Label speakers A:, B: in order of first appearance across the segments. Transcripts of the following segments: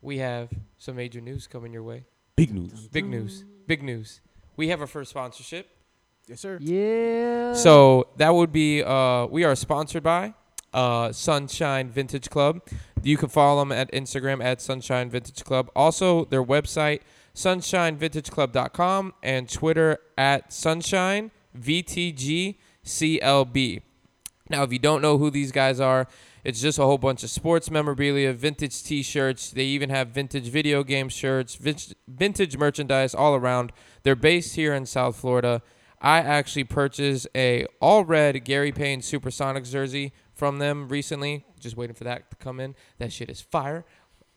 A: we have some major news coming your way.
B: Big news.
A: Big news. Big news. We have our first sponsorship.
B: Yes, sir.
C: Yeah.
A: So that would be uh, we are sponsored by uh, Sunshine Vintage Club. You can follow them at Instagram at Sunshine Vintage Club. Also their website sunshinevintageclub.com and Twitter at Sunshine VTGCLB. Now, if you don't know who these guys are, it's just a whole bunch of sports memorabilia, vintage t shirts. They even have vintage video game shirts, vin- vintage merchandise all around. They're based here in South Florida. I actually purchased a all red Gary Payne Supersonics jersey from them recently. Just waiting for that to come in. That shit is fire.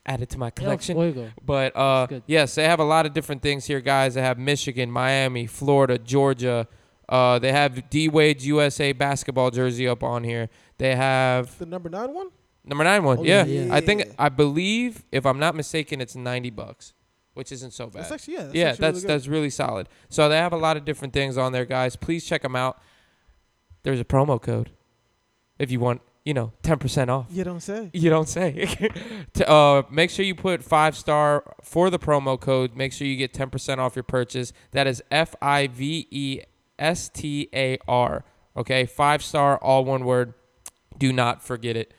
A: Add it to my collection.
C: Fuego.
A: But uh,
C: good.
A: yes, they have a lot of different things here, guys. They have Michigan, Miami, Florida, Georgia. Uh, they have D Wade's USA basketball jersey up on here. They have
B: The number nine one.
A: number nine one.
C: Oh,
A: yeah.
C: yeah.
A: I think
B: Yeah.
A: I believe, if I'm not mistaken, it's ninety bucks, which isn't so bad.
B: That's actually yeah. That's
A: yeah,
B: actually really
A: that's
B: good.
A: that's really solid. So they have a lot of different things on there, guys. Please check them out. There's a promo code if you want, you know, ten percent off.
B: You don't say.
A: You don't say. T- uh, make sure you put five star for the promo code. Make sure you get 10% off your purchase. That is F I V E S T A R. Okay. Five star, all one word. Do not forget it.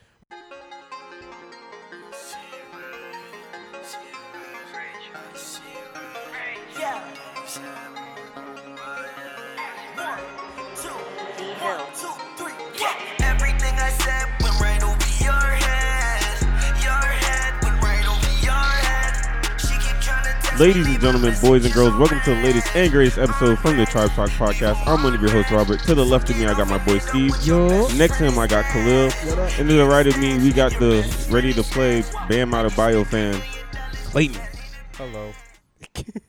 D: Everything I said went right over your head. Your head went right over your head. She kept trying to text
E: Ladies
D: me,
E: and gentlemen,
D: but
E: boys and girls,
D: messages
E: welcome to the
D: are
E: latest and greatest episode from the Tribe Talk Podcast. I'm one of your hosts, Robert. To the left of me, I got my boy Steve.
C: Yo.
E: Next to him, I got Khalil. And to the right of me, we got the ready to play Bam Out of Bio fan, Clayton.
A: Hello.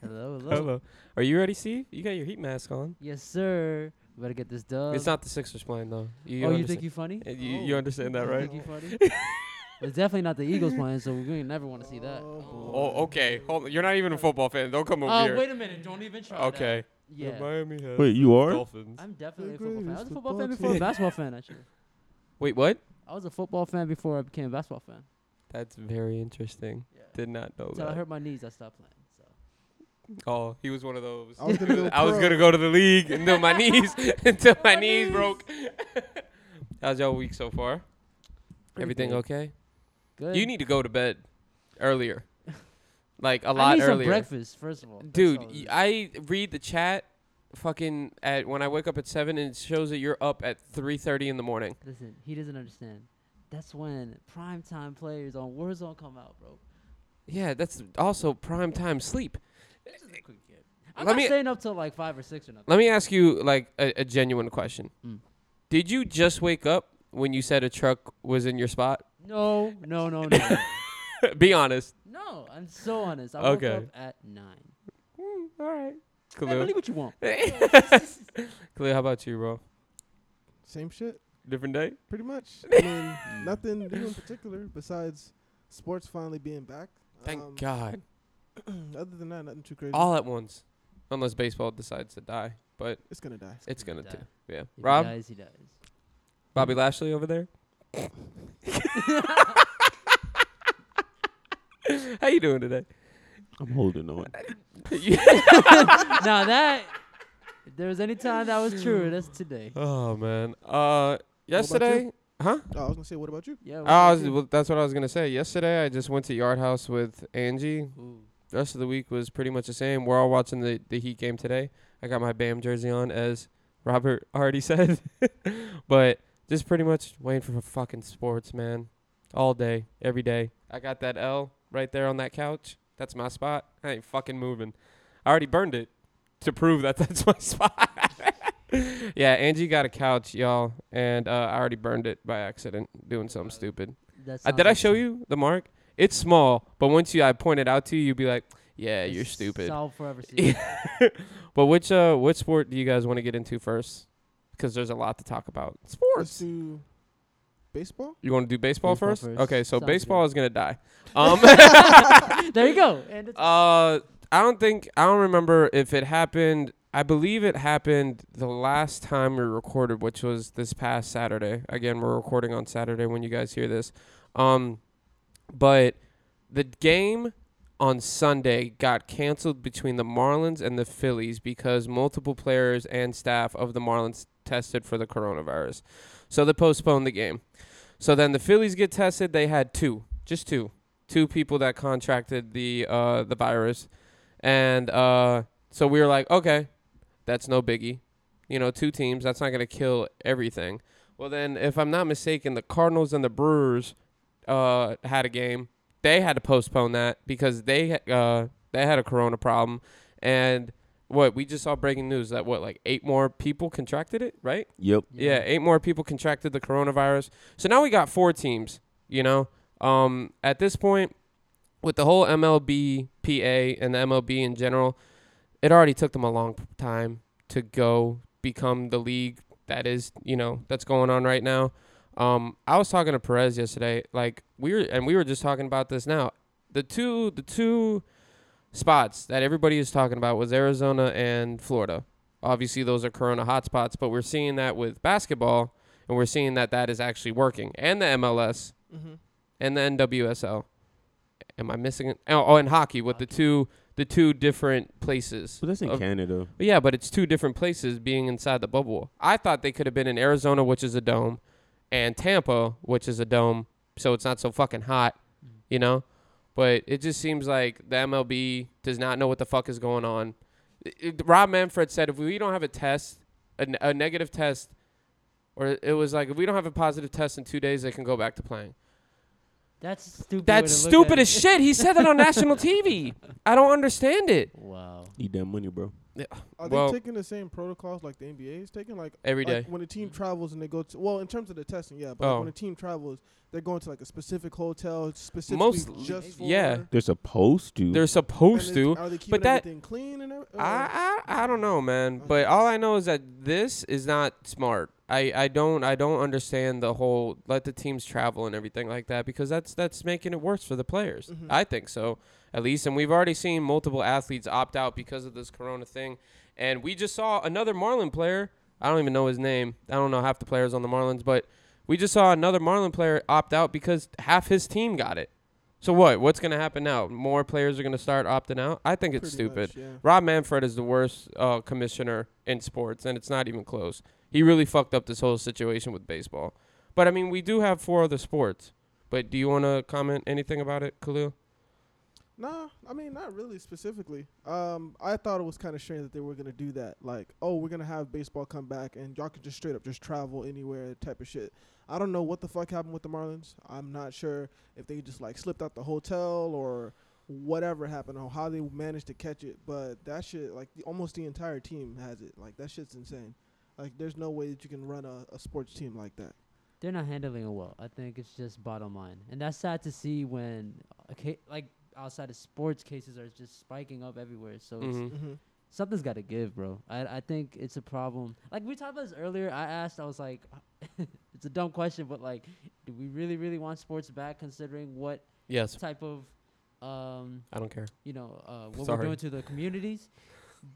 C: Hello, hello.
A: Hello. Are you ready, Steve? You got your heat mask on.
C: Yes, sir. Better get this done.
A: it's not the Sixers playing, though. You
C: oh, you
A: understand-
C: think you funny?
A: Uh, you, you understand that,
C: You
A: right?
C: think you funny? it's definitely not the Eagles playing, so we never want to see that.
A: Oh, okay. Hold on. You're not even a football fan. Don't come over
C: Uh,
A: here.
C: wait a minute. Don't even try. that.
A: okay.
C: Yeah.
A: Miami has
E: Wait, you are?
A: Dolphins.
C: I'm definitely a football fan. I was a
B: greatest
C: football fan
B: football
C: before a basketball fan, actually.
A: Wait, what?
C: I was a football fan before I became a basketball fan.
A: That's very interesting.
C: Yeah.
A: Did not know
C: Until I
A: that.
C: hurt my knees, I stopped playing. So.
A: Oh, he was one of those.
B: I was gonna go
A: I was
B: pro.
A: gonna go to the league until my knees until my knees broke. How's y'all week so far?
C: Pretty
A: Everything
C: good.
A: okay?
C: Good.
A: You need to go to bed earlier, like a
C: I
A: lot
C: need some
A: earlier,
C: breakfast, first of all. That's
A: dude.
C: all it
A: y-
C: is.
A: I read the chat, fucking at when I wake up at seven, and it shows that you're up at three thirty in the morning.
C: Listen, he doesn't understand. That's when primetime players on Warzone come out, bro.
A: Yeah, that's also prime time sleep.
C: This is a quick game. I'm
A: Let
C: not
A: me-
C: staying up till like five or six or nothing.
A: Let me ask you like a, a genuine question.
C: Mm.
A: Did you just wake up when you said a truck was in your spot?
C: No, no, no, no.
A: Be honest.
C: no, I'm so honest. I
A: Okay.
C: woke up at nine.
A: All right.
C: Man, believe what you want.
A: Khalil, how about you, bro?
B: Same shit.
A: Different day?
B: Pretty much. I mean, nothing new in particular besides sports finally being back.
A: Thank
B: Um,
A: God.
B: Other than that, nothing too crazy.
A: All at once. Unless baseball decides to die, but
B: it's gonna die.
A: it's going to.
C: gonna die.
A: Yeah.
C: If
A: Rob,
C: he dies, he dies.
A: Bobby Lashley over there. how you doing today?
E: I'm holding on.
C: now that if there was any time that was true, that's today.
A: oh man. Uh yesterday, huh?
B: Oh, I was gonna say, what about you?
C: Yeah. what
A: I
C: about
A: was,
C: you?
A: well, that's what I was going to say. Yesterday I just went to Yard House with Angie.
C: Ooh.
A: The rest of the week was pretty much the same. We're all watching the, the Heat game today. I got my Bam jersey on, as Robert already said. but just pretty much waiting for fucking sports, man. All day, every day. I got that L right there on that couch. That's my spot. I ain't fucking moving. I already burned it to prove that that's my spot. yeah, Angie got a couch, y'all, and uh, I already burned it by accident doing something stupid.
C: That
A: Uh,
C: sounds
A: did I
C: like
A: show
C: some-
A: you the mark? It's small, but once you I point it out to you, you'd be like, "Yeah, you're
C: it's
A: stupid."
C: I'll forever see.
A: But which uh, which sport do you guys want to get into first? Because there's a lot to talk about.
B: Let's
A: Sports.
B: do baseball.
A: You want to do baseball,
C: Baseball
A: first?
C: first.
A: Okay, so
C: Sounds
A: baseball
C: good.
A: is gonna die. Um,
C: there you go. And it's
A: uh, I don't think I don't remember if it happened. I believe it happened the last time we recorded, which was this past Saturday. Again, we're recording on Saturday when you guys hear this. Um, but the game on Sunday got canceled between the Marlins and the Phillies because multiple players and staff of the Marlins tested for the coronavirus. So they postponed the game. So then the Phillies get tested. They had two, just two, two people that contracted the uh, the virus, and uh, so we were like, okay, that's no biggie. You know, two teams. That's not gonna kill everything. Well, then, if I'm not mistaken, the Cardinals and the Brewers uh, had a game. They had to postpone that because they uh, they had a corona problem, and what we just saw breaking news that what like eight more people contracted it, right?
E: Yep.
A: Yeah, eight more people contracted the coronavirus. So now we got four teams, you know. Um, at this point, with the whole MLB PA and the MLB in general, it already took them a long time to go become the league that is, you know, that's going on right now. Um, I was talking to Perez yesterday, like we were and we were just talking about this now. The two the two spots that everybody is talking about was Arizona and Florida. Obviously, those are corona hotspots, but we're seeing that with basketball, and we're seeing that that is actually working, and the MLS and the NWSL. Am I missing it? Oh, oh, and hockey with the two the two different places.
E: So that's in
A: of-
E: Canada.
A: but yeah, but it's two different places being inside the bubble. I thought they could have been in Arizona, which is a dome, and Tampa, which is a dome, so it's not so fucking hot, you know? But it just seems like the MLB does not know what the fuck is going on. It- it- Rob Manfred said if we don't have a test, a, n- a negative test, or it was like if we don't have a positive test in two days, they can go back to playing.
C: That's stupid. way
A: That's
C: to look
A: stupid
C: at
A: as
C: it.
A: shit. He said that on national TV. I don't understand it.
C: Wow.
E: Need that money, bro.
B: Are
A: Well-
B: they taking the same protocols like the NBA is taking? Like
A: Every day.
B: like when a team travels and they go to well, in terms of the testing, yeah. But like,
A: Oh.
B: when a team travels, they're going to like a specific hotel, specifically
A: Most-
B: just for.
A: yeah.
B: and
E: They're supposed to.
A: They're supposed
B: is-
A: to.
B: Are they keeping
A: that-
B: everything clean and uh, everything?
A: I, I I don't know, man.
B: Mm-hmm. Okay.
A: But all I know is that this is not smart. I, I don't I don't understand the whole let the teams travel and everything like that because that's that's making it worse for the players.
B: Mhm.
A: I think so, at least. And we've already seen multiple athletes opt out because of this corona thing. And we just saw another Marlin player. I don't even know his name. I don't know half the players on the Marlins, but we just saw another Marlin player opt out because half his team got it. So what? What's gonna happen now? More players are gonna start opting out. I think it's
B: Pretty
A: stupid.
B: much, yeah.
A: Rob Manfred is the worst uh, commissioner in sports, and it's not even close. He really fucked up this whole situation with baseball. But I mean, we do have four other sports. But do you want to comment anything about it, Khalil?
B: Nah, I mean not really specifically. Um, I thought it was kind of strange that they were gonna do that. Like, oh, we're gonna have baseball come back and y'all can just straight up just travel anywhere type of shit. I don't know what the fuck happened with the Marlins. I'm not sure if they just like slipped out the hotel or whatever happened or how they managed to catch it. But that shit, like, the, almost the entire team has it. Like, that shit's insane. Like, there's no way that you can run a, a sports team like that.
C: They're not handling it well. I think it's just bottom line, and that's sad to see when okay, like outside of sports cases are just spiking up everywhere. So it's
A: Mhm.
B: Mm-hmm.
C: something's got to give, bro. I, I think it's a problem. Like we talked about this earlier. I asked, I was like, it's a dumb question, but like, do we really, really want sports back considering what
A: Yes,
C: type of, um,
A: I don't care.
C: you know, uh, what
A: Sorry.
C: we're doing to the communities?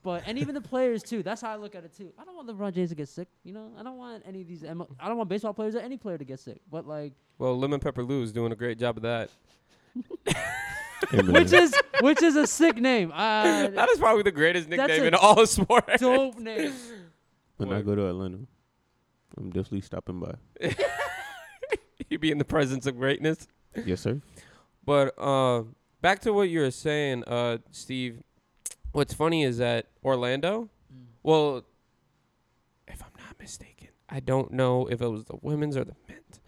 C: But and even the players too. That's how I look at it too. I don't want LeBron James to get sick. You know, I don't want any of these. ML- I don't want baseball players or any player to get sick. But like,
A: Well, Lemon Pepper Lou is doing a great job of that.
E: Hey, man.
C: which is which is a sick name. Uh,
A: That is probably the greatest
C: That's
A: nickname
C: a
A: in all of sports.
C: dope name.
E: when I go to Atlanta, I'm definitely stopping by.
A: He'd be in the presence of greatness.
E: Yes, sir.
A: But uh, back to what you were saying, uh, Steve. What's funny is that Orlando. Well, if I'm not mistaken, I don't know if it was the women's or the men's.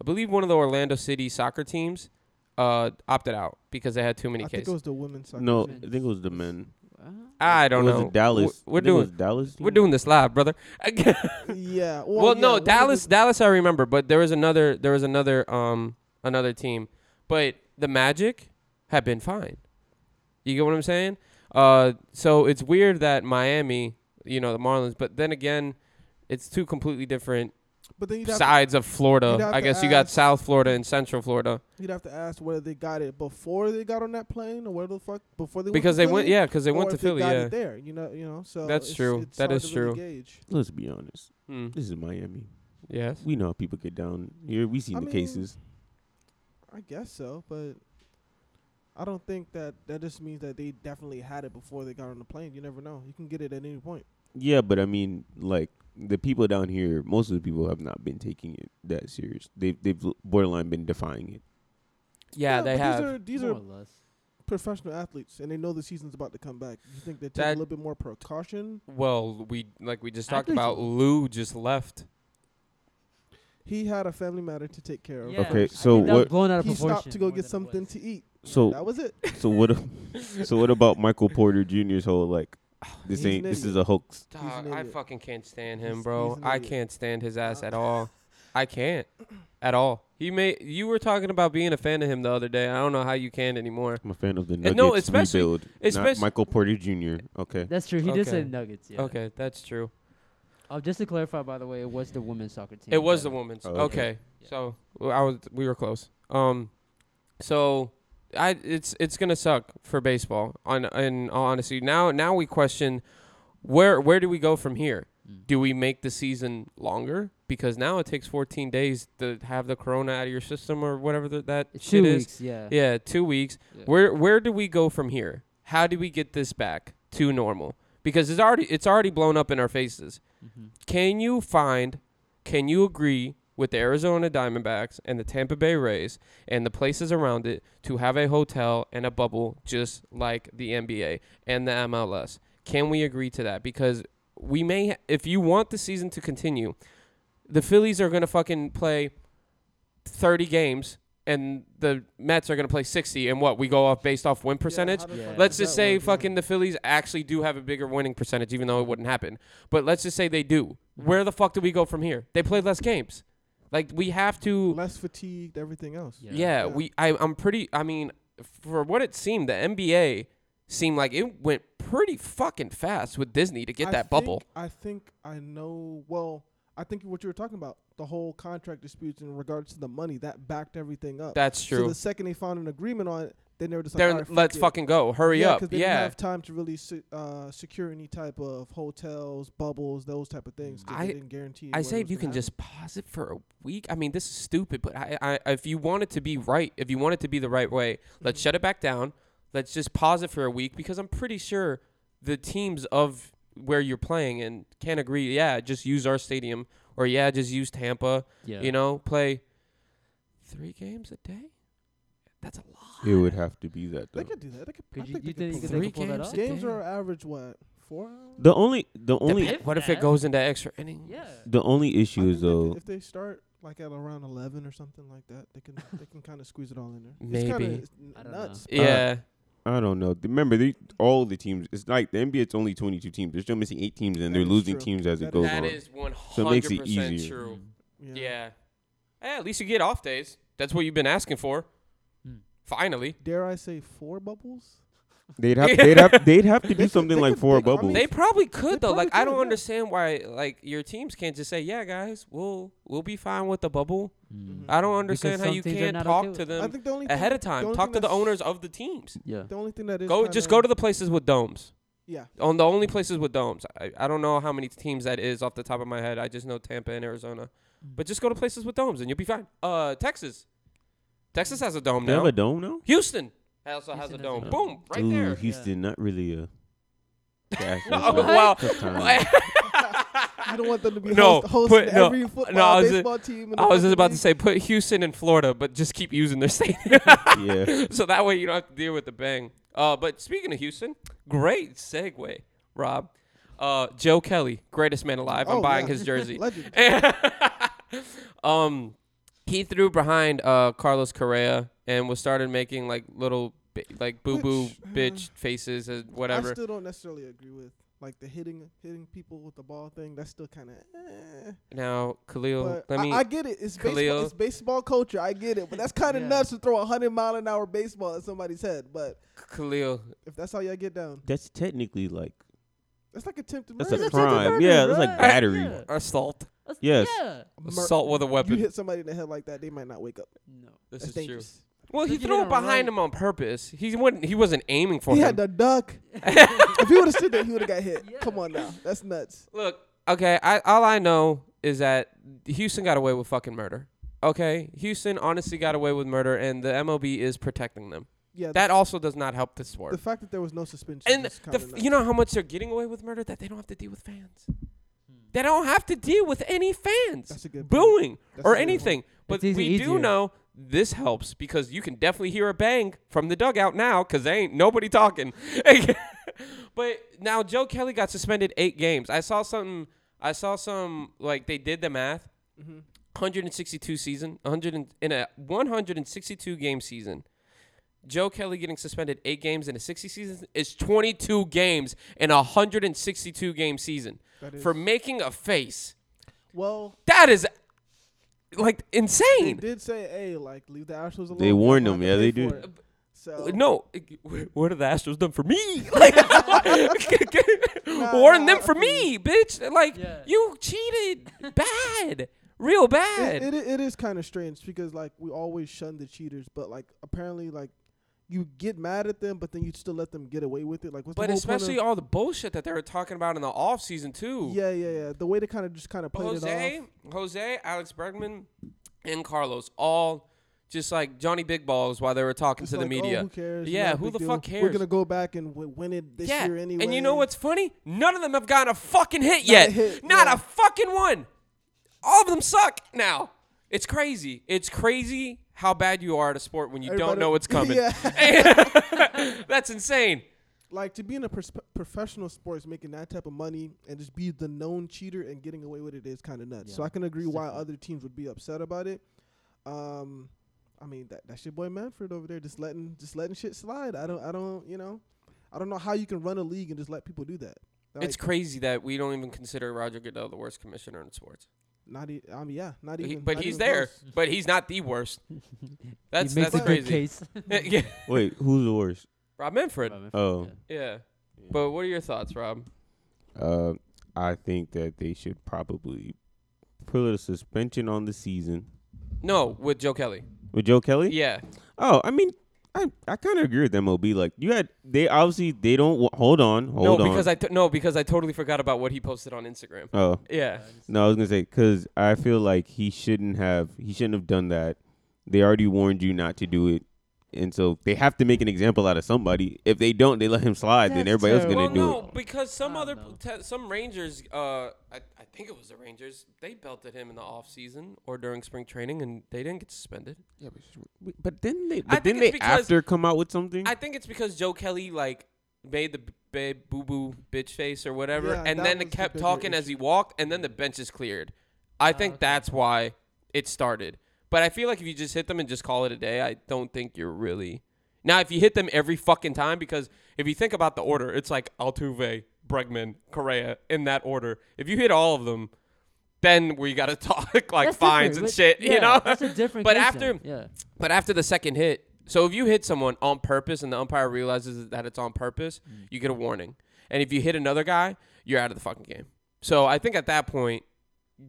A: I believe one of the Orlando City soccer teams uh, opted out because they had too many
B: I think
A: cases.
B: it was the women's soccer.
E: No, I
B: team.
E: think it was the men.
C: Uh,
A: I don't
E: it was
A: know.
E: the Dallas.
A: We're, we're
E: I think it was
A: doing.
E: Dallas. team?
A: We're doing this live, brother.
B: yeah. Well,
A: well,
B: yeah,
A: no,
B: one of the-
A: Dallas. Dallas, I remember, but there was another. There was another. Um, another team, but the Magic have been fine. You get what I'm saying? Uh, so it's weird that Miami, you know, the Marlins, but then again, it's two completely different
B: But then you'd have to
A: sides of
B: you'd
A: Florida.
B: have
A: I
B: to
A: guess you got
B: ask-
A: South Florida and Central Florida
B: You'd have to ask whether they got it before they got on that plane or where the fuck before they
A: because
B: went to
A: they
B: Philly,
A: went, yeah, because they
B: or
A: went to
B: if they
A: Philly,
B: got
A: yeah.
B: it there you know you know so
A: That's
B: it's-
A: true.
B: it's
A: That
B: hard
A: is
B: to really
A: true.
B: gauge.
E: Let's be honest.
A: Hmm.
E: This is Miami.
A: Yes.
E: We know how people get down here. We seen
B: I
E: the
B: mean,
E: cases.
B: I guess so, but I don't think that that just means that they definitely had it before they got on the plane. You never know. You can get it at any point.
E: Yeah, but I mean, like the people down here, most of the people have not been taking it that serious. They've they've borderline been defying it.
A: Yeah, they
B: but
A: have.
B: These are these
C: more
B: are
C: or less.
B: professional athletes, and they know the season's about to come back. You think they take a
A: That-
B: little bit more precaution?
A: well, we like we just talked
C: Athletes-
A: about. Lou just left.
B: He had a family matter to take care of.
C: Yeah,
E: Okay,
C: I
E: so
C: think that was
E: what-
C: Blown out of
B: He
C: proportion
B: stopped to go
C: more
B: get
C: than it
B: something
C: was.
B: to eat.
E: So
B: That was it.
E: so what? a- so what about Michael Porter Jr.'s whole like? This
B: He's an
E: ain't. This
B: idiot.
E: is a hoax.
A: Dog,
B: an
A: I
B: idiot.
A: fucking can't stand him,
B: He's-
A: bro.
B: he's an
A: I
B: idiot. Uh,
A: can't stand his ass at all. I can't at all. He may. You were talking about being a fan of him the other day. I don't know how you can anymore.
E: I'm a fan of the
A: And
E: Nuggets
A: no, especially-
E: rebuild, not
A: especially-
E: Michael Porter Jr. Okay,
C: That's true. He did say
A: Okay.
C: Nuggets. Yeah.
A: Okay, that's true.
C: Uh, just to clarify, by the way, it was the women's soccer team.
A: It was the
C: that-
A: woman's.
E: Oh,
A: okay.
E: okay.
C: Yeah.
A: So well, I was we were close. Um so I it's it's going to suck for baseball on in all honesty. Now now we question where where do we go from here?
C: Mm.
A: Do we make the season longer? Because now it takes 14 days to have the corona out of your system or whatever the, that
C: It's
A: shit
C: two
A: is.
C: weeks. Yeah.
A: Yeah, 2 weeks.
C: Yeah.
A: Where where do we go from here? How do we get this back to normal? Because it's already it's already blown up in our faces
C: Mhm.
A: can you find can you agree with the Arizona Diamondbacks and the Tampa Bay Rays and the places around it to have a hotel and a bubble just like the NBA and the MLS? Can we agree to that? Because we may, if you want the season to continue, the Phillies are going to fucking play 30 games and the Mets are going to play 60. And what? We go off based off win percentage?
B: how the
C: Yeah.
B: fuck
A: Let's
B: does
A: just
B: that
A: say
B: work? Yeah.
A: fucking the Phillies actually do have a bigger winning percentage, even though it wouldn't happen. But let's just say they do. Where the fuck do we go from here? They play less games. Like we have to.
B: less fatigued, everything else.
C: Yeah.
A: Yeah, we. I, I'm pretty. I mean, for what it seemed, the NBA seemed like it went pretty fucking fast with Disney to get
B: I
A: that
B: think-
A: bubble.
B: I think I know. Well, I think what you were talking about the whole contract disputes in regards to the money that backed everything up.
A: That's
B: So
A: true.
B: the second they found an agreement on it, then they were just like,
A: Then
B: "All right, fuck
A: let's
B: it."
A: fucking go. Hurry
B: yeah,
A: up.
B: 'cause They didn't
A: Yeah.
B: have time to really se- uh, secure any type of hotels, bubbles, those type of things. 'cause
A: I-
B: they didn't guarantee.
A: I
B: when it
A: say
B: was
A: if you
B: gonna
A: can
B: happen.
A: just pause it for a week. I mean, this is stupid, but I, I, if you want it to be right, if you want it to be the right way, let's shut it back down. Let's just pause it for a week because I'm pretty sure the teams of where you're playing and can agree. Yeah, just use our stadium, or yeah, just use Tampa.
C: Yeah.
A: You know, play three games a day. That's a lot.
E: it would have to be that. Though.
B: They could do that. They could. I
C: Could you,
B: think
C: you
B: they
C: think you
B: could
C: could
A: Three
B: pull
C: they could pull that
A: games?
C: off?
B: it. Games
A: damn.
B: are average what four? hours?
E: The only the only
A: Dep- what if
C: that-
A: it goes into extra innings?
C: Yeah.
E: the only
B: I
E: issue
B: think
E: is
B: they could-
E: though
B: if they start like at around eleven or something like that, they can they can kind of squeeze it all in there. it's
A: Maybe.
B: kinda, it's n-
C: I don't know.
B: nuts.
A: Yeah.
E: I don't know. Remember, they, all the teams. It's like the NBA. It's only twenty two teams. They're still missing eight teams, and
B: That
E: they're
B: is
E: losing
B: true.
E: teams as
B: That
E: it goes
A: that
E: on.
A: is 100%
E: makes it easier.
A: true.
C: Mm.
A: Yeah. Eh, at least you get off days. That's what you've been asking for.
C: Hmm.
A: Finally.
B: Dare I say four bubbles?
E: They'd have they'd have they'd have to
B: They
E: do
B: could-
E: something
B: they
E: like
B: could-
E: four
B: they could- I
E: bubbles.
B: mean,
A: They probably could though.
B: probably
A: Like I
B: could,
A: don't
B: yeah.
A: understand why like your teams can't just say, "Yeah, guys, we'll we'll be fine with the bubble."
C: Mm.
A: I don't
C: Because
A: understand how
C: some
A: you
C: teams are
A: can't
C: not
A: talk
C: okay
A: to
C: with
B: I
A: them
B: think the only
A: Um, ahead
B: thing,
A: of time.
B: only
A: Talk
B: thing
A: to the
B: that's-
A: owners of the teams.
C: Yeah.
B: The only thing that is
A: Go
B: kinda-
A: just go to the places with domes.
B: yeah.
A: On the Oh, only places with domes. I, I don't know how many teams that is off the top of my head. I just know Tampa and Arizona. But just go to places with domes and you'll be fine. Uh Texas. Texas has a dome
E: They
A: now.
E: have a dome now.
A: Houston also has a
C: Houston has
A: dome.
C: a dome.
A: Boom, right
E: Ooh,
A: there.
E: Houston, not really uh, a.
A: Oh, wow.
E: Tough time.
B: You don't want them to be
A: No,
B: host, hosting
A: put- no,
B: every
A: no,
B: football
A: I was-
B: baseball team. in the
A: I was
B: fucking
A: just about to
B: league.
A: say, put Houston in Florida, but just keep using their stadium,
E: yeah.
A: so that way you don't have to deal with the bang. Uh, but speaking of Houston, great segue, Rob. Uh, Joe Kelly, greatest man alive. I'm
B: Oh,
A: buying
B: yeah.
A: his jersey.
B: Legend.
A: um, he threw behind uh, Carlos Correa and was started making like little bi- like boo boo
B: Which, uh,
A: bitch faces and whatever.
B: I still don't necessarily agree with like the hitting hitting people with the ball thing. That's still kind of. Eh.
A: now, Khalil,
B: But
A: let
B: I,
A: me.
B: I get it. It's
A: Khalil.
B: baseball, it's baseball culture. I get it, but that's kind of
C: Yeah.
B: nuts to throw a hundred mile an hour baseball at somebody's head. But
A: Khalil,
B: if that's how y'all get down,
E: That's technically like
B: that's like attempted
E: that's
B: murder.
E: a
C: That's
E: crime.
C: murder,
E: Yeah, that's like
C: right?
E: battery.
C: Yeah.
A: assault,
C: That's-
E: Yes.
C: Yeah.
B: Mur-
A: assault with a
B: you
A: weapon.
B: hit somebody in the head like that, they might not wake up.
C: No.
A: This
B: That's
A: is true.
B: dangerous.
A: Well,
C: But
A: he
C: you
A: threw
C: did
A: it
C: it
A: behind
C: right.
A: him on purpose. He wouldn't. He wasn't aiming for
B: He
A: him.
B: had the duck. if he would have stood there, he would have got hit.
C: Yeah.
B: Come on now, that's nuts.
A: Look, okay. I all I know is that Houston got away with fucking murder. Okay, Houston honestly got away with murder, and the MLB is protecting them.
B: yeah,
A: That also does not help the sport.
B: the fact that there was no suspension.
A: and
B: is
A: the,
B: kinda
A: f-
B: nuts.
A: you know how much they're getting away with murder that they don't have to deal with fans.
C: Hmm.
A: They don't have to deal with any fans
B: That's a good point.
A: booing
B: That's a
A: or
B: good point.
A: anything. But
C: It's easy-
A: we do
C: easier.
A: know this helps because you can definitely hear a bang from the dugout now because they ain't nobody talking. but now Joe Kelly got suspended eight games. I saw something. I saw some like they did the math.
E: Mm-hmm.
A: 162 season, 100 and, in a 162 game season. Joe Kelly getting suspended eight games in a 60 season is 22 games in a 162 game season
B: That
A: for
B: is-
A: making a face.
B: Well,
A: That is like
B: they
A: insane.
B: did say, "Hey, like leave the Astros alone."
E: They warned
B: Y'all
E: them.
B: gonna
E: Yeah,
B: pay
E: they
B: for
E: did.
B: it." So
A: No, what have the Astros done for me? Like, warn them for me, bitch. Like,
C: Yeah.
A: you cheated bad, real bad.
B: it, it, it is kind of strange because like we always shun the cheaters, but like apparently like you get mad at them, but then you still let them get away with it. Like, what's
A: but
B: the whole point of-
A: especially all the bullshit that they were talking about in the off season too.
B: yeah, yeah, yeah. The way they kind of just kind of played
A: Jose,
B: it off.
A: Jose, Alex Bergman, and Carlos all just like Johnny Big Balls while they were talking
B: It's
A: to the
B: like,
A: media.
B: Oh, who cares?
A: Yeah,
B: Not a
A: who
B: big
A: the
B: deal.
A: fuck
B: We're
A: cares?
B: gonna go back and w- win it this year anyway.
A: And you know what's funny? None of them have gotten a fucking hit
B: a
A: yet.
B: hit,
A: Not
B: yeah.
A: a fucking one. All of them suck now. It's crazy. It's crazy how bad you are at a sport when you don't
B: Everybody-
A: know what's coming.
B: yeah,
A: That's insane.
B: like to be in a pers- professional sports, making that type of money, and just be the known cheater and getting away with it is kind of nuts. So I can agree why other teams would be upset about it. Um, I mean that that's your boy Manfred over there, just letting just letting shit slide. I don't I don't you know, I don't know how you can run a league and just let people do that. Like,
A: it's crazy that we don't even consider Roger Goodell the worst commissioner in sports.
B: not e- I mean yeah, not
A: He-
B: even.
A: but
B: not
A: he's
B: even
A: there.
B: close.
A: But he's not the worst. That's
C: he makes
A: that's
C: a good
A: crazy.
C: case. Uh,
A: yeah.
E: Wait, who's the worst?
A: Rob Manfred.
E: Oh.
A: Yeah. But what are your thoughts, Rob?
E: Uh, I think that they should probably put a suspension on the season
A: No, with Joe Kelly.
E: with Joe Kelly.
A: Yeah.
E: Oh, I mean, I I kind of agree with MOB. Like you had, they obviously they don't wa- hold on, hold
A: no,
E: on.
A: because I t- no, because I totally forgot about what he posted on Instagram.
E: oh
A: Yeah.
E: no, I was gonna say because I feel like he shouldn't have, he shouldn't have done that. They already warned you not to do it, and so they have to make an example out of somebody. If they don't, they let him slide, then
C: That's
E: everybody else is
A: Well,
E: gonna do
A: no,
E: it.
A: because some
C: I
A: other
C: don't
A: te- some Rangers, uh, I, I think it was the Rangers, they belted him in the off season or during spring training, and they didn't get suspended.
E: Yeah, but, but then they,
A: think
E: but then
A: it's
E: they
A: because-
E: after come out with something.
A: I think it's because Joe Kelly like made the b- babe boo boo bitch face or whatever,
B: Yeah,
A: and
B: that
A: then
B: was the
A: kept
B: bigger Ah,
A: talking as he walked, and then the benches cleared. I think that's why it started. But I feel like if you just hit them and just call it a day, I don't think you're really. Now, if you hit them every fucking time, because if you think about the order, it's like Altuve, Bregman, Correa in that order. If you hit all of them, then we got to talk like
C: That's
A: fines
C: different,
A: and
C: but-
A: shit, you
C: yeah,
A: know?
C: that's a different
A: But
C: case
A: after,
C: then, yeah.
A: but after the second hit, so if you hit someone on purpose and the umpire realizes that it's on purpose,
E: Mm.
A: you get a warning. And if you hit another guy, you're out of the fucking game. So I think at that point,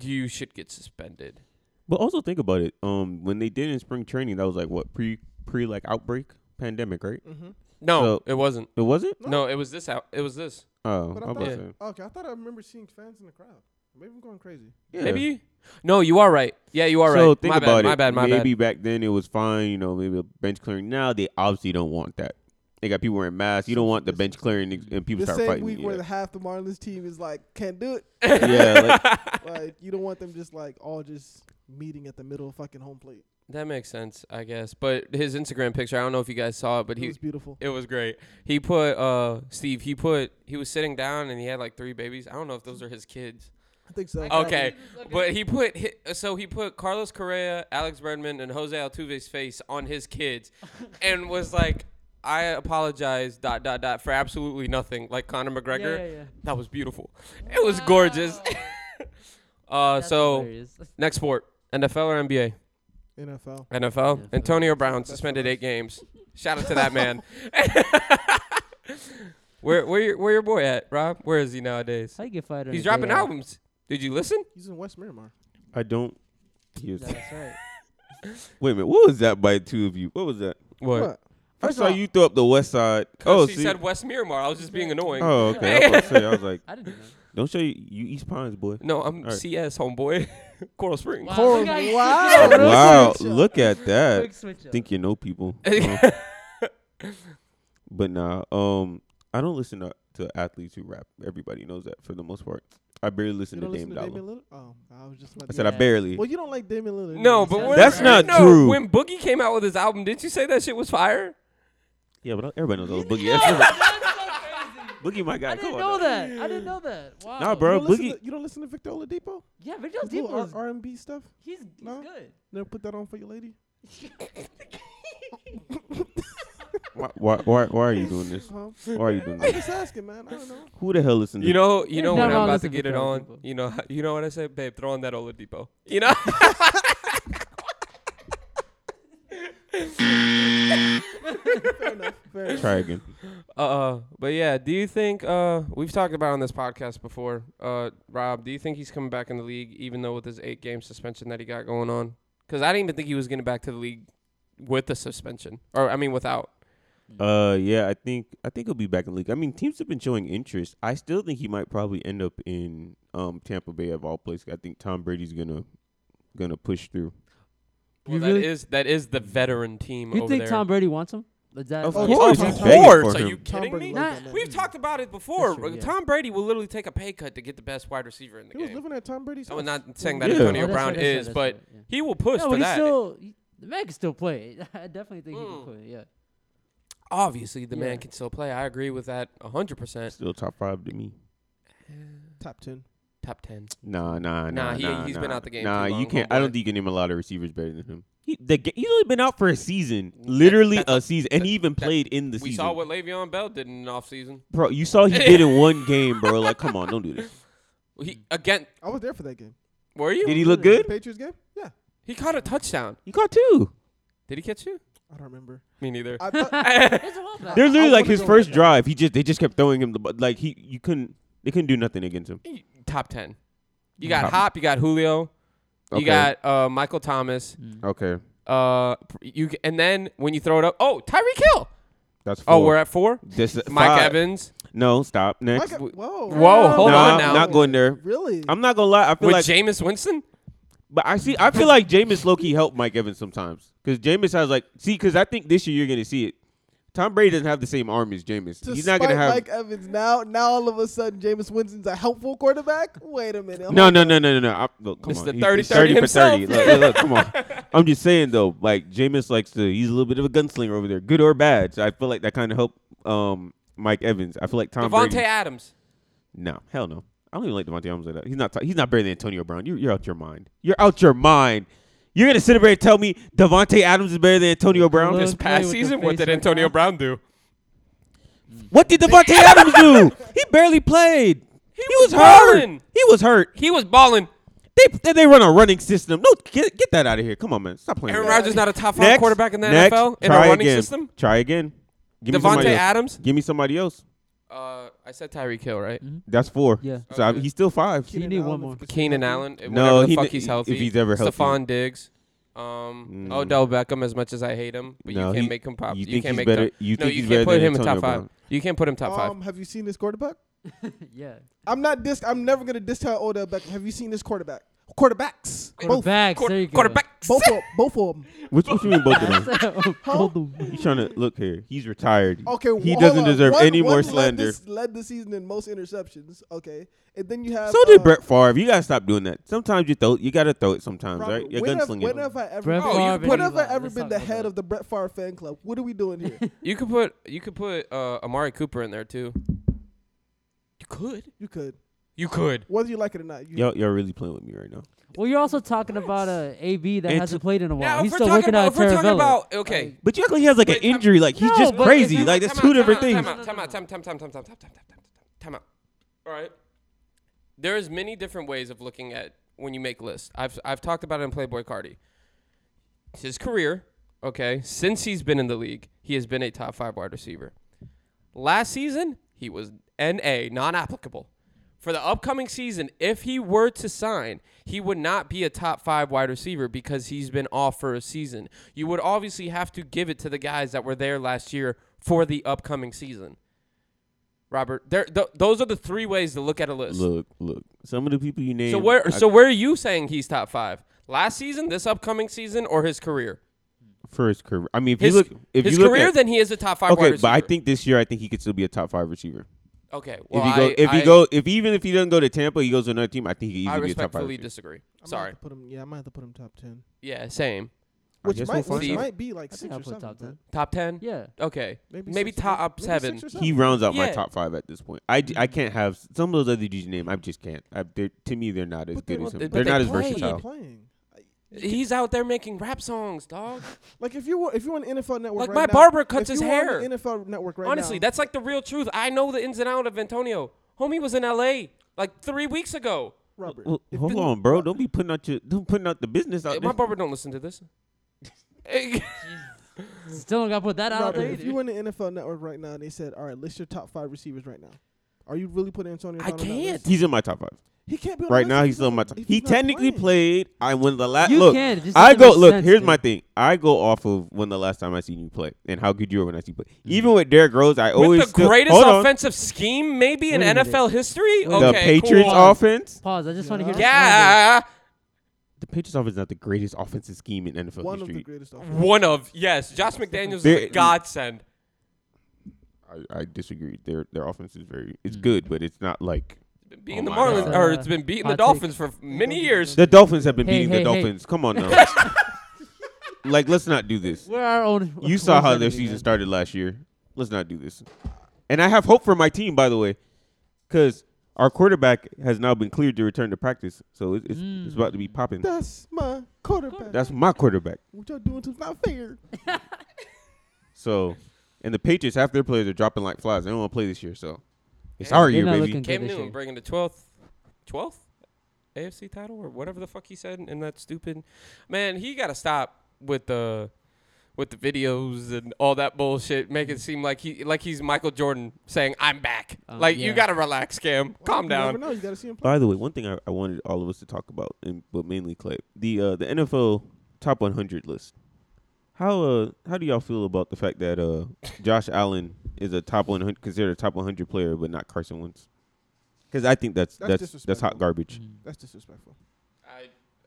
A: you should get suspended.
E: But also think about it. Um, when they did in spring training, that was like what pre pre like outbreak pandemic, right?
B: Mm-hmm.
A: No,
E: So-
A: it wasn't.
E: It was it?
A: No, it was this out. It was this.
E: Oh,
B: But
E: I
B: I
E: was
B: thought,
E: saying.
B: okay, I thought I remember seeing fans in the crowd. Maybe I'm going crazy.
E: Yeah.
A: Maybe. you- No, you are right. Yeah, you are
E: so
A: right.
E: think
A: my
E: about
A: bad,
E: it.
A: My bad. My
E: maybe
A: bad.
E: back then it was fine. You know, maybe a bench clearing. Now they obviously don't want that. They got people wearing masks. You don't want the bench clearing ex- and people
B: the
E: start
B: same
E: fighting.
B: week
E: yeah,
B: where the half the Marlins team is like can't do it.
E: yeah like,
B: like you don't want them just like all just meeting at the middle of fucking home plate.
A: That makes sense, I guess. But his Instagram picture, I don't know if you guys saw it, but
B: It
A: he
B: was beautiful.
A: It was great. He put uh Steve. He put he was sitting down and he had like three babies. I don't know if those are his kids.
B: I think so.
A: Okay, but he put hi- so he put Carlos Correa, Alex Bregman, and Jose Altuve's face on his kids, and was like, "I apologize dot dot dot for absolutely nothing." Like Conor McGregor,
C: yeah, yeah.
A: that was beautiful. It was gorgeous. uh,
C: That's
A: so
C: hilarious.
A: next sport, NFL or NBA?
B: NFL.
A: NFL. Antonio Brown suspended eight games. Shout out to that man. where where your, where your boy at, Rob? Where is he nowadays?
C: How you get fired? on
A: He's
C: your day
A: dropping
C: off?
A: albums. Did you listen?
B: He's in West Miramar.
E: I don't. Use.
C: Yeah, That's right.
E: Wait a minute. What was that by two of you? What was that?
A: What?
E: I saw you throw up the West Side.
A: Oh,
E: Oh,
A: she
E: see.
A: said West Miramar. I was just being annoying.
E: oh, okay. I was, about to say, I was like,
C: I didn't know.
E: don't show you, you East Pines boy.
A: No, I'm
E: All right.
A: CS homeboy, Coral Springs.
C: Wow.
B: Coral-
C: look at-
B: wow.
E: Wow,
B: Real switch up.
E: look at that.
C: Quick switch up.
E: Think you know people. But nah, um, I don't listen to, to athletes who rap. Everybody knows that for the most part. I barely listen
B: You
E: to
B: don't listen
E: Dame
B: to
E: Dollar.
B: Damian Lillard? Oh, I was just about
E: I
B: to
E: said I
C: Yeah.
E: barely.
B: Well, you don't like Damian Lillard.
A: No,
B: do you?
A: but
C: That's
A: when,
E: not
A: no,
E: true.
A: When Boogie came out with his album, didn't you say that shit was fire?
E: yeah, but everybody knows that was Boogie.
C: Yo,
E: That's
C: that's so crazy.
E: Boogie, my guy.
C: I
E: come
C: didn't
E: on
C: know
E: now.
C: that. I didn't know that. Wow.
E: Nah,
B: You
E: bro.
B: don't, listen
E: Boogie-
B: to, you don't listen to Victor Oladipo?
C: Yeah, Video
B: His little
C: Deep was
B: R- R&B stuff?
C: he's he's
B: No.
C: good.
B: Never put that on for your lady?
E: Why, why, why, why are you doing this?
B: Huh?
E: Why are you doing
B: I'm
E: this?
B: just asking, man. I don't know.
E: Who the hell listened to
A: You know, you
C: Yeah,
A: know when
C: never
A: I'm about to
C: listen to
A: get it
C: Carol
A: on.
C: Depot.
A: You know, you know what I said, babe. Throw on that Oladipo. You know.
B: Fair enough. Fair enough.
E: Try again.
A: Uh, but yeah, do you think uh we've talked about on this podcast before? Uh, Rob, do you think he's coming back in the league, even though with his eight game suspension that he got going on? Because I didn't even think he was getting back to the league with the suspension, or I mean without.
E: Uh, yeah, I think I think he'll be back in the league. I mean, teams have been showing interest. I still think he might probably end up in um Tampa Bay of all places. I think Tom Brady's gonna gonna push through.
A: Well,
C: You
A: that is
C: really-
A: that is the veteran team
C: You
A: over
C: think
A: there.
C: Tom Brady wants him? Is that
E: Of
B: Oh,
A: of
B: yeah,
A: course,
B: Tom
A: of
B: Brady-
A: course.
E: for
A: Are
E: him.
A: you
B: Tom
A: kidding
B: Brady
A: me?
B: loves
C: Nah,
B: that man.
A: We've talked about it before.
C: true, yeah.
A: Tom Brady will literally take a pay cut to get the best wide receiver in the
B: He was
A: game.
B: living at Tom Brady's
A: I'm
B: house.
A: not saying that
E: Yeah.
A: Antonio
E: Oh,
C: that's
A: Brown
C: right, that's right,
A: is,
C: that's
A: but
C: right, yeah.
A: he will push
C: no,
A: for
C: but he's
A: that.
C: still he- the man can still play. I definitely think he can
A: Mm.
C: play. Yeah.
A: Obviously, the
C: Yeah.
A: man can still play. I agree with that 100%.
E: Still top five to me.
B: Top 10.
A: Top 10.
E: Nah, nah,
A: Nah,
E: nah.
A: he-
E: nah,
A: he's
E: nah.
A: been out the game
E: Nah,
A: too
E: you
A: long,
E: can't. I don't
A: homeboy.
E: think you can name a lot of receivers better than him. He, the, ga- he's only been out for a season, literally
A: that's-
E: a season, and he even
A: that-
E: played in the
A: we
E: season.
A: saw what Le'Veon Bell did in an offseason.
E: bro, you saw he did in one game, bro. Like, come on, don't do this.
A: He again,
B: I was there for that game.
A: were you?
E: Did
A: He,
E: he look
B: The
E: good?
B: Patriots game? Yeah.
A: caught a touchdown.
E: He caught two.
A: Did he catch you?
B: I don't remember.
A: Me neither.
B: I thought,
C: He's a whole
E: They're literally
B: I
E: like
B: wanna
E: his
B: go
E: first
B: with that.
E: drive. He just they just kept throwing him the bu- like he you couldn't they couldn't do nothing against him.
A: Top ten. You got
E: Top-
A: Hop. You got Julio. You
E: Okay.
A: got uh, Michael Thomas.
E: Okay,
A: Uh, you c- and then when you throw it up, oh Tyreek Hill.
E: that's four.
A: Oh, we're at four.
E: this is
A: Mike
E: five.
A: Evans
E: No, stop
B: Mike,
E: next.
B: whoa.
A: Whoa, hold
E: nah,
A: on now.
E: not going there.
B: Really?
E: I'm not gonna lie. I feel
A: with
E: like,
A: Jameis Winston.
E: but I see. I feel like Jameis Loki helped Mike Evans sometimes because Jameis has like see because I think this year you're gonna see it. Tom Brady doesn't have the same arm as Jameis.
B: Despite
E: He's not gonna have.
B: Mike Evans now. Now all of a sudden, Jameis Winston's a helpful quarterback. Wait a minute.
E: no, no, no, no, no, no. I, look, come
A: Mr.
E: on.
A: 30,
E: he's 30 for
A: 30
E: 30. Look, look, look, come on. I'm just saying though, like Jameis likes to. He's a little bit of a gunslinger over there, good or bad. So I feel like that kind of helped um, Mike Evans. I feel like Tom
A: Devontae
E: Brady.
A: Adams.
E: No, hell no. I don't even like Devontae Adams like that. He's not. T- he's not better than Antonio Brown. You're, you're out your mind. You're out your mind. You're gonna sit up here and tell me Devontae Adams is better than Antonio Brown?
C: Look.
A: This
C: Antonio
A: past
C: with the
A: season, what
C: face
A: did
C: right
A: Antonio
C: now.
A: Brown do?
E: What did Devontae Adams do? He barely played. He, was,
A: was
E: hurt.
A: balling.
E: He was hurt.
A: He was balling.
E: They they- they run a running system. No, get get that out of here. Come on, man. Stop playing.
A: Aaron
E: with that.
A: Rodgers not a top five
E: Next,
A: quarterback in the
E: next,
A: NFL in a
E: try
A: running
E: again.
A: system.
E: Try again. Give me
A: Devontae
E: somebody else.
A: Adams.
E: Give me somebody else.
A: Uh, I said Tyreek Hill, right?
C: Mm-hmm.
E: That's four.
C: Yeah.
E: So I-
A: Okay.
E: he's still five.
C: You need one more.
A: Keenan Allen.
E: No,
A: No, the
E: he
A: fuck
E: ne-
A: he's
E: if
A: healthy.
E: he's ever healthy.
A: Stephon Diggs. Um,
E: Mm.
A: Odell Beckham. As much as I hate him, but
E: No,
A: you can't
E: he-
A: make him pop.
E: you
A: You,
E: think
A: can't
E: he's
A: make
E: better-
A: Top,
E: you
A: no,
E: think
A: you can't
E: he's better
A: put
E: than
A: him in top
E: Antonio
A: five.
E: Brown.
A: You can't put him top five.
B: Um, have you seen this quarterback?
C: yeah.
B: I'm not dis. I'm never gonna discount Odell Beckham. Have you seen this quarterback? Quarterbacks. Both.
C: Quarterbacks.
A: Quar-
C: there you go.
A: quarterback.
B: Both of, both of them.
E: Which what you mean both of them?
C: Both of them.
E: He's trying to look here. He's retired.
B: Okay,
E: he
B: wh-
E: doesn't
B: hold on.
E: deserve
B: One-
E: any
B: one
E: more
B: led
E: slander.
B: this- Led the season in most interceptions. Okay, and then you have.
E: So did
B: uh,
E: Brett Favre. You gotta stop doing that. Sometimes you throw, you gotta throw it. Sometimes,
B: Robert,
E: right? You're
B: when, have,
E: gunslinging.
B: when have I ever?
C: Brett
A: Oh, you
C: Favre
A: put
C: and
B: When have
C: Eli.
B: I ever
C: Let's
B: been
C: talk
B: the
C: about
B: head
C: that.
B: of the Brett Favre fan club? What are we doing here?
A: You could put you could put uh, Amari Cooper in there too. You could.
B: you could,
A: You could.
B: whether you like it or not. You
E: y'all, y'all really playing with me right now.
C: Well, you're also talking about a AB that
E: It's-
C: hasn't played in a while.
A: Now,
C: He's
A: if we're
C: still
A: talking
C: working
A: about,
C: out
A: if we're talking
C: Taravella.
A: about, okay.
E: But you act like he has like an
A: Wait, time-
E: injury. Like he's
C: No,
E: just
C: but-
E: crazy.
A: Time
E: Like
A: out,
E: that's
A: time
E: two
A: out,
E: different
A: time out,
E: things.
A: Time out, time out, time out, time out, time out, time out, time out, time out, time out, time out. All right. There is many different ways of looking at when you make lists. I've I've talked about it in Playboy Cardi. It's His career, okay, since he's been in the league, he has been a top five wide receiver. Last season, he was NA, non applicable. For the upcoming season, if he were to sign, he would not be a top five wide receiver because he's been off for a season. You would obviously have to give it to the guys that were there last year for the upcoming season. Robert, there, th- those are the three ways to look at a list.
E: Look, look. Some of the people you named.
A: so where,
E: I-
A: so where are you saying he's top five? Last season, this upcoming season, or his career?
E: for his career. I mean, if
A: His-
E: you look, if
A: His
E: you look
A: career,
E: at,
A: then he is a top five. wide
E: okay, but I
A: receiver.
E: think this year I think he could still be a top five receiver.
A: okay. Well,
E: if he go,
A: I,
E: if he
A: I-
E: go, if even if he doesn't go to Tampa, he goes to another team. I think he could
A: I
E: easily be a top five.
A: respectfully
E: receiver.
A: disagree.
B: I might
A: Sorry.
B: Have to put him, yeah, I might have to put him top ten,
A: Yeah, same.
E: I
B: which
E: guess
B: might
E: we'll
B: which
A: find out.
B: might be like
C: I
B: six
C: think
B: or
C: I'll
B: something.
C: put top ten.
A: Top ten.
C: Yeah.
A: Okay,
B: Maybe
A: Maybe
B: six or
A: top
B: maybe
A: seven.
B: six or
E: He
B: seven.
E: rounds out my
A: Yeah.
E: top five at this point. I, j- I can't have some of those other dudes you name. I just can't. I, they're, to me, they're not as
B: But
E: good
B: they-
E: as him.
A: but
E: They're
A: they
E: not as
A: played.
E: versatile.
B: Playing.
A: he's out there making rap songs, dog.
B: Like if you were if you were on NFL Network,
A: Like,
B: right
A: my
B: now-
A: barber cuts
B: if
A: his
B: you were on the
A: hair.
B: NFL Network right
A: Honestly,
B: now,
A: that's like the real truth. I know the ins and out of Antonio. Homie was in L.A. like three weeks ago.
B: Robert.
E: Well,
B: if
E: hold
B: the-
E: on, bro. Don't be putting out your, don't putting out the business
C: Uh,
E: out
A: My
E: there.
A: barber don't listen to this.
C: Still don't got to put that out
B: Robert,
C: there
B: if you
C: either.
B: were in the NFL Network right now and they said, "All right, list your top five receivers right now," are you really putting Antonio?
A: I
B: Brown on that
A: can't.
B: list?
E: He's in my top five
B: He can't be on the
E: right
B: list
E: now.
B: if
E: He's still in my
B: not-
E: top.
B: if
E: He
B: he's not
E: technically
B: playing.
E: played. I when the last
C: You
E: look.
C: can. It just
E: I
C: doesn't
E: go
C: make
E: look.
C: sense,
E: Here's
C: dude.
E: my thing. I go off of when the last time I seen you play and how good you were when I see you play. Even with Derrick Rose, I always
A: Mm-hmm. With the
E: still-
A: greatest
E: hold on.
A: offensive scheme maybe in
C: Wait a minute.
A: NFL history.
C: The
E: The
A: Okay,
E: Patriots
A: cool.
E: offense.
C: Pause. I just want to hear. this one
A: Yeah,
E: The Patriots offense is not the greatest offensive scheme in NFL
B: One of
E: history.
B: the greatest. offenses.
A: one of yes. Josh McDaniels is
E: They-
A: a godsend.
E: I, I disagree. Their their offense is very it's good, but it's not like
A: Beating
E: Oh
A: the
E: my
A: Marlins,
E: God.
A: or it's been beating
C: Hot
A: the
C: take.
A: Dolphins for many years.
E: the Dolphins have been
C: Hey,
E: beating
C: hey, hey.
E: the Dolphins. Come on now. like let's not do this.
C: dude. We're our own.
E: You saw how
C: worst
E: their
C: enemy,
E: season
C: man.
E: started last year. Let's not do this. And I have hope for my team, by the way, because our quarterback has now been cleared to return to practice, so it's it's,
C: Mm.
E: it's about to be popping.
B: That's my quarterback.
E: That's my quarterback.
B: what y'all doing to is not fair.
E: So, and the Patriots half their players are dropping like flies. They don't want to play this year, so it's our
C: They're
E: year,
C: not
E: baby.
C: looking-
A: Cam
C: this
A: Newton
C: year.
A: bringing the twelfth, twelfth AFC title or whatever the fuck he said in that stupid man. He got to stop with the with the videos and all that bullshit. Make it seem like he like he's Michael Jordan saying I'm back.
C: Um,
A: like
C: yeah.
A: you got to relax, Cam. Calm
B: you Never
A: down.
B: know. You gotta see him play.
E: By the way, one thing I, I wanted all of us to talk about, and but mainly Clay, the uh, the NFL top 100 list. How uh how do y'all feel about the fact that uh Josh Allen is a top 100 considered a top 100 player, but not Carson Wentz? Because I think that's
B: That's
E: that's that's, hot
B: disrespectful.
E: garbage.
A: Mm-hmm.
B: That's disrespectful.
A: I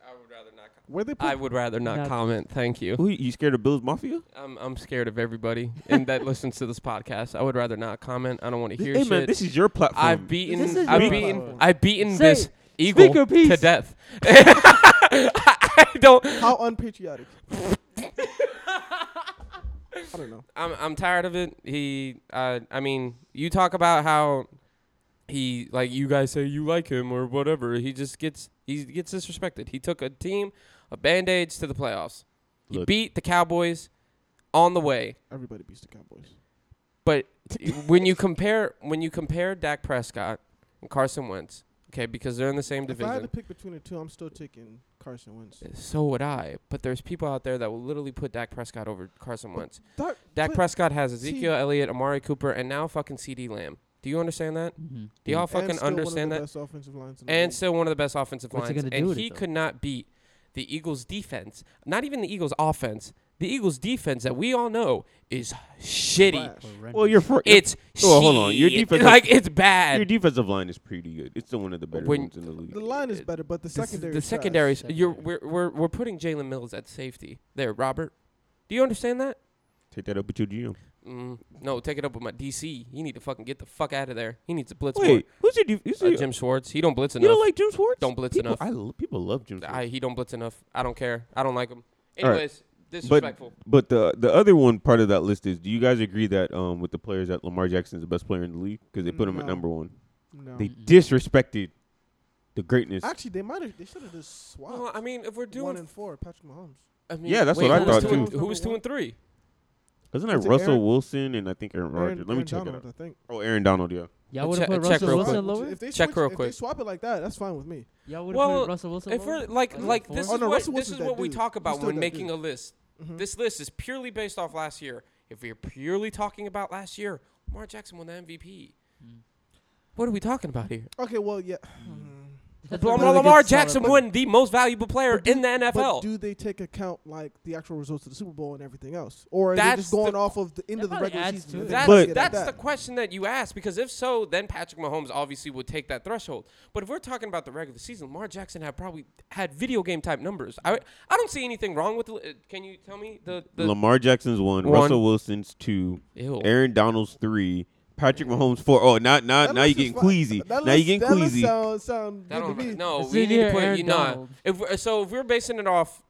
A: I would rather not. Com-
B: Where they put
A: I would rather not
C: Not-
A: comment. Thank you.
E: Who you scared of Bills Mafia?
A: I'm I'm scared of everybody and that listens to this podcast. I would rather not comment. I don't want to hear
E: hey
A: shit.
E: man, this is your platform.
A: I've beaten
C: This is
A: I've
C: your
A: beaten
C: platform.
A: I've beaten
C: Say
A: this
C: it.
A: eagle
C: Speak your piece.
A: to death. I don't
B: How unpatriotic. I don't know.
A: I'm I'm tired of it. He uh, I mean, you talk about how he like you guys say you like him or whatever. He just gets he gets disrespected. He took a team of band-aids to the playoffs. He
E: Look.
A: beat the Cowboys on the way.
B: Everybody beats the Cowboys.
A: But when you compare when you compare Dak Prescott and Carson Wentz, okay, because they're in the same
B: If I had
A: division.
B: to pick between the two, I'm still taking Carson Wentz.
A: So would I. But there's people out there that will literally put Dak Prescott over Carson Wentz.
B: Dak,
A: Dak
B: but
A: Prescott has
B: see-
A: Ezekiel Elliott, Amari Cooper, and now fucking CD Lamb. Do you understand that?
C: Mhm.
A: Do y'all
B: and
A: fucking
B: still one of the
A: understand that?
B: best offensive lines in the
A: And
B: league.
A: still one of the best offensive
C: What's he
A: lines.
C: gonna do
A: And
C: with it,
A: he
C: though?
A: could not beat the Eagles defense. Not even the Eagles offense. The Eagles defense that we all know is shitty.
B: Trash.
C: Horrendous.
E: well, your fir-
A: It's
E: Well, Oh, hold on. Your
A: shit.
E: defense-
A: like it's
E: your
A: bad.
E: defensive line is pretty good. It's still one of the better
A: When-
E: ones in the league.
B: The line is
A: it-
B: better, but the
A: This is-
B: secondary.
A: The
B: is trash.
A: secondary. is- You're
C: Secondary.
A: we're we're we're putting Jalen Mills at safety there, Robert. Do you understand that?
E: Take that up with your GM.
A: Mm, no, take it up with my DC. He need to fucking get the fuck out of there. He needs to blitz
E: Wait, who's your? Def- who's
A: more. Uh,
E: your-
A: Jim Schwartz. He don't blitz
E: you
A: enough.
E: don't like Jim Schwartz?
A: Don't blitz
E: people,
A: enough.
E: I lo- people love Jim Schwartz.
A: I, he don't blitz enough. I don't care. I don't like him.
E: All right.
A: Anyways, disrespectful.
E: But the the other one part of that list is: Do you guys agree that um with the players that Lamar Jackson is the best player in the league because they put him
B: No.
E: at number one?
B: No.
E: They disrespected the greatness.
B: Actually, they might have. They should have just swapped.
A: Well, I mean, if we're
B: one
A: doing,
B: and four, Patrick Mahomes.
A: I mean,
E: Yeah, that's
A: wait,
E: what I
A: who was
E: thought,
A: two and-
B: too.
A: Who was two and three?
E: Isn't that
B: Is it
E: Russell
B: Aaron-
E: Wilson and I think Aaron Rodgers?
B: Aaron-
E: Let me
B: Aaron
E: check
B: Donald,
E: it out.
B: I think.
E: Oh, Aaron Donald, yeah.
C: Y'all
A: Uh,
C: would have
A: check-
C: put
A: check
C: Russell
A: real
C: Wilson
A: quick.
C: lower.
B: If they
A: Check
B: switch,
A: real
B: if they
A: quick.
B: swap it like that, that's fine with me.
C: Y'all would have
A: Well,
C: put Russell Wilson
A: If
C: lower.
A: we're like
C: Like
A: like
C: four?
A: this
B: Oh,
A: is
B: no,
A: what
B: Russell
A: this
B: Wilson's
A: is
B: that
A: what we
B: dude.
A: talk
B: He's
A: about
B: still
A: when
B: that
A: making
B: dude.
A: a list.
B: Mhm.
A: This list is purely based off last year. If we're purely talking about last year,
B: Hmm.
A: Lamar Jackson won the MVP. What are we talking about here? Mm-hmm.
B: Okay, well, yeah.
C: That's
A: Lamar,
C: what really
A: Lamar
C: gets
A: Jackson
C: started.
A: won the most valuable player
B: But do-
A: in the
B: But
A: NFL.
B: do they take account like the actual results of the Super Bowl and everything else, or are they
A: That's
B: just going
A: the-
B: off of the end
C: That
B: of the
C: probably
B: regular
C: adds
B: season?
C: to
B: and
C: it.
B: they
A: That's,
B: look
E: But-
B: at it
A: that's
B: that?
A: the question that you asked because if so, then Patrick Mahomes obviously would take that threshold. But if we're talking about the regular season, Lamar Jackson had probably had video game type numbers. I I don't see anything wrong with. the- uh, Can you tell me the the
E: Lamar Jackson's one,
A: One.
E: Russell Wilson's two,
A: Ew.
E: Aaron Donald's three, Patrick Mahomes four. Oh, now now
B: That
E: now you
B: looks
E: getting
B: just fine.
E: queasy.
B: That
E: Now you
B: looks-
E: getting
B: that looks
E: queasy.
B: Sound, sound
A: That
B: good to me.
A: don't, no,
C: It's
A: we need to
C: either
A: put
C: Aaron
A: you not.
C: Donald.
A: If we're, so if we're basing it off,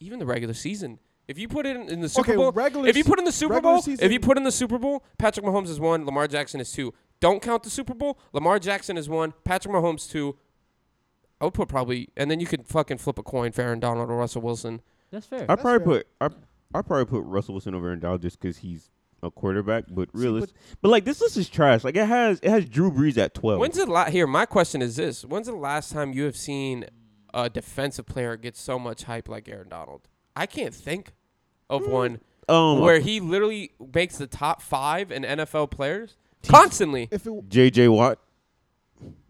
A: even the regular season. If you put it in, in the Super
B: Okay,
A: Bowl,
B: regular
A: if you
B: se-
A: put in the Super
B: regular
A: Bowl, if you
B: season-
A: put in the Super Bowl, Patrick Mahomes is one, Lamar Jackson is two. Don't count the Super Bowl. Lamar Jackson is one, Patrick Mahomes two. I would put probably, and then you could fucking flip a coin for Aaron Donald or Russell Wilson.
C: That's fair.
E: I
B: That's
E: probably
B: fair.
E: put I I probably put Russell Wilson over Aaron Donald just because he's a quarterback. But
B: but-
E: realist, but, like this list is trash. Like it has it has Drew Brees at twelve.
A: When's the last? Here, my question is this: When's the last time you have seen a defensive player get so much hype like Aaron Donald? I can't think of
B: Hmm.
A: one
E: um
A: where he literally makes the top five in NFL players constantly.
B: If it,
E: J.J. Watt?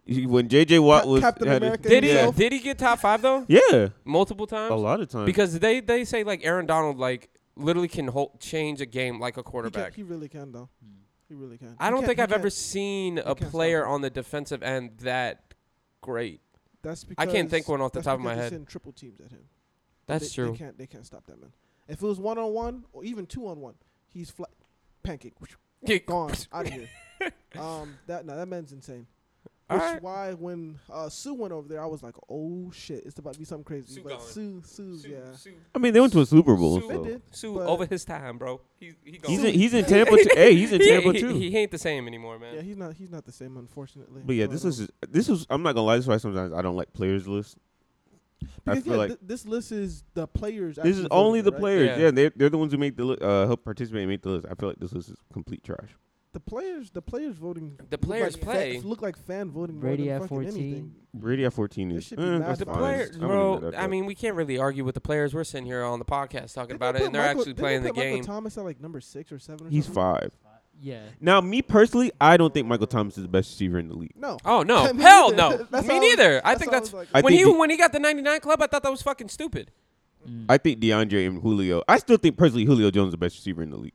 E: He- When J.J. Watt
B: Cap-
E: was
B: Captain
E: had his-
B: America
A: Did he?
E: yeah.
A: Did he get top five though?
E: Yeah,
A: Multiple times.
E: a lot of times.
A: Because they they say like Aaron Donald like literally can hold, change a game like a
B: he, can,
A: quarterback.
B: he really can though. He really can.
A: I
B: He
A: don't
B: can't-
A: think
B: he
A: I've ever
B: can't-
A: seen a
B: can't stop
A: player
B: him.
A: on the defensive end that great.
B: That's because
A: I can't think one off the
B: that's
A: top of
B: because
A: my
B: they
A: head.
B: Send triple teams at him.
A: That's
B: they,
A: true.
B: They can't. They can't stop that man. If it was one on one or even two on one, he's flat. Pancake.
A: Yeah,
B: Gone. out of here. Um. That no. That man's insane.
A: All
B: Which
A: right.
B: is why when uh, Sue went over there, I was like, "Oh shit, it's about to be something crazy."
A: Sue
B: but
A: gone.
B: Sue, Sue's yeah.
E: I mean, they went to a Super Bowl.
A: Sue-
B: They
E: so.
B: did.
A: Sue
B: but-
A: over his time, bro. He he gone.
E: He's in, he's in Tampa. too. Hey, he's in
A: He-
E: Tampa
A: he-
E: too.
A: He, ain't the same anymore, man.
B: Yeah, he's not. He's not the same, unfortunately.
E: but yeah, this
B: um,
E: is this is. I'm not gonna lie. This is why sometimes I don't like players list. I
B: because,
E: feel
B: yeah,
E: like
B: thi- this list is the players.
E: this is
B: actually
E: only
B: voting,
E: the
B: right?
E: players.
A: Yeah.
E: Yeah, they're they're the ones who make the li- uh help participate and make the list. I feel like this list is complete trash.
B: The players. The players voting.
A: The players
B: look like
A: play.
B: Fa- look like fan voting. more
C: Brady
B: than
C: at
B: fucking
C: 14.
B: anything.
E: Brady at 14
B: This
E: is
B: should be
E: eh,
B: mad
E: that's
A: The
B: The
E: fine.
A: player,
B: players-
E: I'm gonna leave
A: bro.
E: it at
A: I
E: that.
A: mean, we can't really argue with the players. We're sitting here on the podcast talking
B: Didn't
A: about
B: they
A: it,
B: put
A: and they're
B: Michael-
A: actually
B: didn't they
A: playing the
B: put Michael
A: game.
B: Thomas at like number six or seven. Or
E: he's
B: something?
E: five.
C: yeah.
E: Now, me personally, I don't think Michael Thomas is the best receiver in the league.
B: No.
A: Oh no,
B: Me
A: hell
B: neither.
A: no,
B: That's
A: me
B: all I was-
A: neither. I
B: that's
A: think
B: all I
A: that's
B: was like-
E: I
A: when
E: think
A: he
E: the-
A: when he got the 99 club. I thought that was fucking stupid.
C: Mm.
E: I think DeAndre and Julio. I still think personally Julio Jones is the best receiver in the league.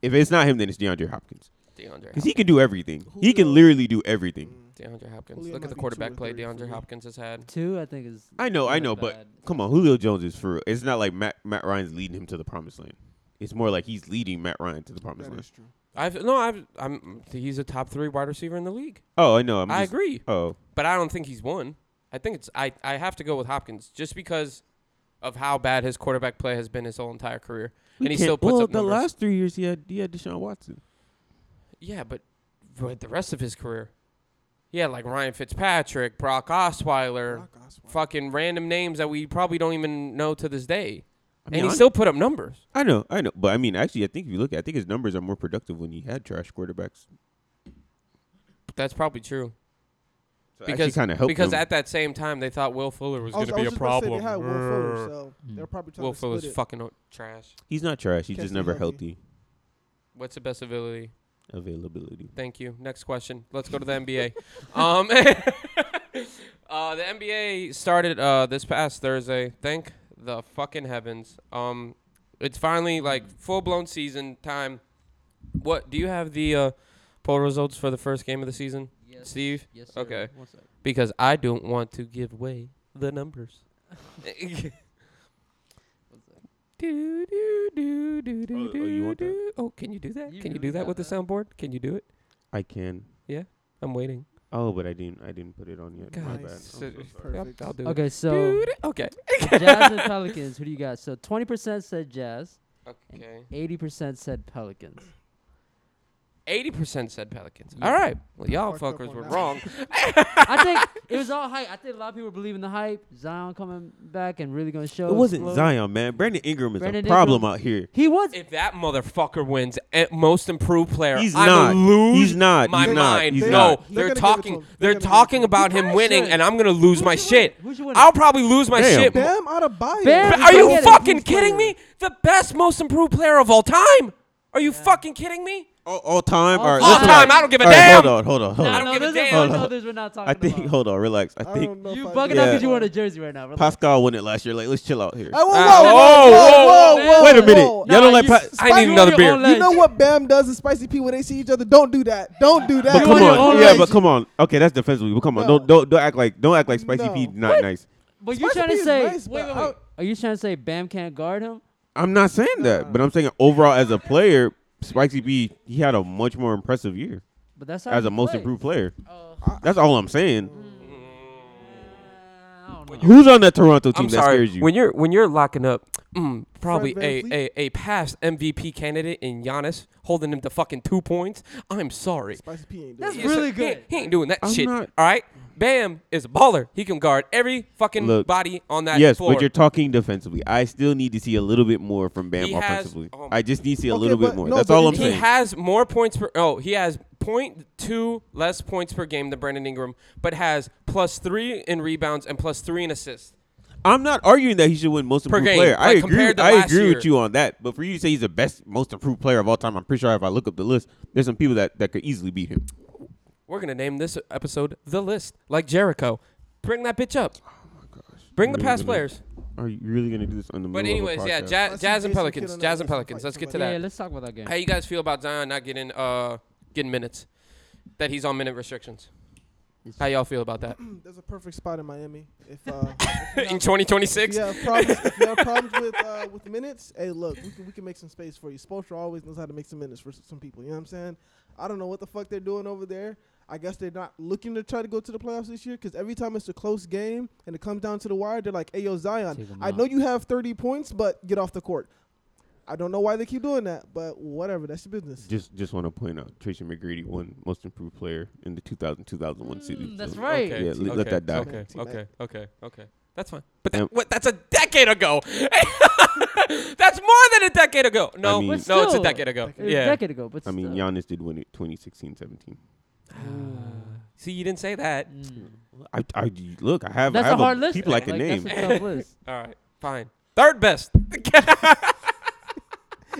E: If it's not him, then it's DeAndre Hopkins
A: DeAndre,
E: because he can do everything. He
B: Julio-
E: can literally do everything.
A: DeAndre Hopkins.
B: Julio
A: Look at the
B: might be two
A: quarterback
B: or
A: play
B: three for
A: DeAndre
B: me.
A: Hopkins has had.
C: Two, I think is.
E: I know, I
C: not
E: know, but
C: bad.
E: come on, Julio Jones is for real. It's not like Matt Matt Ryan's leading him to the promised land. It's more like he's leading Matt Ryan to the promised
B: "Oh, That
E: land.
B: is true.
A: I've no, I've I'm he's a top three wide receiver in the league.
E: Oh, I know. I'm
A: I
E: just-
A: agree,
E: Oh,
A: but I don't think he's one. I think it's I I have to go with Hopkins just because of how bad his quarterback play has been his whole entire career, and he still puts
E: well,
A: up
E: the
A: numbers.
E: last three years he had he had Deshaun Watson.
A: Yeah, but but the rest of his career, he had like Ryan Fitzpatrick, Brock Osweiler,
B: Brock Osweiler.
A: fucking random names that we probably don't even know to this day,
E: I mean,
A: and he
E: hon-
A: still put up numbers.
E: I know, I know, but I mean, actually, I think if you look, at, it, I think his numbers are more productive when he had trash quarterbacks.
A: That's probably true.
E: So
A: Because-
E: kind of helped
A: because
E: him.
A: at that same time they thought Will Fuller was
B: I
A: going
B: was-
A: to
B: I
A: be a
B: was just about to say
A: problem.
B: They had Will Fuller,
A: Grr.
B: so
C: Mm.
B: they were probably trying
A: Will
B: to split
A: Fuller's
B: it.
A: fucking o- trash.
E: he's not trash. He's
B: Can't
E: just
B: stay
E: never
B: healthy.
E: healthy.
A: What's the best ability?
E: Availability.
A: Thank you. Next question. Let's go to the NBA. Um, uh, the NBA started uh, this past Thursday. Thank the fucking heavens. Um, it's finally like full blown season time. What do you have the uh, poll results for the first game of the season,
C: Yes.
A: Steve?
C: Yes. Sir.
A: Okay.
C: One sec.
A: Because I don't want to give away the numbers.
C: One sec.
A: Do, do, do, do, do,
E: Oh, oh, you
A: do,
E: want that?
A: do. Oh, can you do that?
C: You
A: can you
C: really
A: do that
C: got
A: with the
C: that.
A: soundboard? Can you do it?
E: I can.
A: I'm waiting.
E: Oh, but I didn't. I didn't put it on yet. My
A: God,
E: bad. I'm
A: it's-
E: so
A: it's
E: sorry.
A: Yep,
B: Perfect.
A: I'll do it.
C: Okay. So
A: Dude, okay.
C: Jazz and Pelicans. Who do you got? So twenty percent said Jazz.
A: Okay.
C: Eighty percent said Pelicans.
A: Eighty percent said Pelicans.
C: Yeah.
A: All right. Well, y'all
B: fucked up
A: fuckers
B: on
A: were
B: that
A: wrong.
B: one.
C: I think it was all hype. I think a lot of people were believing the hype. Zion coming back and really gonna show.
E: It wasn't
C: explode.
E: Zion, man. Brandon Ingram is
C: Brandon
E: a problem
C: Ingram-
E: out here.
C: He was.
A: if that motherfucker wins at most improved player,
E: He's
A: I'm
E: not.
A: lose
E: He's not.
A: my
E: He's not.
A: mind.
E: He's
A: no,
E: not.
A: they're
B: They're gonna give it to
A: talking.
B: him. They're
A: They're
B: gonna give it to
A: talking
B: him.
A: about
C: You
A: him
C: guys
A: winning,
C: should.
A: and I'm gonna lose
C: Who's
A: my
C: your
A: shit.
C: winner? Who's your winner?
A: I'll probably lose my
E: Damn.
A: shit.
E: Damn.
B: Damn, out of bio.
C: Bam.
A: But
C: Who's
A: are
C: your
A: you
C: winner?
A: fucking
C: Who's
A: kidding
C: winning?
A: me? The best, most improved player of all time. Are you fucking kidding me?
E: All, all time.
C: All
E: All, all right.
A: All
C: listen.
A: time, I don't give a
E: all right,
A: damn.
E: hold on, hold on, hold
A: I
E: on.
A: don't
C: no,
A: give a
C: those
A: damn.
C: Are,
E: Hold on.
C: others we're not talking
E: I think.
C: about.
E: Hold on, relax. I
B: I
E: think
B: don't know
C: you
B: if I
C: bugging
B: do
C: out
E: Yeah.
B: that.
C: because you want a jersey right now. Relax.
E: Pascal won it last year. Like, let's chill out here.
B: Hey, whoa, whoa,
A: Ah,
B: whoa,
A: whoa,
B: whoa,
A: whoa,
B: whoa, whoa,
E: Wait a minute.
B: whoa.
E: Y'all don't like
C: you
E: pa-
A: I need
C: you
A: another
C: on your
A: beer.
C: own
B: You know
C: ledge.
B: what Bam does and Spicy P when they see each other? Don't do that. Don't do that.
E: But
C: You
E: come
C: on your
E: on,
C: own
E: yeah.
C: legs.
E: But come on, okay, that's defensively. But come on,
B: No.
E: don't don't don't act like don't act like Spicy P
B: No.
E: not nice.
C: But you're
B: Spicy
C: trying to
B: P is
C: say,
B: nice,
C: wait, wait,
B: but
C: wait.
B: I-
C: Are you trying to say Bam can't guard him?
E: I'm not saying that, but I'm saying overall as a player, Spicy P he had a much more impressive year
C: But that's how
E: as
C: he
E: a most
C: plays.
E: improved player.
C: Uh,
E: That's all I'm saying.
C: I don't know.
E: Who's on that Toronto team
A: I'm
E: that
A: sorry.
E: scares you?
A: When you're when you're locking up, mm, probably a,
B: VanVleet?
A: a a past MVP candidate in Giannis, holding him to fucking two points. I'm sorry.
B: Spicy P ain't doing
C: That's
B: that.
A: Yes, sir.
C: really
A: He ain't-
C: good.
A: He, ain't doing that
E: I'm
A: shit.
E: not-
A: all right. Bam is a baller. He can guard every fucking
E: Look,
A: body on that
E: yes,
A: floor.
E: but you're talking defensively. I still need to see a little bit more from Bam
A: He has-
E: offensively.
A: oh my-
E: I just need to see a
B: Okay,
E: little bit
B: but-
E: more.
B: no,
E: That's
B: but
E: all
B: it-
E: I'm
A: he
E: saying.
A: has more points per. Oh, he has point two less points per game than Brandon Ingram, but has plus three in rebounds and plus three in assists.
E: I'm not arguing that he should win most improved
A: game,
E: player. I
A: like,
E: agree.
A: compared to
E: I
A: last
E: agree with
A: year.
E: you on that. But for you to say he's the best most improved player of all time, I'm pretty sure if I look up the list, there's some people that, that could easily beat him.
A: We're gonna name this episode "The List," like Jericho. Bring that bitch up.
E: Oh
A: Bring the
E: Really
A: past
E: gonna-
A: players.
E: Are you really gonna do this on the?
A: But
E: middle of a
A: anyways, yeah,
E: podcast?
A: ja-
B: Let's see
A: Jazz and
B: Jason Kidd
A: Pelicans.
B: on that
A: Jazz and
B: list and
A: Pelicans.
B: fight
A: Let's get to
B: somebody.
A: that.
C: Yeah, let's talk about that game.
A: How you guys feel about Zion not getting uh getting minutes? That he's on minute restrictions. How y'all feel about that?
B: There's a perfect spot in Miami. If, uh, if
A: In
B: you if
A: 2026?
B: you have problems, if you have problems with uh, with minutes, hey, look, we can we can make some space for you. Spolstra always knows how to make some minutes for s- some people. You know what I'm saying? I don't know what the fuck they're doing over there. I guess they're not looking to try to go to the playoffs this year because every time it's a close game and it comes down to the wire, they're like, "Hey, yo,
C: Take
B: Zion,
C: 'em
B: I
C: out."
B: know you have 30 points, but get off the court." I don't know why they keep doing that, but whatever. That's your business.
E: Just just want to point out Tracy McGrady won most improved player in the 2000-2001 season.
C: Mm, that's
E: So,
C: right.
A: Okay.
E: Yeah, le- let
A: okay,
E: that die.
A: Okay,
B: Team
A: okay,
B: back.
A: okay, okay. That's fine. But that,
E: Um,
A: what, that's a decade ago. that's more than a decade ago. No, no,
E: mean-
C: But
A: it's a
C: still,
A: decade ago.
B: it
C: It was
A: Yeah.
C: a decade ago, but
E: I mean,
C: still.
E: Giannis did win it 2016-17.
A: See, you didn't say that.
C: Mm.
E: I, I look, I have
C: That's
E: I have
C: a hard
E: a,
C: list.
E: people I can
C: like,
E: name.
C: That's a tough list.
A: All right, fine. Third best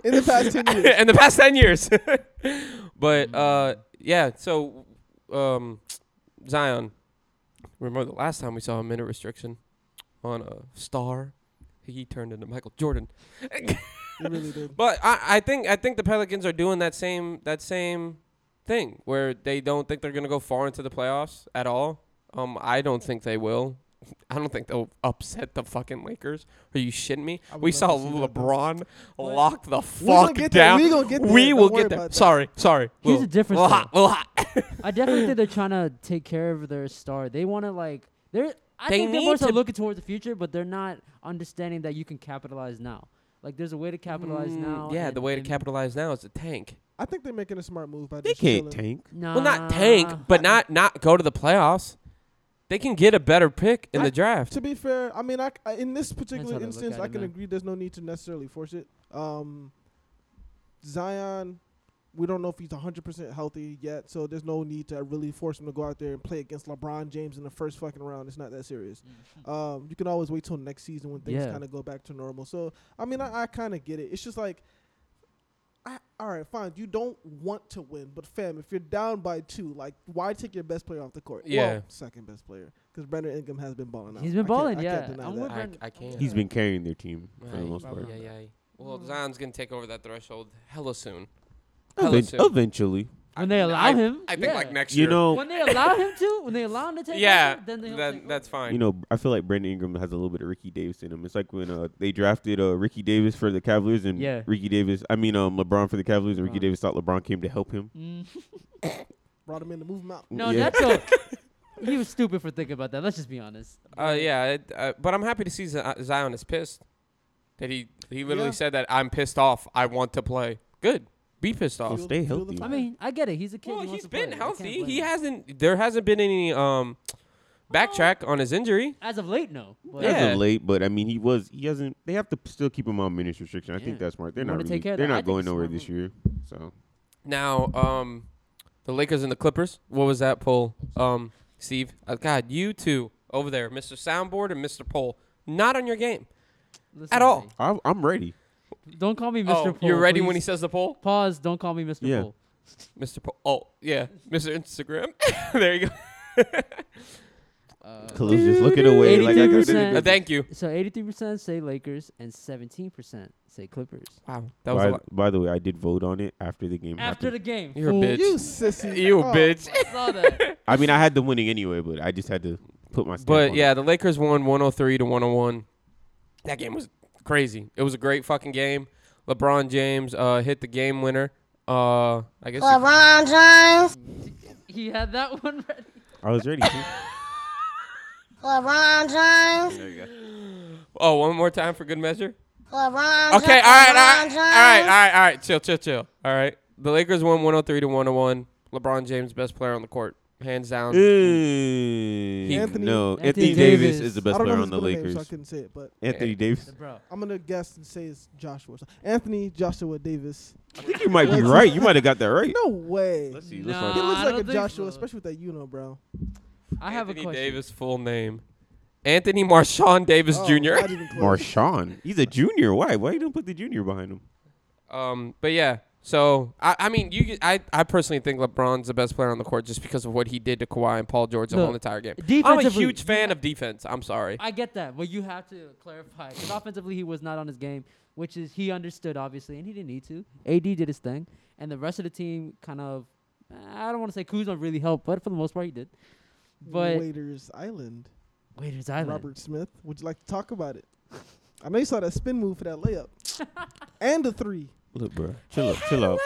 B: In the past 10 years,
A: in the past 10 years.
B: Mm-hmm.
A: but uh, yeah, so um, Zion, remember the last time we saw a minute restriction on a star? He turned into Michael Jordan.
B: you really did.
A: But I, I think I think the Pelicans are doing that same that same thing where they don't think they're gonna go far into the playoffs at all. Um, I don't think they will. I don't think they'll upset the fucking Lakers. Are you shitting me?
B: I would
A: We
B: love
A: saw
B: to see that, though.
A: LeBron
C: What?
A: lock the
B: gonna
A: fuck
B: get there.
A: down.
B: We gonna get there.
A: We
B: Don't
A: will
B: worry
A: get there.
B: about that.
A: Sorry, sorry.
C: Here's
A: We'll-
C: the difference,
A: we'll ha-
C: though.
A: we'll ha-
C: I definitely think they're trying to take care of their star. They want to like they're. I
A: They
C: think they're
A: need
C: more so
A: to-
C: looking towards the future, but they're not understanding that you can capitalize now. Like there's a way to capitalize
A: Mm,
C: now.
A: Yeah, the
C: and-
A: way to
C: and-
A: capitalize now is to tank.
B: I think they're making a smart move by
E: They
B: just
E: can't
B: chilling.
E: tank.
C: Nah.
A: Well, not tank, but not not go to the playoffs. They can get a better pick in
B: I-
A: the draft.
B: To be fair, I mean, I, c- I- in this
C: how
B: particular
C: they look
B: instance,
C: at
B: I
C: it,
B: can
C: man.
B: agree. There's no need to necessarily force it. Um, Zion, we don't know if he's 100% healthy yet, so there's no need to really force him to go out there and play against LeBron James in the first fucking round. It's not that serious. Um, you can always wait till next season when things
C: Mm-hmm. Yeah.
B: kind of go back to normal. So, I mean, I, I kind of get it. It's just like, I, all right, fine. You don't want to win, but fam, if you're down by two, like, why take your best player off the court?
A: Yeah.
B: Well, second best player. Because Brandon Ingram has been balling out.
C: He's been
B: I can't-
C: balling,
B: I
C: yeah.
B: Can't deny
C: I'm
B: that.
C: with
A: I-
C: Brandon-
A: I
C: I'm
A: can't.
C: with
E: He's
A: Yeah.
E: been carrying their team for the
A: Right.
E: most part.
C: Probably.
A: Yeah, yeah. Well,
C: Mm.
A: Zion's gonna take over that threshold hella soon. Hella
E: Event-
A: soon.
E: eventually,
C: When they allow
A: I,
C: him,
A: I think like
C: yeah.
A: next
E: you
A: year.
E: know,
C: When they allow him to, when they allow him to take,
A: yeah,
C: over, then "Oh, they'll
A: that-
C: take
A: that's
C: over.
A: fine.
E: You know, I feel like Brandon Ingram has a little bit of Ricky Davis in him. It's like when uh, they drafted uh, Ricky Davis for the Cavaliers and
C: Yeah. Uh-huh.
E: Ricky Davis, I mean um, LeBron for the Cavaliers, and Ricky
C: LeBron.
E: Davis thought LeBron came to help him.
C: Mm.
B: Brought him in to move him out.
C: No,
E: Yeah.
C: that's a. He was stupid for thinking about that. Let's just be honest.
A: uh, yeah, it, uh, but I'm happy to see Z- uh, Zion is pissed. That he he literally
B: Yeah.
A: said that I'm pissed off. I want to play. Good. Be pissed
E: Well,
A: off.
B: Fuel-
E: Oh, stay
B: fuel the
E: healthy.
B: fire.
C: I mean, I get it. He's a kid.
A: Well,
C: he
A: he's
C: has
A: been healthy. He hasn't. There hasn't been any um backtrack on his injury.
C: As of late, no. But
A: Yeah.
E: As of late, but I mean, he was he hasn't. They have to p- still keep him on minutes restriction. I
C: Yeah.
E: think that's smart. They're
C: You
E: not
C: wanna take
E: really,
C: care of
E: they're
C: that. I
E: not
C: think
E: going
C: it's
E: nowhere
C: smart
E: this
C: move.
E: year. So
A: Now, um, the Lakers and the Clippers. What was that poll, um, Steve? Uh, God, you two over there, Mr. Soundboard and Mr. Poll, not on your game.
C: Listen
A: At
C: to
A: all.
C: me.
E: I, I'm ready.
C: Don't call me Mr.
A: Oh,
C: Poole,
A: you're ready when he
C: please.
A: says the poll?
C: Pause. Don't call me Mr.
E: Yeah.
C: Poole.
A: Mr. Po- oh yeah, Mr. Instagram. there you go.
C: Uh,
E: Khalil's just looking away like I got
C: Eighty-three
A: Uh,
E: this.
C: percent.
A: thank you.
C: so 83% say Lakers and 17% say Clippers.
A: Wow, that was a
E: By,
A: lot.
E: by the way, I did vote on it after the game
C: After
E: happened.
C: the game.
A: You're a
C: fool.
A: bitch.
B: You sissy.
A: You
B: Oh,
A: bitch.
C: I saw that.
E: I mean, I had them winning anyway, but I just had to put my. Stamp
A: But
E: on
A: yeah,
E: it.
A: the Lakers won 103 to 101. That game was crazy. It was a great fucking game. LeBron James uh, hit the game winner. Uh, I guess.
F: LeBron James.
C: he had that one ready.
E: I was ready. too.
F: LeBron James.
A: oh, one more time for good measure.
F: LeBron James.
A: Okay, all right, all right,
F: LeBron
A: all right, all
F: James.
A: right, all right. Chill, chill, chill. All right. The Lakers won 103 to 101. LeBron James, best player on the court, hands down.
E: Eh,
B: Anthony-
E: no,
C: Anthony
E: Anthony, Davis.
C: Davis.
E: is the
B: I
E: best
B: don't
E: player
B: know
E: on
B: his
E: the
B: middle Name,
E: Lakers.
B: so I couldn't say it, but
E: Anthony
A: Yeah.
E: Davis.
C: Bro.
B: I'm gonna guess and say it's Joshua. or something. Anthony Joshua Davis.
E: I think you might be right. You might have got that right.
B: No way.
E: Let's see.
C: Nah.
E: Let's
B: He
E: find out.
B: looks
C: I
B: like a
C: don't think
B: Joshua,
C: so.
B: especially with that you know, bro.
C: I have a
A: Anthony
C: question.
A: Davis, full name. Anthony Marshawn Davis
B: Oh, not
A: Jr.
B: even close.
E: Marshawn. He's a junior. Why? Why you don't put the junior behind him?
A: Um, but yeah, so I, I mean, you, I, I personally think LeBron's the best player on the court just because of what he did to Kawhi and Paul George the
C: Look,
A: whole entire game. I'm a
C: defensively,
A: huge fan of defense. I'm sorry.
C: I get that, but you have to clarify because offensively he was not on his game, which is he understood obviously, and he didn't need to. AD did his thing, and the rest of the team kind of, eh, I don't want to say Kuzma really helped, but for the most part he did. But
B: Waiters Island.
C: Waiters Island,
B: Robert Smith. Would you like to talk about it? I know you saw that spin move for that layup, and the three.
E: Look, bro. Chill out. Chill out.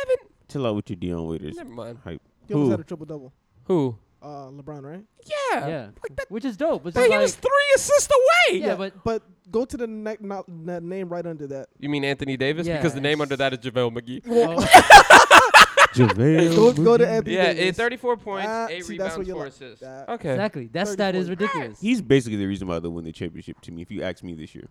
E: Chill out with your Dion Waiters.
A: Never mind.
E: Hype.
B: He almost
E: Who?
B: had a triple double.
A: Who?
B: Uh, LeBron, right?
A: Yeah.
C: yeah, which is dope. It's
A: But
C: just
A: he
C: like,
A: was three assists away.
C: yeah, but
B: But go to the ne- not, na- name right under that.
A: You mean Anthony Davis? Because the name
C: Yes.
A: under that is JaVale McGee.
C: oh,
E: JaVale
B: Go, go to
E: McGee.
B: Anthony
A: Yeah, eh,
B: Davis.
A: 34 points,
B: Ah,
A: 8
B: see,
A: rebounds,
B: that's what you
A: 4
B: like.
A: assists.
B: That-
A: Okay.
C: exactly. That stat is
B: 34.
C: ridiculous.
E: He's basically the reason why they won the championship to me. If you ask me this year,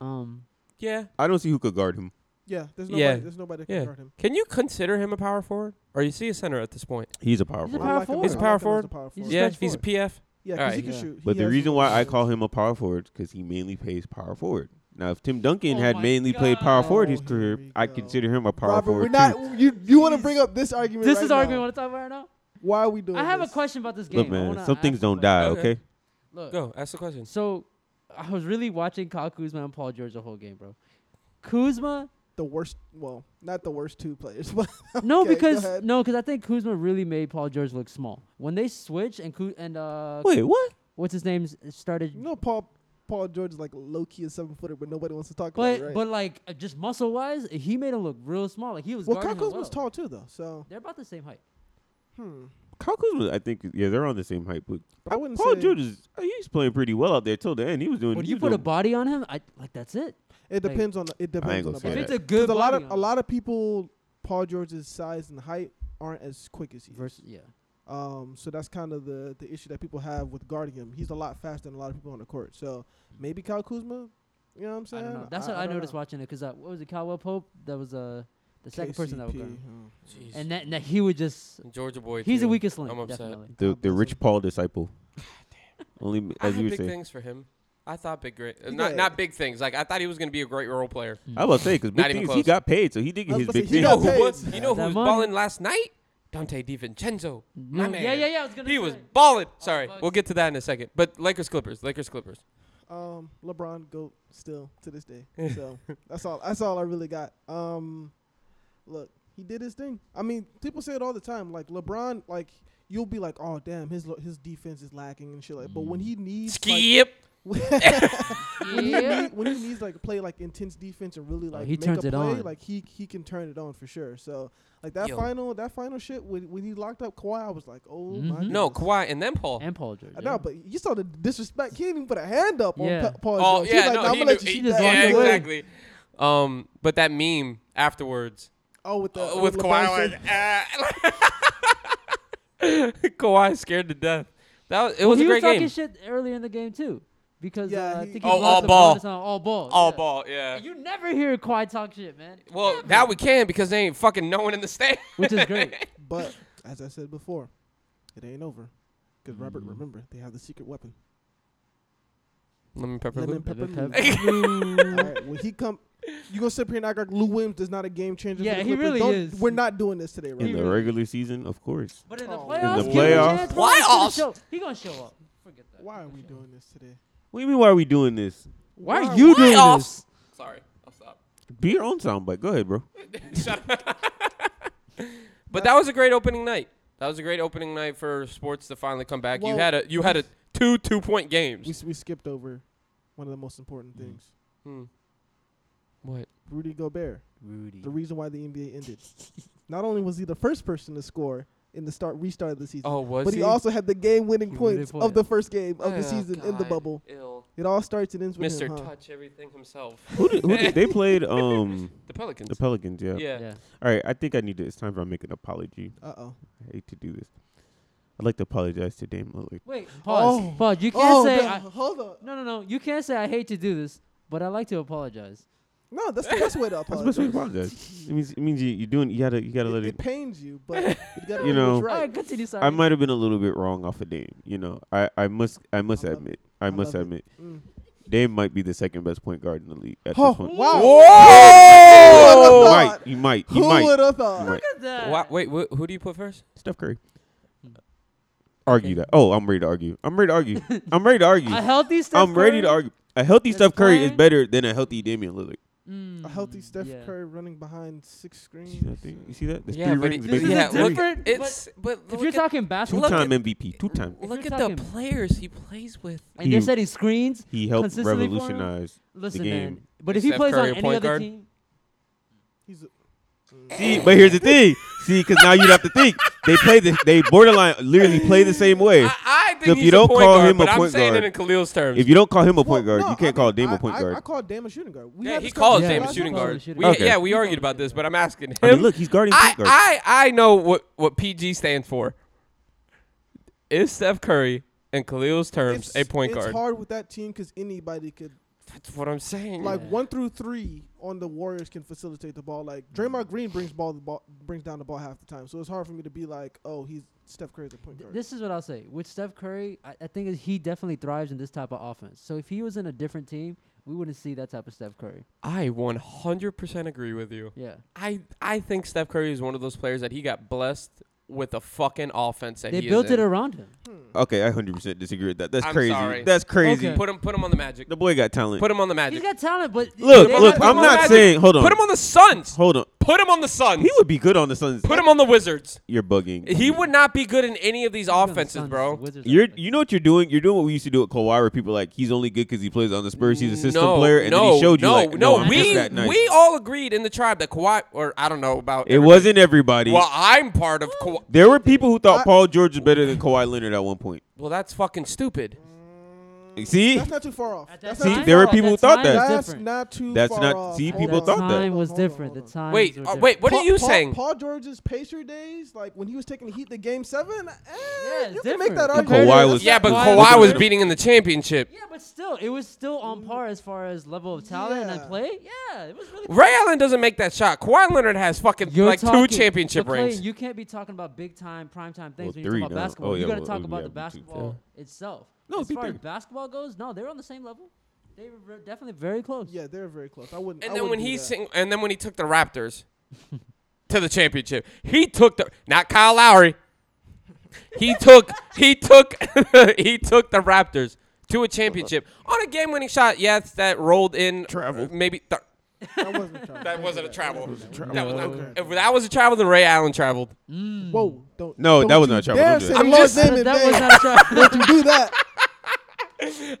C: um,
A: Yeah.
E: I don't see who could guard him.
B: Yeah, there's nobody.
A: Yeah.
B: There's nobody that can
A: Yeah.
B: guard him.
A: Can you consider him a power forward? Or you see a center at this point?
E: He's a
C: He's a
E: powerful.
B: I
C: power
B: like him
C: forward.
B: as-
A: He's a
B: I
A: power
B: like him as
A: forward.
B: a power
C: He's
B: forward.
C: a
A: yeah,
C: stretch
A: he's a PF.
B: Yeah,
A: All
B: because he
A: right.
B: can
C: Yeah.
B: shoot.
E: But
B: He
E: the
B: has
E: reason
B: the
E: why I
B: moves.
E: call him a power forward is because he mainly plays power forward. Now, if Tim Duncan
C: Oh
E: had
C: my
E: mainly played power forward his
B: God.
E: career,
B: Here we
E: I
B: go.
E: consider him a power
B: Robert,
E: forward
B: we're not. You you want to
C: Jeez.
B: bring up this argument?
C: this
B: right
C: is
B: now.
C: argument. What I'm talking about right now.
B: Why are we doing?
C: I have a
B: this?
C: question about this
E: too.
C: game.
E: Look,
C: I
E: man,
C: wanna
E: some
C: ask
E: things
C: a
E: don't
C: question.
E: die.
A: Okay.
E: Okay,
C: Look,
A: Go, ask the question.
C: So I was really watching Kyle Kuzma and Paul George the whole game, bro. Kuzma,
B: The worst. Well, not the worst two players, but
C: no,
B: Okay, go
C: because
B: ahead.
C: no, because I think Kuzma really made Paul George look small when they switch and Ku- and uh,
E: wait, what?
C: what's his name started.
B: you know Paul Paul George is like low key a seven footer, but nobody wants to talk
C: but
B: about it. Right?
C: but like uh, just muscle wise, he made him look real small. Like he was.
B: well, Kyle
C: guarding him
B: Kuzma's tall
C: well.
B: too, though. So
C: They're about the same height.
B: hmm.
E: Kyle Kuzma, I think, yeah, they're on the same height. But
B: But I wouldn't
E: Paul
B: say
E: George is uh, he's playing pretty well out there till the end. He was doing.
C: When
E: he
C: you
E: was
C: put a
E: doing-
C: body on him, I like that's it.
B: it
C: like-
B: depends on the it depends on
E: gonna
B: the
E: say
B: body.
E: that.
C: If it's a
B: Because
C: good
B: a lot of
C: body on
B: a
C: him-
B: lot of people Paul George's size and height aren't as quick as he is.
C: versus yeah.
B: Um, so that's kind of the the issue that people have with guarding him. He's a lot faster than a lot of people on the court. So maybe Kyle Kuzma. You know what I'm
C: I
B: saying?
C: don't know. That's what I,
B: don't
C: noticed
B: know.
C: watching it because uh, what was it, Caldwell Pope? That was uh, the second person that was
B: KCP,
C: guarding. him.
B: huh.
A: Jeez.
C: And that, that he would just
A: Georgia boy.
C: he's the
A: too.
C: weakest link.
A: I'm upset.
C: Definitely.
E: the
B: God
E: the
B: bless
E: Rich
B: him.
E: Paul disciple. Only m-
A: I
E: as
A: had
E: you were
A: big
E: saying,
A: things for him. I thought big great. uh, Not
B: Yeah.
A: not big things. Like I thought he was gonna be a great role player.
E: I was about to say because
A: Not
E: big
A: even
E: things he
A: close.
E: got paid, so he did
B: I
E: get
B: was
E: his
B: about to say,
E: big
B: he
E: thing.
A: You know
B: got
A: who
B: paid.
A: was? You know who
C: That
A: was
C: money.
A: balling last night? Dante DiVincenzo. My
C: No,
A: man.
C: Mm-hmm. yeah, yeah, yeah. I was gonna
A: He
C: say. Oh,
A: was balling. Sorry,
C: fuck.
A: we'll get to that in a second. But Lakers Clippers. Lakers Clippers.
B: Um, LeBron goat still to this day. So that's all. That's all I really got. Um, look, he did his thing. I mean, people say it all the time. Like LeBron, like you'll be like, oh damn, his lo- his defense is lacking and shit. Like, but when he
C: Mm.
B: needs like,
A: Skip.
B: when, he
C: Yeah.
B: need, when he needs like play like intense defense and really like
C: Oh, he
B: make
C: turns
B: a
C: it
B: play,
C: on.
B: like he he can turn it on for sure. So like that
A: Yo.
B: final that final shit when when he locked up Kawhi, I was like, oh
C: Mhm.
B: my goodness.
A: No, Kawhi and then Paul.
C: And Paul George.
B: I
C: yeah.
B: know, but you saw the disrespect. He didn't even put a hand up
C: Yeah.
B: on Pa- Paul.
A: Oh
B: George.
A: yeah,
B: He's like,
A: no,
B: "Nah,
A: he
B: I'ma let
A: knew-
B: you
A: he-
B: shoot
C: just
B: that
C: walked
A: yeah,
B: out your way."
A: exactly. Um, but that meme afterwards
B: Oh, with the
A: uh,
B: uh,
A: with
B: LeBron
A: Kawhi,
B: saying-
A: was, uh, Kawhi scared to death. That was, it was
C: he
A: a great
C: was talking
A: game.
C: shit earlier in the game too, because
B: Yeah,
C: uh, I
B: he-
C: think
A: Oh,
C: he
A: all
C: blocked the
A: ball.
C: bonus on all ball.
A: All
C: yeah.
A: ball, yeah.
C: You never hear Kawhi talk shit, man.
A: Well,
C: Never.
A: now we can because they ain't fucking no one in the state.
C: which is great.
B: But as I said before, it ain't over. Because Robert,
C: Mm.
B: remember, they have the secret weapon.
A: Lemon pepper
B: Lemon
A: loop.
B: pepper.
C: Lemon
B: lube.
C: pepper.
B: All right, when he come, You gonna sit up here and act like Lou Williams is not a game changer?
C: Yeah,
B: for the
C: he
B: Clippers?
C: really
B: Don't-
C: is.
B: We're not doing this today,
E: in
B: right?
E: the regular season, of course.
C: But in the
B: Oh.
C: playoffs,
E: In the
C: give him a
E: playoffs?
C: chance, bro. He's gonna
A: Playoffs?
C: show- He gonna show up. Forget that.
B: Why are
C: He's
B: we
C: gonna show up.
B: doing this today?
E: What do you mean? Why are we doing this?
C: Why
B: Why-
C: are you doing
A: Playoffs?
C: this?
A: Sorry, I'll stop.
E: Be your own soundbite. Go ahead, bro.
A: Shut up. but that was a great opening night. That was a great opening night for sports to finally come back.
B: Well,
A: you had a you had a two two point
B: We
A: games.
B: s- we skipped over one of the most important
C: Mm-hmm.
B: things.
A: Hmm. What?
B: Rudy Gobert,
C: Rudy.
B: the reason why the NBA ended. not only was he the first person to score in the start restart of the season,
A: Oh, was
B: but he, also had the game-winning
C: He really
B: points
C: put
B: of
C: it.
B: the first game of
A: Oh,
B: the season in the
A: God.
B: bubble.
A: Ill.
B: It all starts and ends with
A: Mr.
B: him, huh?
A: Touch everything himself.
E: Who did, who did they played? Um,
A: The Pelicans.
E: the Pelicans. Yeah.
A: yeah.
C: Yeah.
E: All right. I think I need to. It's time for I make an apology.
B: Uh-oh.
E: I hate to do this. I'd like to apologize to Dame Lillard.
C: Wait, pause.
B: Oh.
C: Pause. You can't
B: Oh,
C: say.
B: no,
C: I,
B: hold up.
C: no, no, no. You can't say I hate to do this, but I like to apologize.
B: No, that's the best way to
E: That's the best way to
B: apologize.
E: apologize. It means it means you you doing you gotta you gotta let
B: It,
E: it.
B: it pains you, but you, gotta
E: You
B: do what's
E: know,
C: All
B: right.
C: right, continue. Sorry.
E: I might have been a little bit wrong off of Dame. You know, I I must I must
B: I love
E: admit I
B: I
E: must
B: love it.
E: admit
B: Mm.
E: Dame might be the second best point guard in the league at
B: Oh,
E: this point.
B: wow.
A: Whoa!
E: He
B: Who
E: might
B: would've
E: he might he
B: Who
E: might
B: would have
E: he
B: thought?
E: might.
C: Look at that.
A: Wha- wait, wh- who do you put first?
E: Steph Curry.
C: Hmm.
E: Argue that. Oh, I'm ready to argue. I'm ready to argue. I'm ready to argue.
C: A healthy Steph
E: I'm ready to
C: Curry?
E: argue. A healthy
C: That's
E: Steph Curry is
C: playing?
E: better than a healthy Damian Lillard.
C: Mm,
B: A healthy Steph
C: yeah.
B: Curry running behind six
E: You see that
B: screens.
E: thing? You see that? There's
A: yeah,
E: three
A: but
E: rings,
A: it,
C: this
E: baby.
C: is a
A: yeah, look,
C: different- but
A: it's but
C: If
A: look
C: you're
A: at,
C: talking basketball,
E: Two-time
A: at-
E: MVP. Two-time.
C: If
A: look
C: you're
A: at the
C: talking-
A: players he plays with.
C: and they're
E: He-
C: setting screens.
E: He helped
C: Consistently for him?
E: revolutionize.
C: Listen, man.
E: game.
C: But
A: Is
C: if he
A: Steph
C: plays
A: Curry a
C: on any
A: point
C: other
A: guard?
C: team,
B: He's a,
E: See, but here's the thing. See, because now you'd have to think they play the they borderline literally play the same way.
A: I, I
E: So
A: think
E: if
A: he's
E: you
A: a
E: don't
A: point
E: call
A: guard,
E: him a
A: but I'm
E: point
A: saying
E: guard-
A: it in Khalil's terms.
E: If you don't call him a point
B: Well,
E: guard,
B: no,
E: you can't
B: I
E: call
B: mean,
E: Dame
B: I-
E: a point
B: I-
E: guard.
B: I called Dame a shooting guard. We
A: yeah,
B: had
A: he
B: this
A: calls
B: conversation
A: Dame a
B: last
A: shooting
B: night.
A: guard.
C: shooting
A: We,
E: guard. Okay.
A: Yeah, we
C: He
A: argued
C: calls
A: about
C: him
A: this,
C: shooting
A: but I'm asking him.
E: I mean, look, he's guarding
A: I,
E: point guard.
A: I I know what what PG stands for. Is Steph Curry in Khalil's terms
B: It's,
A: a point
B: it's
A: guard?
B: hard with that team because anybody could
A: That's what I'm saying.
B: like
C: Yeah.
B: one through three on the Warriors can facilitate the ball. Like Draymond Green brings ball the ball brings down the ball half the time, so it's hard for me to be like, oh, he's Steph Curry's a point
C: Th-
B: guard.
C: This is what I'll say. With Steph Curry, I, I think is he definitely thrives in this type of offense. So if he was in a different team, we wouldn't see that type of Steph Curry.
A: I 100% agree with you.
C: Yeah.
A: I I think Steph Curry is one of those players that he got blessed with a fucking offense that
C: they
A: he
C: built
A: is
C: it
A: in.
C: around him.
E: okay, I 100% disagree with that. That's
A: I'm
E: crazy.
A: sorry.
E: That's crazy.
C: Okay.
A: Put him put him on the Magic.
E: The boy got talent.
A: Put him on the
C: He's
A: Magic.
C: got talent, but
E: look,
C: they
E: look,
A: Put him
C: have-
E: I'm
A: on the
E: not
A: Magic.
E: saying. Hold on.
A: Put him on the Suns.
E: Hold on.
A: Put him on the Suns.
E: He would be good on the Suns.
A: Put him on the Wizards.
E: You're bugging.
A: He would not be good in any of these
C: He's on the
A: offenses,
C: Suns,
A: bro.
C: Wizards, I
E: You're,
C: think.
E: you know what you're doing? You're doing what we used to do at Kawhi, where people are like he's only good because he plays on the Spurs. He's a system
A: no,
E: player, and
A: no,
E: then he showed you
A: no,
E: like
A: no.
E: no, I'm just
A: we
E: that nice.
A: we all agreed in the tribe that Kawhi, or I don't know about
E: It
A: everybody.
E: wasn't everybody.
A: Well, I'm part of Kawhi.
E: there were people who thought
B: I-
E: Paul George was better than Kawhi Leonard at one point.
A: Well, that's fucking stupid.
E: See,
B: That's not too far off.
C: At
B: That's
C: that
B: not
E: See,
B: too
C: time,
E: there were
C: at
B: far
E: people
B: off.
E: who thought
C: time,
E: that.
C: it was
B: That's
C: different.
B: not too.
E: That's
B: far
E: not-
B: Off.
E: see,
C: At
E: people
C: that
E: thought that.
C: time was
B: Hold on,
C: different.
B: hold on.
C: The times
A: Wait,
C: were
A: uh,
C: different.
A: wait. What are
B: Paul-
A: you
B: Paul-
A: saying?
B: Paul George's Pacer days, like when he was taking the Heat to Game Seven. Eh,
C: Yeah, it's
B: you can
C: different.
B: make that
E: Compared
B: argument.
E: to Kawhi was-
A: yeah, but
C: Kawhi
A: Kawhi
E: was-
A: was beating in the championship.
C: Yeah, but still, it was still on par as far as level of talent and
B: Yeah.
C: play. Yeah, it was really.
A: Ray Allen doesn't make that shot. Kawhi Leonard has fucking
C: You're
A: like two
C: talking-
A: championship
C: but Clay,
A: rings.
C: You can't be talking about big time, prime time things
E: Well,
C: when you
E: three
C: talk about
E: now.
C: basketball.
E: Oh,
C: you
E: yeah,
C: got to
E: well,
C: talk
E: we
C: about
E: have
C: the
E: two,
C: basketball itself.
E: No,
C: as
E: be
C: far as
E: big.
C: basketball goes, no, they're on the same level. They were ver- definitely very close.
B: Yeah, they're very close. I wouldn't. I
A: and then when
B: wouldn't do
A: he
B: that.
A: sing, and then when he took the Raptors to the championship, he took the not Kyle Lowry. He took he took he took the Raptors to a championship on a game-winning shot. Yes, that rolled in travel. Maybe th-
B: that wasn't a travel.
A: that wasn't a travel. That was,
B: Okay.
A: not- if that was a travel, then Ray Allen traveled.
B: Whoa! Don't.
E: No,
B: don't
E: that was
B: you
E: not a travel.
B: dare
E: Don't do
B: say
E: that.
B: the
A: I'm
B: Lord's
A: just-
B: name
C: That,
B: in
C: that
B: vain.
C: was not a travel.
B: Don't you do that.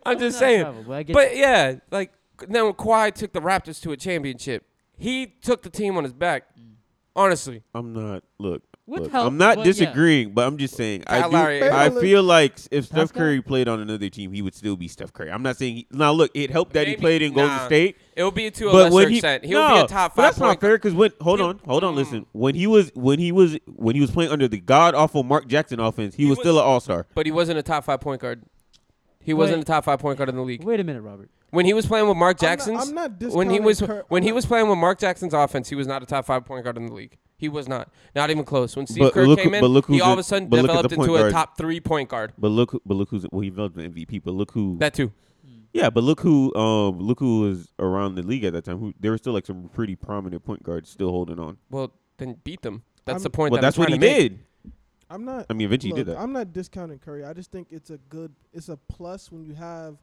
A: I'm just
C: not
A: saying.
C: travel, but I get
A: But yeah, like then when Kawhi took the Raptors to a championship, he took the team on his back. Honestly,
E: I'm not. Look,
C: With
E: look,
C: help,
E: I'm not
C: but yeah.
E: disagreeing, but I'm just saying. I
A: Kyle
E: do,
A: Lowry ain't
E: I
B: helping.
E: feel like if Steph
C: Pascal?
E: Curry played on another team, he would still be Steph Curry. I'm not saying. He, now, look, it helped that he
A: Maybe-
E: played in Golden
A: nah.
E: State.
A: it will be to a
E: But
A: lesser
E: when he,
A: extent. He'll
E: no,
A: be a top
E: but
A: five.
E: that's
A: point
E: not fair. Because when hold
A: He'll-
E: on, hold on,
A: Mm.
E: listen. When he was when he was when he was playing under the god awful Mark Jackson offense, he, was,
A: was-
E: still an all star.
A: But he wasn't a top five point guard. He wasn't
C: But-
A: a top five point guard in the league.
C: Wait a minute, Robert.
A: When he was playing with Mark
B: I'm not-
A: Jackson's,
B: I'm not
A: when he
B: discounting
A: was
B: Kurt-
A: when
B: I'm
A: he
B: not-
A: was playing with Mark Jackson's offense, he was not a top five point guard in the league. He was not, not even close. When Steve
E: But
A: Kerr
E: look-
A: came in,
E: but look
A: he
E: who's
A: all
E: a-
A: of a sudden
E: but look at the
A: developed
E: point
A: into a
E: guard.
A: top three point guard.
E: But look, but look who's well, he developed an MVP. But look who
A: That too.
E: Yeah, but look who um look who was around the league at that time. Who there were still like some pretty prominent point guards still holding on.
A: Well, then beat them. That's
B: I'm-
A: the point.
E: well,
A: that I'm
E: that's what he
A: trying to make.
E: did.
B: I'm not.
E: I mean, eventually he did
B: Look,
E: that.
B: I'm not discounting Curry. I just think it's a good, it's a plus when you have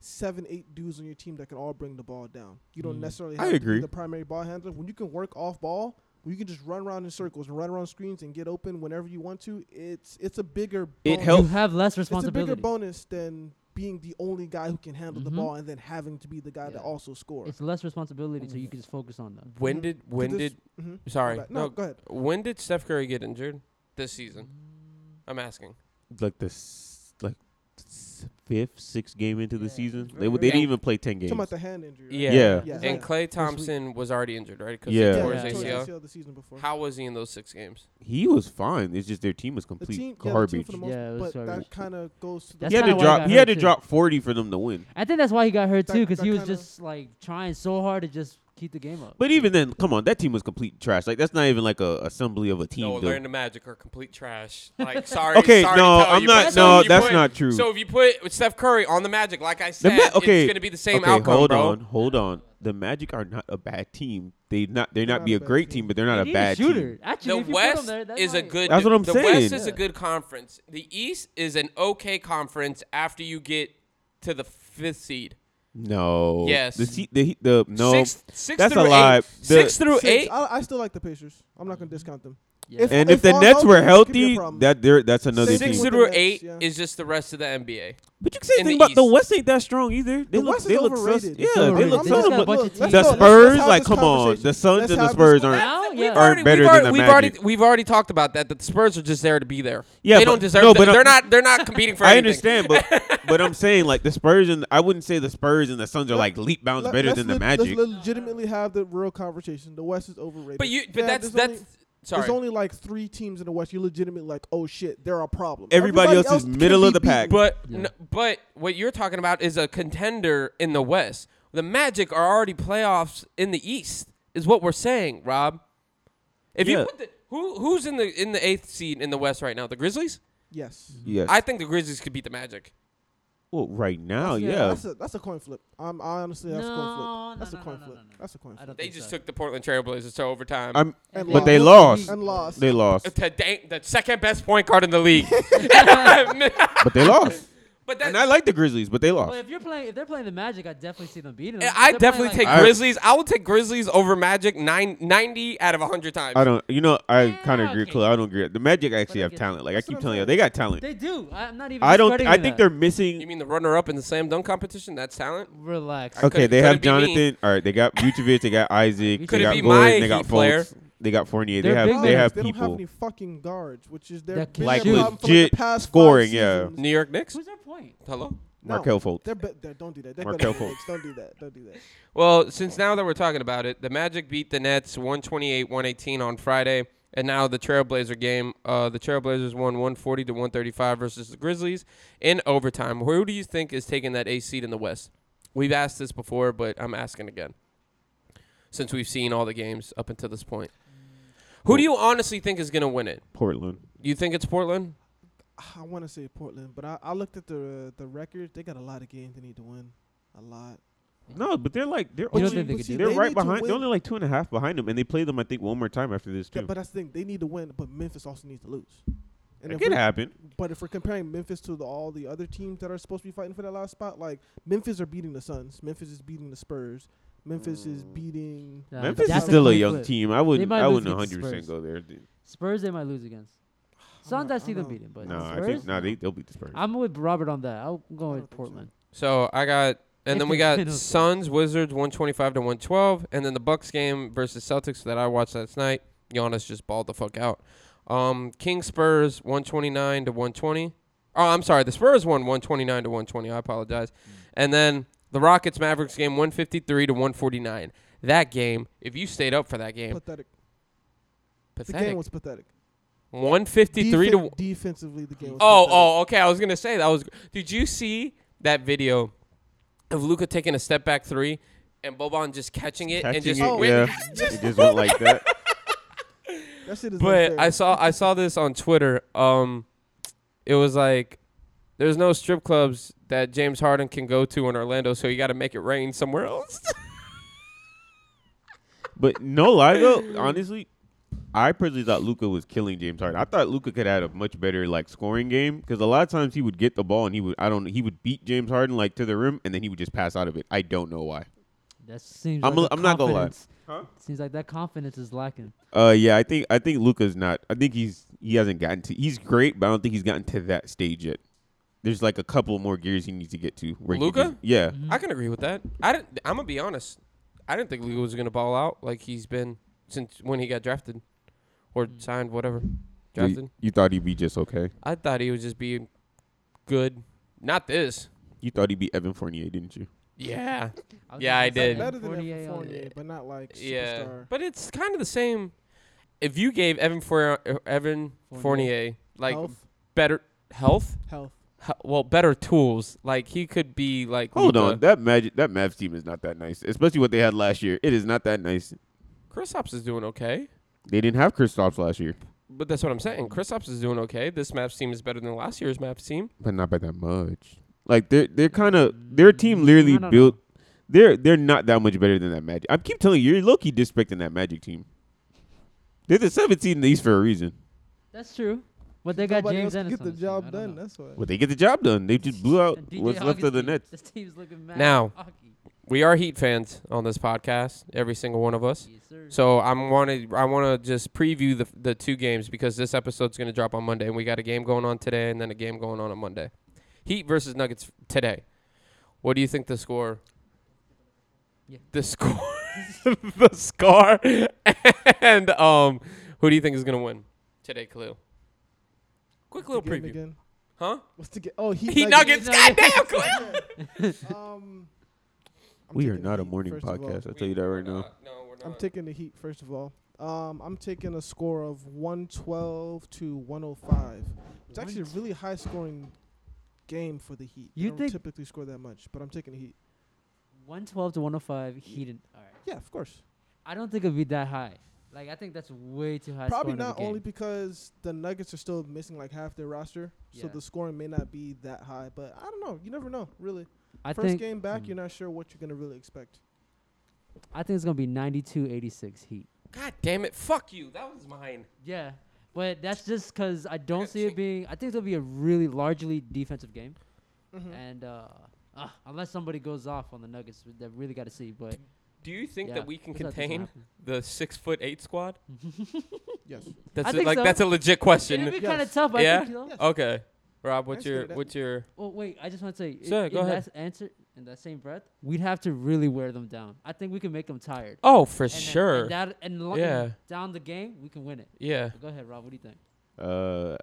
B: seven, eight dudes on your team that can all bring the ball down. You don't
C: Mm.
B: necessarily
E: I
B: have to be
E: agree.
B: the primary ball handler. When you can work off ball, when you can just run around in circles and run around screens and get open whenever you want to, it's it's a bigger
E: It
B: bonus.
E: helped.
C: You have less
B: It's a
C: responsibility.
B: bigger bonus than being the only guy who can handle
C: Mhm.
B: the ball and then having to be the guy
C: Yeah.
B: that also scores.
C: It's less responsibility, so you can just focus on them.
A: When
B: Mhm.
A: did when
B: this-
A: did
B: Mhm.
A: sorry
B: My bad. No, go ahead.
A: when did Steph Curry get injured this season? I'm asking.
E: Like the s- like s- fifth, sixth game into the
C: Yeah.
E: season,
C: It's
E: they
C: very
E: they didn't
A: early.
E: even play ten games.
B: Talking about the hand injury. Right?
A: Yeah.
E: Yeah.
B: Yeah.
A: And
B: Yeah.
A: Clay Thompson was already injured, right? 'Cause
E: Yeah.
A: he
B: Yeah,
A: tore
C: Yeah.
A: his
B: tore his
A: ACL.
B: ACL the season before.
A: How was he in those six games?
E: He was fine. It's just their team was
B: the
E: complete
B: team, yeah, the team
E: garbage.
B: for the most,
C: Yeah, it was
B: but
C: garbage.
B: that kind of goes to the
C: That's
E: he had to
C: kinda why he
E: drop.
C: got
E: He had
C: hurt,
E: to
C: too.
E: drop forty for them to win.
C: I think that's why he got hurt
B: That-
C: too, because
B: that
C: he was
B: kinda-
C: just like trying so hard to just keep the game up.
E: But even then, come on, that team was complete trash. Like that's not even like a assembly of a team.
A: no,
E: though.
A: Learn the Magic are complete trash. Like, sorry.
E: Okay,
A: sorry
E: no,
A: to tell
E: I'm
A: you,
E: not-
A: but-
E: no,
A: if you
E: that's
A: put-
E: not true.
A: So if you put Steph Curry on the Magic, like I
E: The
A: said,
E: Ma- okay,
A: it's going to be the same
E: okay,
A: outcome,
E: Hold
A: bro.
E: on, hold on. The Magic are not a bad team. They not they
B: They're
E: not,
B: not
E: be
B: a
E: a
B: bad
E: great
B: team.
E: team, but they're not
C: They
E: a
C: need
E: bad
C: shooter.
E: team.
C: Actually,
A: The
C: if you put him
A: West
C: there, that
A: is a
C: might-
A: good.
E: That's what I'm
A: the
E: saying.
A: West is a
C: Yeah.
A: good conference. The East is an okay conference after you get to the fifth seed.
E: No.
A: Yes.
E: The se- the, he- the no.
A: Sixth, sixth
E: that's a
A: through
E: lie.
A: eight.
E: The-
A: Six through
B: Six.
A: eight.
B: I, I still like the Pacers. I'm not gonna discount them.
C: Yeah.
E: and
B: if
E: if the
B: all
E: Nets
B: healthy,
E: were
B: it could be a
E: healthy,
B: problem.
E: that they're that's another
B: Same
E: team.
A: Six
B: with
A: through
B: the Nets,
A: eight
B: yeah.
A: is just the rest of the NBA.
E: But you can say
A: in
E: the thing
A: the
E: about the
A: East.
E: West ain't that strong either. They
B: The
E: look
B: West
E: they
B: is
E: look sus-
B: overrated.
E: yeah,
C: It's
E: they
C: overrated.
E: look
C: They
E: sus-
C: just got a
E: but
C: bunch of
B: Look,
C: teams.
B: let's
E: The
B: go- let's-
E: Spurs,
B: let's have
E: like
B: this
E: come on, the
B: conversation.
E: Suns
B: Let's
E: and the
B: have this
E: Spurs
B: conversation.
E: aren't.
C: Now,
A: We've
C: yeah.
A: already,
E: Are better
A: we've,
E: than
A: already,
E: the
A: we've already
E: Magic.
A: we've already talked about that. That the Spurs are just there to be there.
E: Yeah,
A: they
E: but-
A: don't deserve.
E: no,
A: th-
E: but I-
A: they're not. They're not competing for.
E: I
A: anything.
E: understand, but but I'm saying like the Spurs and I wouldn't say the Spurs and the Suns are like leap bounds
B: Let-
E: better
B: let's
E: than the
B: le-
E: Magic.
B: Let's legitimately have the real conversation. The West is overrated.
A: But you. But
B: Yeah,
A: that's
B: there's
A: that's.
B: Only,
A: sorry.
B: There's only like three teams in the West. You legitimately like, oh shit, there are problems.
E: Everybody else is
B: can
E: middle
B: be
E: of the pack.
B: beaten.
A: But
C: Yeah.
A: n- but what you're talking about is a contender in the West. The Magic are already playoffs in the East, is what we're saying, Rob. If
E: Yeah.
A: you put the, who who's in the in the eighth seed in the West right now, the Grizzlies.
B: yes,
E: Yes.
A: I think the Grizzlies could beat the Magic.
E: well, right now,
B: That's-
E: yeah.
B: that's a that's a coin flip. Um, I honestly, that's a coin
C: No,
B: flip. That's
C: no,
B: a
C: no,
B: coin
C: no,
B: flip.
C: no, no.
B: That's a coin
C: I
B: flip.
C: don't
A: They
C: think
A: just
C: so.
A: took the Portland Trailblazers to overtime.
E: I'm
B: And
E: But they lost.
B: And lost.
E: they lost.
A: to dang, the second best point guard in the league.
E: but they lost.
A: but that,
E: And I like the Grizzlies, but they
C: But
E: lost.
C: if you're playing, if they're playing the Magic, I definitely see them beating them.
A: I
C: They're playing,
A: definitely
C: like-
A: take
E: I-
A: Grizzlies. I will take Grizzlies over Magic nine, 90 out of 100 times.
E: I don't. You know, I kind of
C: Yeah,
E: agree.
C: okay.
E: with Khalil. I don't agree. The Magic actually
C: I
E: have
C: get-
E: talent. Like I
B: That's
E: keep
B: what I'm
E: telling you,
B: saying.
E: they got talent.
C: They do. I, am not even.
E: I don't.
C: discrediting
E: I think
C: that.
E: they're
A: you
E: missing.
A: mean the runner-up in the Slam Dunk competition? That's talent?
C: relax.
A: I
E: Okay,
A: couldn't-
E: they have
A: couldn't be me.
E: Jonathan. All right, they got Vucevic, they got Isaac, they
A: Couldn't
E: got
A: be my
E: Gordon, they got
A: Heat player.
E: Fultz, they got Fournier. They
C: They're
E: have.
C: big
E: They
C: guys.
E: have
B: They don't have
E: people.
B: any fucking guards, which is their
C: That
B: big
C: can
E: Like
C: shoot.
B: problem for like
E: legit
B: the past
E: scoring,
B: five
E: yeah.
B: seasons.
A: New York Knicks?
C: Who's their point?
A: Hello?
B: No,
E: Markel Fultz.
B: They're be- they're- don't do that. They're
E: Markel
B: better than the
E: Fultz.
B: Knicks. Don't do that. Don't do that.
A: Well, since now that we're talking about it, the Magic beat the Nets 128 118 on Friday, and now the Trailblazer game. Uh, the Trailblazers won 140 to 135 versus the Grizzlies in overtime. Who do you think is taking that eighth seed in the West? We've asked this before, but I'm asking again since we've seen all the games up until this point. Who do you honestly think is going to win it?
E: Portland.
A: You think it's Portland?
B: Ah, I want to say Portland, but I, I looked at the the record. They got a lot of games they need to win. A lot.
E: No, but they're like they're
C: You don't
E: only-
C: think they could do
E: they're
C: that?
E: right
B: need to
E: behind. They're
B: win.
E: only like two and a half behind them, and they play them I think one more time after this
B: Yeah,
E: too.
B: but that's the thing. They need to win, but Memphis also needs to lose.
E: It
B: if
E: could
B: we're-
E: happen.
B: But if we're comparing Memphis to the, all the other teams that are supposed to be fighting for that last spot, like Memphis are beating the Suns. Memphis is beating the Spurs. Memphis is beating.
C: Nah,
E: Memphis is
C: that's
E: still a
C: coin
E: young
C: flip.
E: team. I wouldn't.
C: might
E: I
C: lose
E: wouldn't one
C: against the
E: hundred percent
C: Spurs.
E: go there.
C: Spurs they might lose against. Suns I
B: not-
C: see
B: I'm
C: them
B: not-
C: beating, but
E: No, I
C: Spurs.
E: think no. They they'll beat the Spurs.
C: I'm with Robert on that. I'll
B: I
C: go
B: don't
C: with
B: think so.
C: Portland.
A: So I got, and then we got
C: Middleton.
A: Suns, Wizards, one twenty five to one twelve, and then the Bucks game versus Celtics that I watched last night. Giannis just balled the fuck out. Um, King Spurs one twenty nine to one twenty. Oh, I'm sorry, the Spurs won one twenty nine to one twenty. I apologize.
B: Mm.
A: And then the Rockets Mavericks game one fifty three to one forty nine. That game, if you stayed up for that game,
B: Pathetic. The game
A: pathetic.
B: was pathetic.
A: One fifty three to
B: Defen- defensively, the game. Was
A: Oh,
B: pathetic.
A: oh, okay. I was gonna say that was. Did you see that video of Luca taking a step back three and Boban just catching it and just?
E: it,
A: went-
E: yeah, it Oh, just went like that.
B: that shit is.
A: oh, But
B: unfair.
A: I saw I saw this on Twitter. Um, it was like, there's no strip clubs that James Harden can go to in Orlando, so you got to make it rain somewhere else.
E: But no lie though, honestly, I personally thought Luca was killing James Harden. I thought Luca could have had a much better like scoring game because a lot of times he would get the ball and he would I don't he would beat James Harden like to the rim and then he would just pass out of it. I don't know why.
C: That seems.
E: I'm
C: like
E: li-
C: the
E: I'm not gonna lie.
C: confidence- Seems like that confidence is lacking.
E: Uh yeah, I think I think Luca's not. I think he's he hasn't gotten to he's great, but I don't think he's gotten to that stage yet. There's like a couple more gears he needs to get to. where he
A: Luka?
E: just- Yeah.
A: I can agree with that. I didn't, I'm gonna be honest. I didn't think Luka was gonna ball out like he's been since when he got drafted or signed, whatever.
E: So
A: Drafted.
E: You, you thought he'd be just okay.
A: I thought he would just be good. Not this.
E: You thought he'd be Evan Fournier, didn't you?
A: Yeah.
C: I was
A: Yeah,
C: gonna
A: I
C: say
A: did.
B: better than
C: Fournier
B: Evan
C: on-
B: Fournier, but not like
A: Yeah.
B: superstar.
A: But it's kind of the same. If you gave Evan Fournier, Evan Fournier,
C: Fournier.
A: like
B: health,
A: better health,
B: health.
A: H- well, better tools, like he could be like.
E: Hold
A: Luka.
E: on, that magic that Mavs team is not that nice, especially what they had last year. It is not that nice.
A: Chris Hops is doing okay.
E: They didn't have Kristaps last year,
A: But that's what I'm saying. Chris Ops is doing okay. This Maps team is better than last year's Maps team.
E: but not by that much. Like they're they're kind of their team literally
C: I don't
E: built. They're they're not that much better than that Magic. I keep telling you, you're low key disrespecting that Magic team. They're the seventh seed in the East for a reason.
C: That's true. But they got
B: Nobody
C: James
B: else
C: Ennis.
B: get
C: on
B: the
C: this team, I
B: job
C: don't
B: done.
C: know.
B: That's why.
E: Well, they get the job done. They just blew out
C: And DJ
E: what's left of the
C: Augustin,
E: Nets.
C: This team's looking mad.
A: Now-
C: cocky.
A: We are Heat fans on this podcast, every single one of us.
C: Yes, sir.
A: So I'm wanted. I want to just preview the the two games because this episode's going to drop on Monday, and we got a game going on today, and then a game going on on Monday. Heat versus Nuggets today. What do you think the score?
C: Yeah.
A: The score, the score, and um, who do you think is going to win today, Khalil? Quick little
B: What's the game
A: preview,
B: again?
A: huh?
B: What's the game? Oh, Heat
A: Heat
B: Nuggets.
A: Nuggets. Goddamn, Khalil.
B: Um, I'm
E: We are
B: taking the
E: not a
B: Heat,
E: morning
B: first of all.
E: podcast. I tell you that right now.
A: No, we're not.
C: Uh,
B: I'm taking the Heat first of all. Um, I'm taking a score of 112 to 105. It's actually a
C: What?
B: really high scoring game for the Heat.
C: You
B: they don't
C: think-
B: typically score that much, but I'm taking the Heat.
C: 112 to 105. He didn't. All right.
B: Yeah, of course.
C: I don't think it'd be that high. Like I think that's way too high.
B: Probably
C: scoring of a
B: not
C: game.
B: only because the Nuggets are still missing like half their roster, so
C: Yeah.
B: the scoring may not be that high. But I don't know. You never know, really.
C: I
B: First
C: think
B: game back,
C: Mm.
B: you're not sure what you're gonna really expect.
C: I think it's gonna be 92 86 Heat.
A: God damn it! Fuck you. That was mine.
C: Yeah, but that's just because I don't see
A: see.
C: it being. I think it's gonna be a really largely defensive game,
B: Mhm.
C: and uh, uh, unless somebody goes off on the Nuggets, that really got to see. But
A: Do you think
C: yeah,
A: that we can
C: that's not- that's not
A: contain
C: happening.
A: the six foot eight squad?
B: Yes.
A: That's a,
C: think
A: like
C: so.
A: that's a legit
C: It'd
A: question.
C: be
B: Yes.
C: kind of tough. I
A: Yeah?
C: think, you know?
B: Yes.
A: Okay, Rob, what's
B: Let's get
A: your
B: it out.
A: what's your?
C: Well, wait. I just want to say, i-
A: Sir,
C: in
A: go
C: that
A: ahead.
C: s- answer, in that same breath, we'd have to really wear them down. I think we can make them tired.
A: Oh, for
C: And then-
A: sure.
C: And, that, and lo-
A: Yeah.
C: down the game, we can win it.
A: yeah.
C: Go ahead, Rob. What do you think?
E: Uh,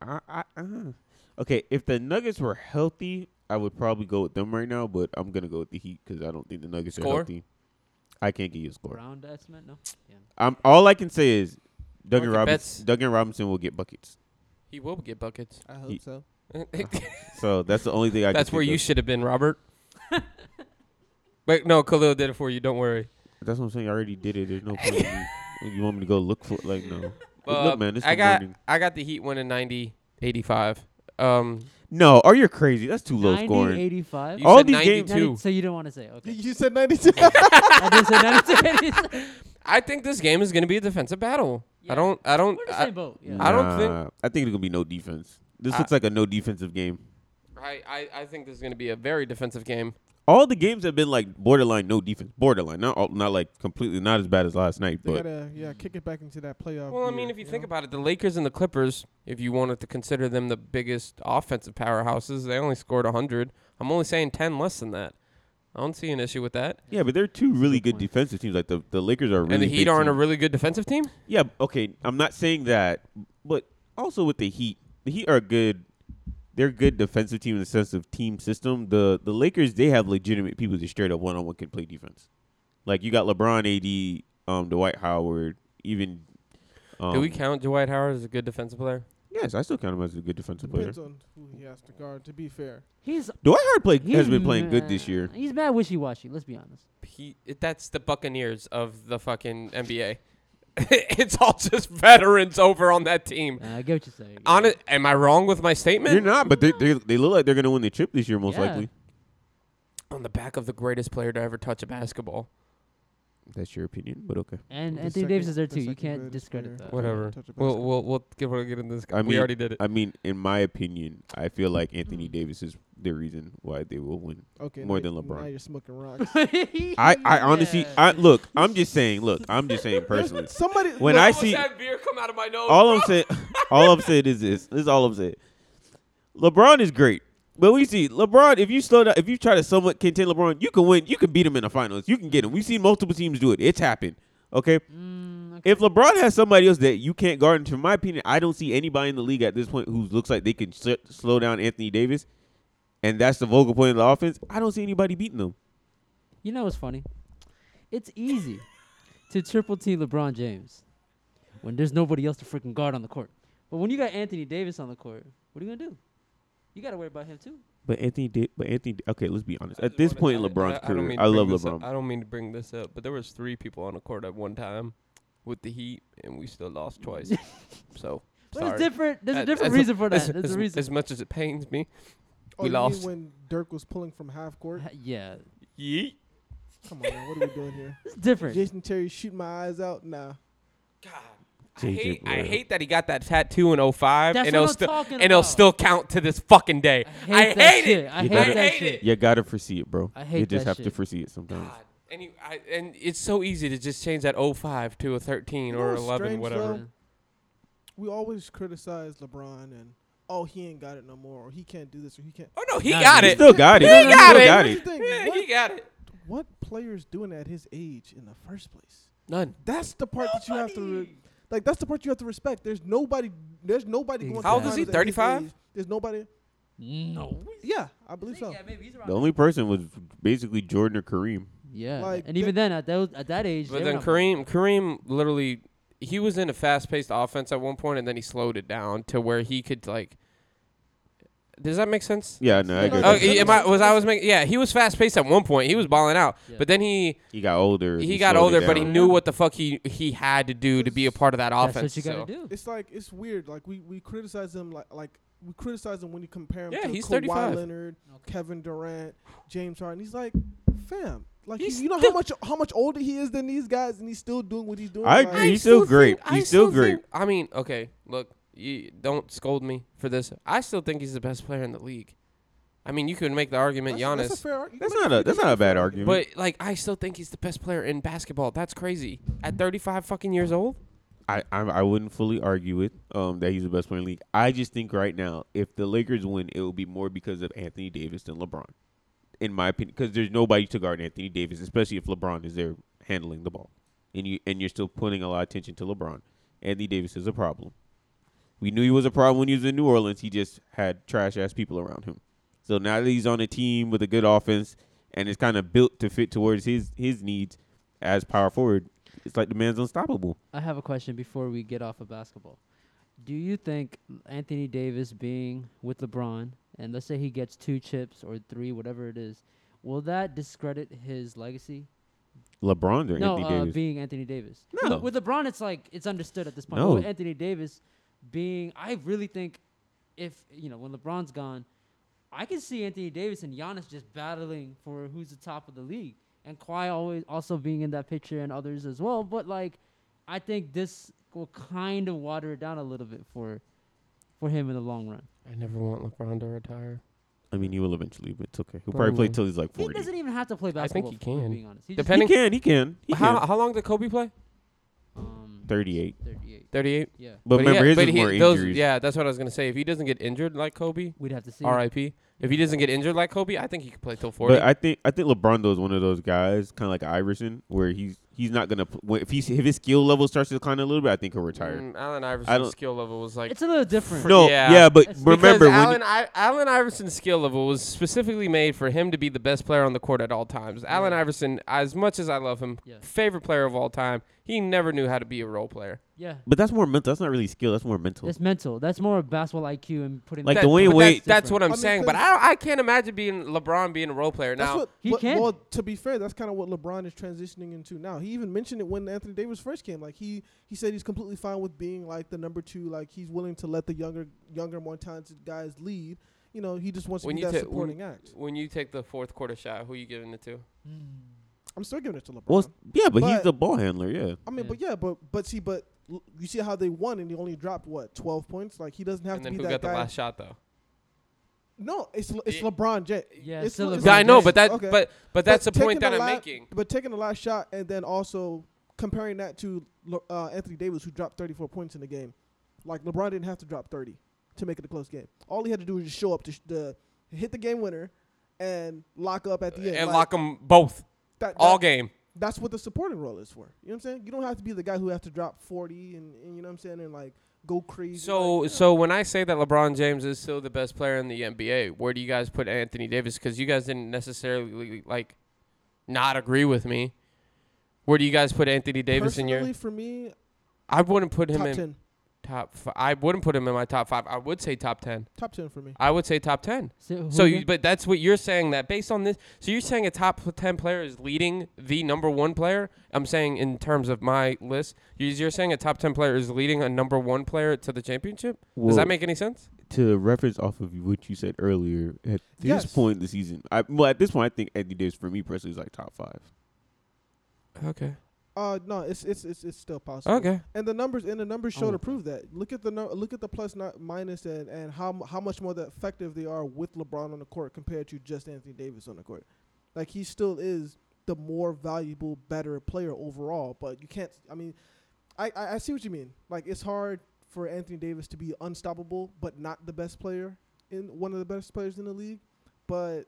E: I, I, uh. Okay, if the Nuggets were healthy, I would probably go with them right now, but I'm going to go with the Heat because I don't think the Nuggets
A: Score?
E: are healthy. I can't give you a score.
C: Round estimate? No. Damn.
E: Um, all I can say is Duncan
A: Market bets.
E: Robinson, Duncan Robinson will get buckets.
A: He will get buckets.
B: I
E: Ye-
B: hope so.
E: So that's the only thing I
A: that's
E: can
A: where
E: think
A: you
E: of.
A: should have been, Robert. Wait, no, Khalil did it for you. Don't worry.
E: That's what I'm saying. I already did it. There's no point in you, you want me to go look for Like, no. But
A: Uh,
E: look, man, this
A: I
E: is
A: got
E: morning.
A: I got the Heat winning 90 85. Um,
E: No, are you crazy? That's too low
C: 90,
E: scoring.
C: 85?
A: you
E: All
A: said
E: these
A: 92.
E: games-
C: So you don't want to say. Okay.
B: You said 92.
C: I didn't say 92, 86.
A: I think this game is going to be a defensive battle. I
C: Yeah.
A: don't. I don't.
C: We're the
A: I-
C: same boat. Yeah.
A: I don't think-
E: Nah, I think it's gonna be no defense. This
A: I-
E: looks like a no defensive game.
A: I, I, I think this is going to be a very defensive game.
E: All the games have been like borderline no defense, borderline. Not all, not like completely not as bad as last night,
B: they
E: but
B: gotta yeah kick it back into that playoff.
A: Well, I
B: gear,
A: mean, if you think
B: know?
A: about it, the Lakers and the Clippers, if you wanted to consider them the biggest offensive powerhouses, they only scored 100. I'm only saying 10 less than that. I don't see an issue with that.
E: yeah, but they're two really good defensive teams. Like the, the Lakers are really
A: and the Heat
E: big
A: aren't a
E: team.
A: really good defensive team?
E: yeah. Okay, I'm not saying that, but also with the Heat, the Heat are a good. They're a good defensive team in the sense of team system. The the Lakers they have legitimate people that straight up one on one can play defense. Like you got LeBron, AD, um, Dwight Howard, even. Um,
A: Do we count Dwight Howard as a good defensive player?
E: Yes, I still count him as a good defensive player.
B: Depends on who he has to guard. To be fair,
C: He's
E: Dwight Howard played,
C: he's
E: has been playing good this
C: mad-
E: year.
C: He's mad wishy washy. Let's be honest.
A: He, that's the Buccaneers of the fucking NBA. it's all just veterans over on that team.
C: Uh, I get what you're saying. yeah.
A: Honest, am I wrong with my statement?
E: You're not, but they, they they look like they're gonna win the chip this year, most
C: Yeah.
E: likely.
A: on the back of the greatest player to ever touch a basketball.
E: That's your opinion, but okay.
C: And
B: The
C: Anthony
B: second-
C: Davis is there
B: the
C: too. You
B: second
C: can't
B: greatest
C: discredit
B: player.
C: that.
B: What?
A: Whatever.
B: touch a
A: We'll
B: basketball.
A: we'll we'll get we'll get in this.
E: I
A: we
E: mean-
A: already did it.
E: I mean, in my opinion, I feel like Anthony Davis is the reason why they will win.
B: Okay,
E: More
B: now
E: than
B: you-
E: LeBron.
B: Now you're smoking rocks.
E: I, I honestly,
C: Yeah.
E: I look. I'm just saying. Look, I'm just saying personally.
B: Somebody
E: When I see
A: beer come out of my nose.
E: all I'm saying, all I'm saying is this. This is all I'm saying. LeBron is great, but we see LeBron. If you slow down, if you try to somewhat contain LeBron, you can win. You can beat him in the finals. You can get him. We've seen multiple teams do it. It's happened. Okay.
C: Mm,
E: If LeBron has somebody else that you can't guard, and to my opinion, I don't see anybody in the league at this point who looks like they can sl- slow down Anthony Davis, and that's the vocal point of the offense. I don't see anybody beating them.
C: You know what's funny? It's easy to triple team LeBron James when there's nobody else to freaking guard on the court. But when you got Anthony Davis on the court, what are you gonna do? You gotta worry about him too.
E: But Anthony, da- but Anthony. Okay, let's be honest. At this point in LeBron's career, I love LeBron.
A: I don't mean to bring this up, but there was three people on the court at one time with the Heat, and we still lost twice. so
C: But
A: sorry.
C: it's different. There's
A: Uh,
C: a different
A: as-
C: reason for
A: as-
C: that. There's
A: as-
C: a reason.
A: As much as it pains me,
B: oh,
A: we
B: you mean
A: lost.
B: when Dirk was pulling from half court.
C: Ha- Yeah,
A: Yeet.
B: Come on, man, what are we doing here?
C: it's different.
B: Jason Terry shoot my eyes out. Nah,
A: God, I
E: JJ
A: hate, I
E: Brown.
A: hate that he got that tattoo in 05, and
C: That's what
A: it'll
C: I'm
A: still
C: talking
A: and it'll
C: about.
A: still count to this fucking day. I hate,
C: that
A: it.
C: shit. I
E: You
C: hate
E: better-
C: that
A: I hate
C: shit.
A: it.
E: You gotta foresee it, bro.
C: I hate
E: You just
C: that
E: have to
C: shit.
E: foresee it sometimes.
A: God. And, you, I, and it's so easy to just change that 05 to a 13
B: You know
A: or
B: what's
A: 11,
B: strange,
A: whatever.
B: though? we always criticize LeBron and oh he ain't got it no more or he can't do this or he can't.
A: Oh, no, he
C: Nah,
A: got
E: He
A: it.
E: still got it.
A: He
E: He
A: got
E: still
A: it.
E: got
B: Here's
E: it.
B: the thing,
A: Yeah,
B: what,
A: he got it.
B: what players doing at his age in the first place?
A: None.
B: That's the part that you have to re- like. That's the part you have to respect. There's nobody. There's nobody. Going to
C: How old
B: the
C: is he,
B: finals at his
A: 35?
B: age. There's nobody.
C: No.
B: Yeah, I believe so.
C: Yeah, maybe he's
E: The only person was basically Jordan or Kareem.
C: Yeah,
B: Like,
C: and
B: they-
C: even then, at that at that age,
A: But
C: they
A: then
C: were not-
A: Kareem, Kareem literally, he was in a fast-paced offense at one point, and then he slowed it down to where he could like. Does that make sense?
E: Yeah, no, I
B: Yeah,
E: get
A: Oh,
B: no,
E: that.
B: no,
A: he- am I, was I was making? Yeah, he was fast-paced at one point. He was balling out,
C: Yeah.
A: but then he
E: He got older.
A: he got older, but he
C: down.
A: knew what the fuck he he had to do to be a part of that
C: That's
A: offense.
C: what you gotta
A: so.
C: do.
B: It's like it's weird. Like we we criticize him like like we criticize him when you compare him
A: Yeah,
B: to
A: he's
B: Kawhi
A: 35.
B: Leonard,
C: Okay.
B: Kevin Durant, James Harden. He's like, fam. Like
A: He's
B: you- you know
A: still-
B: how much how much older he is than these guys, and he's still doing what he's doing.
E: I
B: Like,
E: agree. He's still great.
A: think- I
E: He's still great.
A: think- I mean, okay, look, you don't scold me for this. I still think he's the best player in the league. I mean, you can make the argument
B: That's,
A: Giannis,
B: that's a fair argument.
E: That's not a that's not a bad argument.
A: but like I still think he's the best player in basketball. That's crazy. At 35 fucking years old,
E: I, I I wouldn't fully argue it um that he's the best player in the league. I just think right now if the Lakers win, it will be more because of Anthony Davis than LeBron, in my opinion. Because there's nobody to guard Anthony Davis, especially if LeBron is there handling the ball, and you and you're still putting a lot of attention to LeBron. Anthony Davis is a problem. We knew he was a problem when he was in New Orleans. He just had trash ass people around him. So now that he's on a team with a good offense and it's kind of built to fit towards his his needs as power forward, it's like the man's unstoppable.
C: I have a question before we get off of basketball. Do you think Anthony Davis being with LeBron, and let's say he gets two chips or three, whatever it is, will that discredit his legacy?
E: LeBron or
C: no,
E: Anthony
C: uh,
E: Davis?
C: being Anthony Davis.
E: No.
C: With, with LeBron, it's like it's understood at this point.
E: No.
C: But with Anthony Davis being, I really think if you know when LeBron's gone, I can see Anthony Davis and Giannis just battling for who's the top of the league, and Kawhi always also being in that picture and others as well. But like, I think this will kind of water it down a little bit for for him in the long run.
A: I never want LeBron to retire.
E: I mean, he will eventually, but it's okay. He'll
A: Probably
E: probably play
A: will.
E: till he's like
C: He
E: 40.
C: doesn't even have to play basketball.
A: he
C: if we're
A: can.
C: Being honest, he just-
A: Depending-
E: He can, he can, he
A: How
E: can.
A: how long did Kobe play?
C: um,
E: 38.
C: 38.
A: 38.
C: Yeah,
E: But,
A: he
E: remember,
A: had-
E: his
A: but
E: is
A: he-
E: more
A: those-
E: injuries.
A: Yeah, that's what I was gonna say. If he doesn't get injured like Kobe,
C: we'd have to see.
A: R.I.P. If he doesn't get injured like Kobe, I think he could play till 40.
E: But I think I think LeBron though is one of those guys, kind of like Iverson, where he's he's not gonna pl- when- if he's if his skill level starts to decline a little bit, I think he'll retire.
A: Mm, Allen Iverson's
E: don't-
A: skill level was like
C: It's a little different.
A: For-
E: No,
A: Yeah.
E: yeah, but
C: That's-
A: Because
E: remember when
A: Allen, I, Allen Iverson's skill level was specifically made for him to be the best player on the court at all times. Allen Iverson, as much as I love him,
C: Yeah.
A: favorite player of all time, He never knew how to be a role player.
C: Yeah.
E: But that's more mental. That's not really skill. That's more mental.
C: That's mental. That's more of basketball IQ and putting.
E: Like
A: That-
E: the way
A: but
E: Wade-
A: that's, that's what I'm
B: I mean,
A: saying. But I I can't imagine being LeBron being a role player
B: That's
A: now.
B: what,
C: He
B: what-
C: can.
B: Well, to be fair, that's kind of what LeBron is transitioning into now. He even mentioned it when Anthony Davis first came. Like he he said he's completely fine with being like the number two. Like he's willing to let the younger younger more talented guys lead. You know, he just wants
A: When
B: to
A: you
B: be that
A: ta-
B: supporting act.
A: When you take the fourth quarter shot, who you giving it to?
B: I'm still giving it to LeBron.
E: well, it's- yeah, but, he's
B: But-
E: the ball handler. Yeah.
B: I mean,
C: Yeah.
B: but yeah, but but see, but l- you see how they won and he only dropped what 12 points. Like he doesn't have
A: And
B: to
A: then who
B: be that
A: got the
B: guy.
A: last shot though?
B: no, it's Le- it's
A: Yeah.
B: LeBron James.
C: Yeah,
B: it's
C: still
B: Le-
C: LeBron
A: Yeah, I know,
C: James.
A: but that
B: Okay.
A: but but that's the point
B: taking
A: that I'm
B: la-
A: making.
B: But taking the last shot and then also comparing that to Le- uh, Anthony Davis, who dropped 34 points in the game. Like LeBron didn't have to drop 30 to make it a close game. All he had to do was just show up to sh- the hit the game winner and lock up at the end.
A: and
B: Like,
A: lock 'em both
B: that-
A: all
B: that-
A: game.
B: That's what the supporting role is for. You know what I'm saying? You don't have to be the guy who has to drop 40 and, and you know what I'm saying and like go crazy.
A: So
B: like,
A: so when I say that LeBron James is still the best player in the NBA, where do you guys put Anthony Davis? Because you guys didn't necessarily like not agree with me. Where do you guys put Anthony Davis in
B: personally
A: your?
B: for me,
A: I wouldn't put him
B: top
A: in
B: 10.
A: top. F- I wouldn't put him in my top five. I would say top ten.
B: Top 10 for me.
A: I would say top ten.
C: So,
A: So,
C: who
A: you,
C: again?
A: but that's what you're saying. That based on this, so you're saying a top ten player is leading the number one player. I'm saying in terms of my list, you're, you're saying a top ten player is leading a number one player to the championship. Does
E: Well,
A: that make any sense?
E: to reference off of what you said earlier? At this
B: Yes.
E: point in the season, I, well, at this point, I think Anthony Davis for me personally is like top five.
A: Okay.
B: Uh no, it's it's it's, it's still possible.
A: Okay.
B: And the numbers and the numbers show
E: Oh.
B: to prove that. Look at the nu- look at the plus not minus and and how mu- how much more that effective they are with LeBron on the court compared to just Anthony Davis on the court. Like he still is the more valuable, better player overall. But you can't. I mean, I I, I see what you mean. Like it's hard for Anthony Davis to be unstoppable, but not the best player in one of the best players in the league. But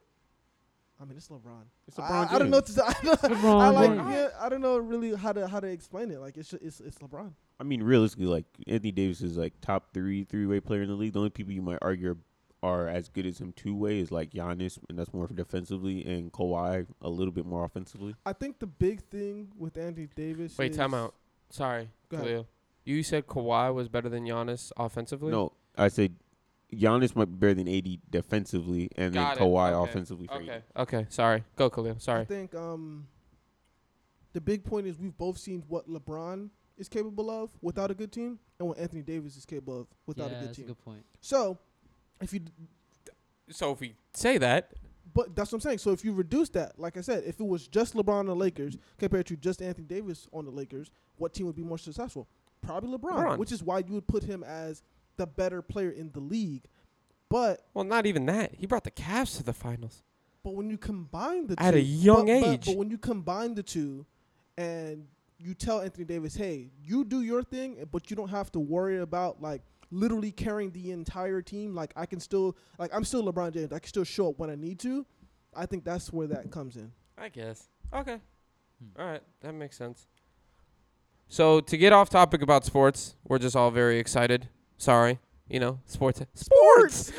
B: I mean, it's LeBron.
E: It's
B: I, I don't know. What to say. I, don't-
C: LeBron
B: I like.
C: James.
B: Yeah, I don't know really how to how to explain it. Like it's ju- it's it's LeBron.
E: I mean, realistically, like Anthony Davis is like top three three way player in the league. The only people you might argue are as good as him two way is like Giannis, and that's more defensively, and Kawhi a little bit more offensively.
B: I think the big thing with Anthony Davis.
A: Wait,
B: is
A: time out. Sorry,
B: Go ahead.
A: Khalil. You said Kawhi was better than Giannis offensively.
E: No, I said Giannis might be better than AD defensively, and
A: Got it.
E: then Kawhi
A: Okay.
E: offensively. For
A: Okay.
E: you.
A: Okay. Sorry. Go, Khalil.
B: I
A: Sorry.
B: think um, the big point is we've both seen what LeBron is capable of without a good team, and what Anthony Davis is capable of without
C: yeah,
B: a good
C: that's
B: team.
C: a good point.
B: so, if you,
A: So if we say that,
B: but that's what I'm saying. So if you reduce that, like I said, if it was just LeBron on the Lakers compared to just Anthony Davis on the Lakers, what team would be more successful? Probably LeBron,
A: LeBron.
B: which is why you would put him as the better player in the league. But
A: well, not even that. He brought the Cavs to the finals.
B: But when you combine the
A: At
B: two,
A: a young
B: but- but-
A: age.
B: but when you combine the two, and you tell Anthony Davis, "Hey, you do your thing, but you don't have to worry about like literally carrying the entire team. Like I can still, like I'm still LeBron James. I can still show up when I need to." I think that's where that comes in.
A: I guess. Okay.
C: Hmm.
A: All right, that makes sense. So to get off topic about sports, we're just all very excited. Sorry, you know, sports. Sports.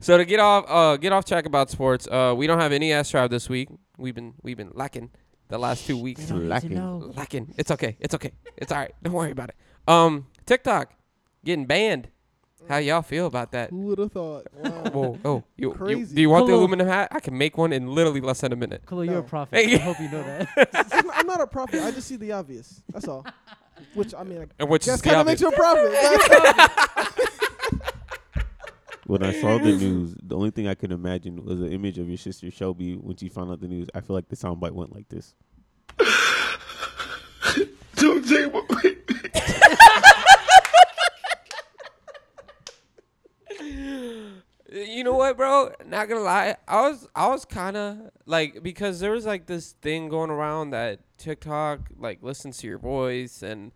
A: so to get off, uh, get off track about sports. Uh, we don't have any ass tribe this week. We've been we've been lacking the last two weeks.
C: They don't need to
E: lacking.
C: know.
A: Lacking. It's okay. It's okay. It's all right. Don't worry about it. Um, TikTok getting banned. How y'all feel about that?
B: Who would have thought? Wow.
A: Whoa, oh, you, you
B: Crazy.
A: do you want the
C: Hello.
A: aluminum hat? I can make one in literally less than a minute.
C: Khalil, you're
B: No.
C: a prophet.
A: Hey.
C: I hope you know that.
B: I'm not- I'm not a prophet. I just see the obvious. That's all. Which I mean, I
A: And which
B: guess
A: is
B: kind
A: the
B: of makes
A: obvious.
B: you a prophet.
E: When I saw the news, the only thing I could imagine was an image of your sister Shelby when she found out the news. I feel like the soundbite went like this.
A: You know what, bro? Not gonna lie, I was I was kind of like because there was like this thing going around that TikTok like listens to your voice and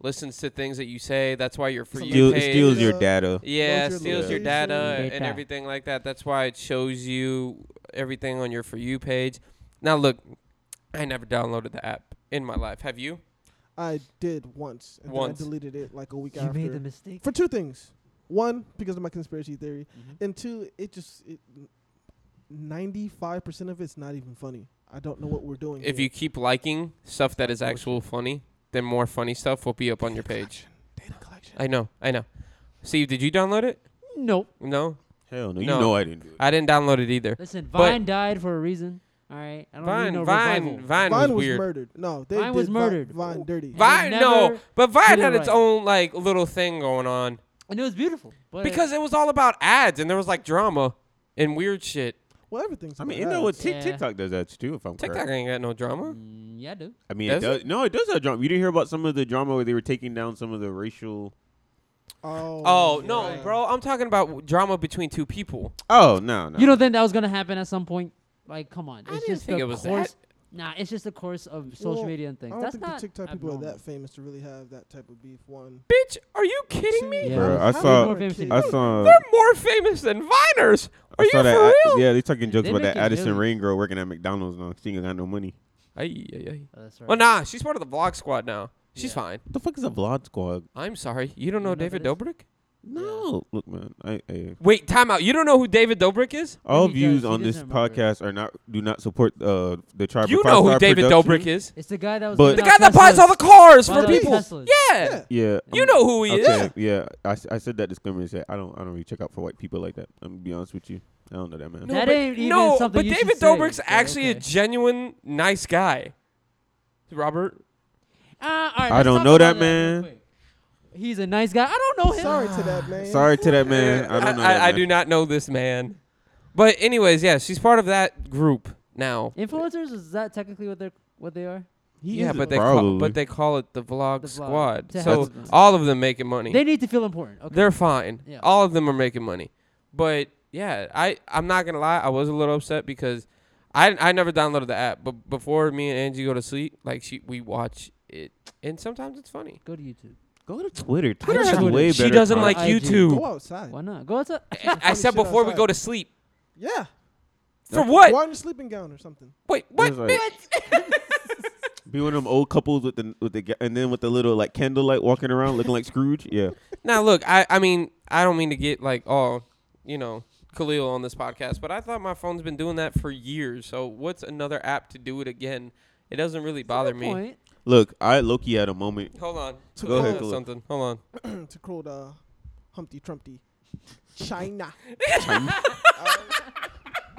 A: listens to things that you say. That's why you're for
B: Steal-
A: you
E: Steal,
A: page.
E: steals your
B: Yeah.
E: data.
A: Yeah,
B: Knows your
A: steals your
B: location.
A: data and
C: Data.
A: everything like that. That's why it shows you everything on your for you page. Now look, I never downloaded the app in my life. Have you?
B: I did once, and
A: Once.
B: then I deleted it like a week
C: you
B: after.
C: made the mistake.
B: for two things. One, because of my conspiracy theory,
C: Mhm.
B: and two, it just it, 95% of it's not even funny. I don't know what we're doing.
A: If
B: here.
A: you keep liking stuff that is actual funny, then more funny stuff will be up on your page.
B: data collection,
A: I know, I know. Steve, did you download it?
C: Nope.
A: No,
E: Hell no, you
A: No.
E: know I didn't do it.
A: I didn't download it either.
C: Listen,
A: But-
C: Vine died for a reason. All right. I don't
A: Vine,
C: need no
A: Vine,
C: revival.
A: Vine,
B: Vine
A: was,
B: was
A: weird. Oh.
B: murdered. No, they
C: Vine
B: did
C: was
B: Vi-
C: murdered.
B: Vine dirty.
C: Vi-
A: Vine,
C: And they
A: no,
C: never
A: but Vine
C: did it
A: had its
C: right.
A: own like little thing going on
C: And it was beautiful. But
A: because it was all about ads and there was like drama and weird shit.
B: well, everything's.
E: I
B: about
E: mean, you know what?
B: ads.
E: Tik
C: Yeah.
E: TikTok does that too. If I'm
A: TikTok
E: correct.
A: ain't got no drama.
C: Mm, yeah, dude.
E: I mean, it
A: Does it?
E: does. No, it does have drama. You didn't hear about some of the drama where they were taking down some of the racial.
B: Oh,
A: Oh no,
B: yeah.
A: bro! I'm talking about w- drama between two people.
E: Oh no, no.
C: You don't think that was gonna happen at some point? Like, come on. It's
A: didn't
C: just
A: think
C: the
A: it was
C: course. Nah, it's just the course of social
B: Well,
C: media and
B: I
C: things.
B: don't
C: That's
B: think
C: not
B: the TikTok people are
C: abnormal.
B: that famous to really have that type of beef. One.
A: Bitch, are you kidding me?
C: Yeah.
E: Bro,
B: How
E: I saw-
B: many more
C: I
B: kids?
E: I saw.
A: They're more famous than Viners. Are
E: I
A: you
E: saw
A: for
E: that.
A: real?
E: Yeah, they talking jokes
C: They
E: about that
C: making
E: Addison
C: millions.
E: Rain girl working at McDonald's now. She ain't got no money.
A: Ay, ay, ay.
C: Oh, that's right.
A: Well, nah, she's part of the vlog squad now. She's
C: Yeah.
A: fine.
E: What the fuck is a vlog squad?
A: I'm sorry. You don't
C: You
A: know,
C: know
A: David
C: that is?
A: Dobrik?
E: No, look, man. I, I
A: Wait, time out. You don't know who David Dobrik is?
E: all
C: he does,
E: views
C: he
E: on this
C: doesn't remember it.
E: podcast are not do not support uh the tribe.
A: You
E: of Five
A: know who
E: Star
A: David
E: Production.
A: Dobrik is.
C: It's the guy that was.
E: But-
A: The
E: The
A: guy that buys all the cars for
C: Buys all the
A: people.
C: Teslas.
A: Yeah.
E: Yeah,
A: You
E: I'm-
A: know who he is.
E: okay, Yeah, I, s- I said that disclaimer. to say I don't I don't really check out for white people like that. I'm gonna be honest with you. I don't know that man.
A: No,
C: That
A: but,
C: ain't even
A: no,
C: something
A: but
C: you should
A: David
C: say,
A: Dobrik's
C: so,
A: actually a
C: okay.
A: genuine nice guy. Robert,
C: Uh, all right,
E: I
C: let's
E: don't
C: talk
E: know
C: about
E: that
C: real
E: man.
C: quick. He's a nice guy. I don't know him.
B: Sorry to that man.
E: Sorry to that man. I
A: I,
E: don't know.
A: I,
E: that
A: I
E: man.
A: do not know this man. But anyways, yeah, she's part of that group now.
C: Influencers is that technically what they're what they are?
E: He
A: yeah,
E: is
A: but
E: a-
A: they call,
E: probably.
A: but they call it the vlog
C: The vlog.
A: squad.
C: To
A: So
C: have them.
A: all of them making money.
C: They need to feel important. Okay.
A: They're fine.
C: Yeah.
A: All of them are making money. But yeah, I I'm not gonna lie, I was a little upset because I I never downloaded the app, but before me and Angie go to sleep, like she we watch it, and sometimes it's funny.
C: Go to YouTube.
E: go to Twitter. Twitter
C: has
E: has
C: Twitter.
E: way
A: she
E: better
A: doesn't
E: content.
A: like
C: IG.
A: YouTube.
B: Go outside.
C: Why not? Go outside.
A: I said
B: shit
A: before we
B: outside.
A: go to sleep.
B: Yeah.
A: For what?
B: Wear your sleeping gown or something.
A: Wait, what?
E: It's like- Be one of them old couples with the with the ga- and then with the little like candlelight walking around looking like Scrooge. Yeah,
A: Now look, I I mean I don't mean to get like all you know Khalil on this podcast, but I thought my phone's been doing that for years. So what's another app to do it again? It doesn't really bother me.
C: Point.
E: look, I Loki had a moment.
A: Hold on.
B: To
E: Go ahead,
A: Hold on
E: Khalil.
A: something. Hold on.
B: to quote uh, Humpty Trumpty, China.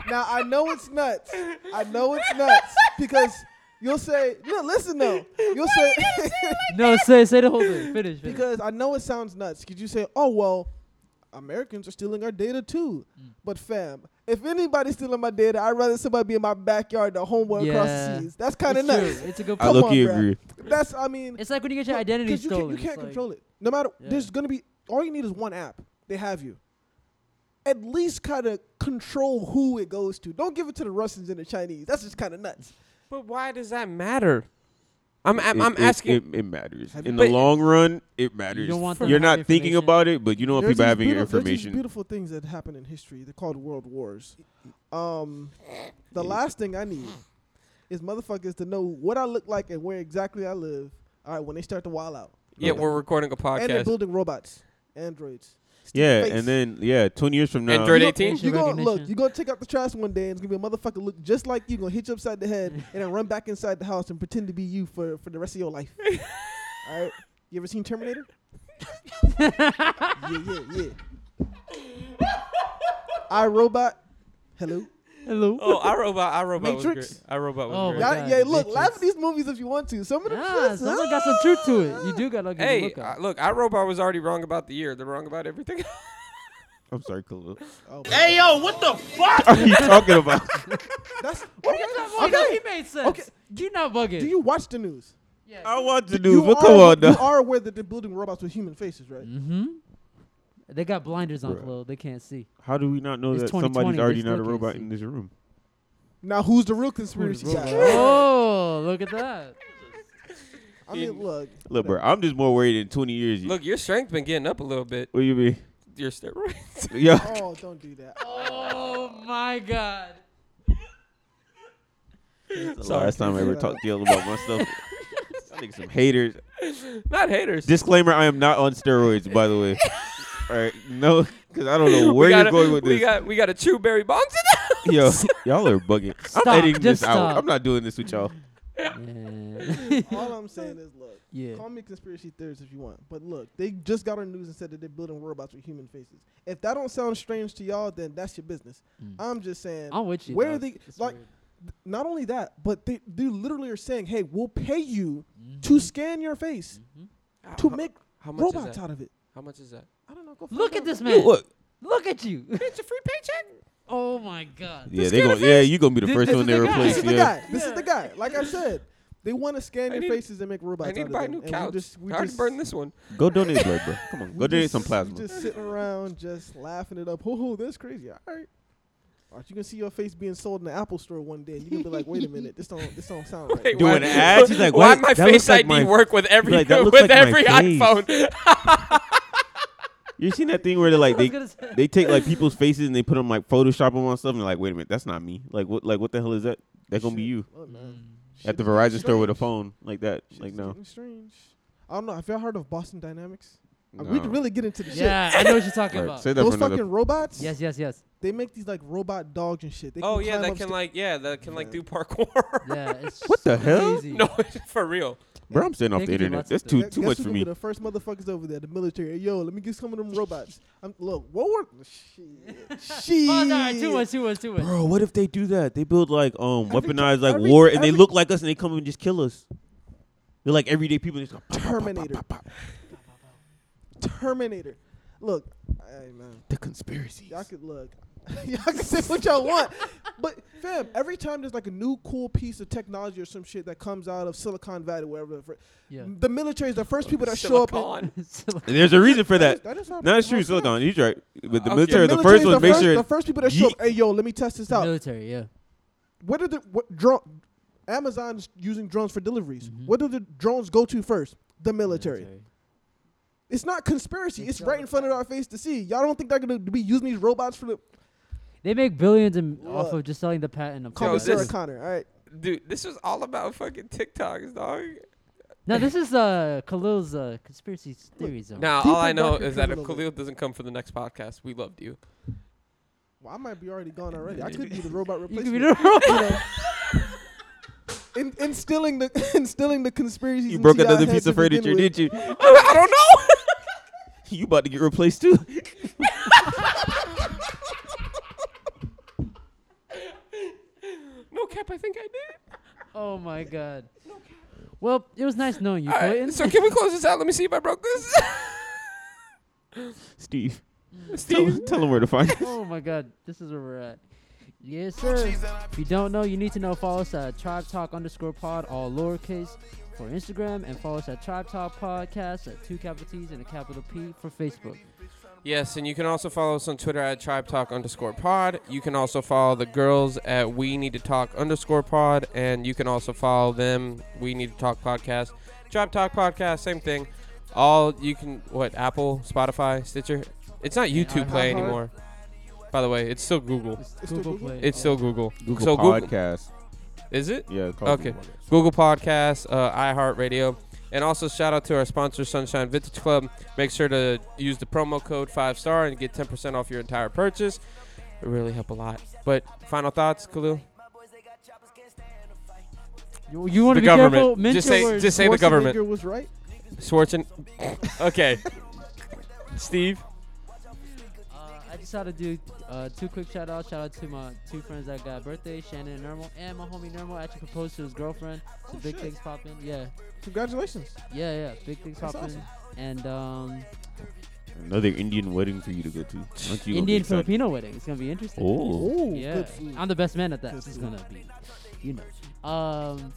B: now I know it's nuts. I know it's nuts because you'll say, no, listen though. You'll say
C: No, say say the whole thing. Finish. finish.
B: because I know it sounds nuts. Could you say, oh well, Americans are stealing our data too?
C: Mm.
B: But fam, if anybody's stealing my data, I'd rather somebody be in my backyard than homeboy across the
C: Yeah.
B: seas. That's kind of
C: it's
B: nuts.
C: true. It's a good
E: I
B: Come
C: point.
B: look-
E: Loki
B: on, bruh.
E: agree.
B: That's I mean,
C: It's like when you get your
B: Look,
C: identity
B: 'cause you
C: stolen.
B: Can't, you can't
C: it's like-
B: control it. No matter,
C: Yeah.
B: there's gonna be all you need is one app. They have you. At least kind of control who it goes to. Don't give it to the Russians and the Chinese. That's just kind of nuts.
A: But why does that matter? I'm I'm,
E: It-
A: I'm
E: it-
A: asking.
E: It, it matters
B: Have
E: in
A: you-
E: the
A: But-
E: long run. It matters.
C: don't want them
E: You're
C: to have
E: not thinking
C: information.
E: about it, but you don't want
B: There's
E: people
B: these
E: having your
B: beautif- there's these
E: information.
B: beautiful things that happen in history. They're called world wars. Um, the last thing I need is motherfuckers to know what I look like and where exactly I live. All right, when they start to wild out.
A: yeah,
B: Like,
A: we're recording a
B: and they're
A: podcast.
B: building robots, androids. Stupid
E: Yeah,
B: face.
E: and then yeah, 20 years from now,
A: Android
B: You
A: 18?
B: gonna- You gonna look.
C: Recognition.
B: You gonna take out the trash one day, and it's gonna be a motherfucker look just like you. Gonna hit you upside the head, and then run back inside the house and pretend to be you for for the rest of your life. All right. You ever seen Terminator? yeah, yeah, yeah. I Robot. Hello.
C: Hello.
A: Oh, iRobot, iRobot was
B: Matrix?
A: great. iRobot was
C: Oh,
A: great.
C: my
B: Yeah,
C: God,
B: yeah. Look,
C: bitches.
B: laugh at these movies if you want to. Some of them.
C: Nah,
B: shits,
C: someone
B: ah.
C: got some truth to it. You do got to
A: Hey,
C: look
A: uh,
C: at.
A: look, iRobot was already wrong about the year. They're wrong about everything.
E: I'm sorry, Khalil.
B: Oh,
E: What are you talking about?
B: that's
C: What are you talking
B: okay.
C: about? No,
B: okay.
C: he made sense.
B: Okay.
C: You're not bugging.
B: Do you watch the news?
E: I want to
B: you
E: do. But
B: are,
E: come on,
B: you
E: now.
B: are aware that they're building robots with human faces, right?
C: Mm-hmm. They got blinders on,
E: Bruh.
C: Khalil. They can't see.
E: How do we not know
C: It's
E: that
C: 2020,
E: somebody's
C: they
E: already
C: still
E: not a
C: can't
E: robot
C: see.
E: in this room?
B: Now, who's the real conspiracy guy?
C: oh, look at that.
B: I mean, look.
E: Look, bro, I'm just more worried in 20 years. you-
A: Look, your strength been getting up a little bit.
E: what do you mean?
A: Your steroids.
E: Yo,
B: Oh, don't do that.
C: Oh my God.
E: the last time I ever talked to you about myself. I think some haters.
A: Not haters.
E: Disclaimer: I am not on steroids, by the way. All right, no, because I don't know
A: We
E: where
A: got
E: you're
A: a-
E: going with
A: we
E: this.
A: Got, we got a true Barry Bonds in
E: Yo, y'all are bugging.
C: Stop,
E: I'm editing this
C: just
E: out.
C: stop.
E: I'm not doing this with y'all.
C: Yeah.
B: All I'm saying is, look,
C: yeah.
B: call me a conspiracy theorist if you want, but look, they just got on the news and said that they're building robots with human faces. If that don't sound strange to y'all, then that's your business.
C: Mm.
B: I'm just saying.
C: I'm with you.
B: where
C: though.
B: are they-
C: It's
B: like-
C: weird.
B: not only that, but they they literally are saying, "Hey, we'll pay you
C: Mhm.
B: to scan your face
C: Mhm.
B: to
A: Mm-hmm. Ah, How-
B: make
A: how much is
B: robots
A: that?
B: out of it."
A: How much is that?
B: I don't know. Go
C: Look
B: find
C: at
B: out.
C: this
E: You
C: man.
E: what?
C: Look at you.
A: It's a free paycheck.
C: Oh my god.
E: Yeah, they gonna. Yeah, you gonna be the
C: This-
E: first
C: this
E: one
C: is
E: they
C: the guy.
E: replace.
B: This is the
E: Yeah.
B: guy. This is the guy. Like I said, they want to scan
A: I
B: your
A: need-
B: faces and make robots.
A: I need
B: out
A: to
B: of
A: buy a
B: them,
A: new
B: and we
A: couch.
B: just- we
A: I already
B: just-
A: burned this one.
E: Go donate blood, bro. Come on,
B: we
E: go donate some
B: just-
E: plasma.
B: We just sitting around, just laughing it up. Hoo hoo, that's crazy. All right. All right, you can see your face being sold in the Apple store one day, and you can be like, "Wait a minute, this don't, this don't sound right."
A: Wait,
E: Doing
A: why-
E: ads? He's like,
A: why
E: wait,
A: my
E: that looks
A: face
E: like
A: ID
E: my-
A: work with every
E: like, that
A: with
E: looks like my
A: every
E: face.
A: iPhone?
E: You seen that thing where they like
C: I was
E: they
C: gonna say.
E: they take like people's faces and they put them like Photoshop them on stuff and like, wait a minute, that's not me. Like what? Like what the hell is that? That's gonna be
B: Shit.
E: you
B: Look, man.
C: Mm.
B: Shit
E: at the
B: is
E: Verizon store with a
B: strange.
E: phone like that.
B: Shit
E: Like
B: is
E: no.
B: getting strange. I don't know. Have y'all heard of Boston Dynamics? Uh,
E: no.
B: We'd really get into the
C: Yeah, I know what you're talking
E: All right,
C: about.
E: say
B: shit.
E: that for
B: Those
E: another.
B: fucking robots.
C: Yes, yes, yes.
B: They make these like robot dogs and shit. They
A: oh
B: can
A: yeah,
B: climb
A: that
B: up
A: can
B: sta-
A: like yeah, that can like
B: Yeah.
A: do parkour.
C: Yeah. It's
E: What the hell?
C: Crazy.
A: no, for real.
E: Bro, I'm staying off
C: They
E: the
C: can do
E: internet.
C: lots of
E: That's
C: things.
E: too
B: Gu-
E: too
B: guess
E: much
B: who's
E: for
B: gonna
E: me.
B: be The first motherfuckers over there, the military. Yo, let me get some of them robots. I'm look. What were shit? shit.
C: Oh, no, two words, two words, two words.
E: Bro, what if they do that? They build like um
B: Every ti-
E: weaponized like
B: every-
E: war, and they
B: every-
E: look like us, and they come and just kill us. They're like everyday people. Just go, pop, pop, pop, pop,
B: Terminator.
E: pop, pop.
B: Terminator. Look, hey man,
E: The conspiracies.
B: y'all could look. y'all can say what y'all want, but fam, every time there's like a new cool piece of technology or some shit that comes out of Silicon Valley, wherever the, fr-
C: Yeah.
E: Mm.
B: the military is the first people that show up.
A: Silicon.
E: And there's a reason for
B: in-
E: that.
B: that is how-
E: No, it's
B: how
E: true,
B: it's done.
E: Silicon. He's right. But the
A: Okay.
E: military, the
B: Military
E: first
B: is
E: ones make
B: first-
E: sure.
B: the first people that show
E: Yeet.
B: up. Hey yo, let me test this out.
C: Military, yeah.
B: What are the what, drone? Amazon's using drones for deliveries. What do the drones go to first? The military. It's not conspiracy.
C: They
B: It's
C: show
B: right
C: the
B: in front of our face to see. Y'all don't think they're gonna be using these robots for the
C: They make billions in, off
B: Look.
C: of just selling the patent of
B: call me
A: this
B: Sarah
A: is-
B: Connor? All right.
A: Dude, this was all about fucking TikToks, dog.
C: Now this is uh Khalil's uh conspiracy theories. zone.
A: Now
B: Deep
A: all I
B: in
A: know
B: Dr.
A: is that if
B: Khalil.
A: Khalil doesn't come for the next podcast, we loved you.
B: Well, I might be already gone already. I could be the robot
C: you can be
B: replacement.
C: the
B: You
C: robot.
B: know. In, instilling the instilling the conspiracies.
E: You
B: into
E: broke
B: y'all
E: another
B: heads
E: piece
B: to
E: of
B: begin
E: furniture,
B: with.
E: did you?
A: I don't know.
E: You about to get replaced too.
A: No cap, I think I did.
C: Oh my god. Well, it was nice knowing you,
A: All right,
C: Clayton.
A: so can we close this out? Let me see if I broke this.
E: Steve, tell,
A: Steve.
E: tell him where to find us.
C: oh my god, this is where we're at. Yes, sir. If you don't know, you need to know. Follow us at Tribe Talk underscore pod, all lowercase, for Instagram, and follow us at Tribe Talk Podcast at two capital T's and a capital P for Facebook.
A: Yes, and you can also follow us on Twitter at Tribe Talk underscore pod. You can also follow the girls at We Need to Talk underscore pod, and you can also follow them We Need to Talk podcast, Tribe Talk podcast, same thing. All you can what Apple, Spotify, Stitcher. It's not YouTube Play
B: iHeart.
A: anymore. By the way, it's still Google.
C: It's
B: It's still
C: Google
B: Google?
C: Play.
A: It's uh, still Google.
E: Google
A: so Google
E: Podcast.
A: is it?
E: Yeah. it's
A: Okay. Google Podcasts, uh, iHeartRadio. And also, shout out to our sponsor, Sunshine Vintage Club. Make sure to use the promo code 5STAR and get 10% off your entire purchase. It really help a lot. But final thoughts, Khalil?
C: You, you want
A: The
C: to be
A: government.
C: careful. Mince
A: Just
C: your
A: say-
C: words.
A: just say the
B: Schwarzenegger
A: government.
B: was right.
A: Schwarzen. okay. Steve?
C: Uh, I just had to do uh, two quick shout outs. Shout out to my two friends that got birthday, Shannon and Nermal, and my homie Nermal actually proposed to his girlfriend. So
B: Oh,
C: big
B: shit.
C: things popping. Yeah,
B: Congratulations.
C: yeah, yeah. Big things
B: That's
C: popping.
B: awesome.
C: And um,
E: Another Indian wedding for you to go to. Aren't you gonna be
C: Indian
E: excited?
C: Filipino wedding. It's gonna be interesting.
E: Oh,
B: Oh,
C: yeah.
B: good food.
C: I'm the best man at that.
B: Good
C: It's
B: food.
C: gonna be, you know. Um,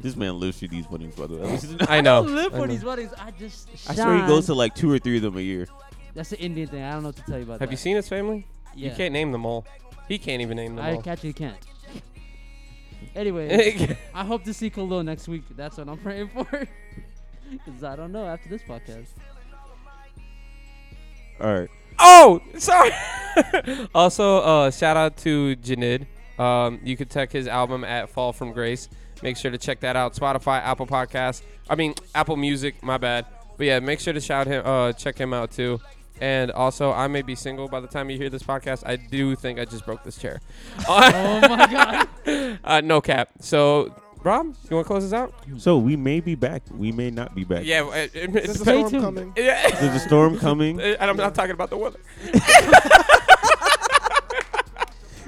E: this man lives through these weddings, by the way.
A: I know.
C: I live
A: I
C: for
A: know.
C: these weddings. I just.
E: I swear he
C: shine.
E: goes to like two or three of them a year.
C: That's the Indian thing. I don't know what to tell you about
A: Have
C: that.
A: you seen his family?
C: Yeah.
A: You can't name them all. He can't even name them
C: I
A: all.
C: actually can't. Anyway.
A: Can't.
C: I hope to see Khalil next week. That's what I'm praying for. Because I don't know after this podcast.
E: All right.
A: Oh, sorry. also, uh, shout out to Janid. Um, you can check his album at Fall from Grace. Make sure to check that out. Spotify, Apple Podcasts. I mean, Apple Music. My bad. But yeah, make sure to shout him. Uh, check him out too. And also, I may be single by the time you hear this podcast. I do think I just broke this chair.
C: Oh my god.
A: uh, no cap. So, Rob, you want to close this out?
E: So we may be back. We may not be back.
A: Yeah. It, it,
B: There's
A: it's
B: a
C: Stay
B: storm
C: tuned.
B: coming.
A: yeah.
E: There's a storm coming.
A: And I'm not talking about the weather.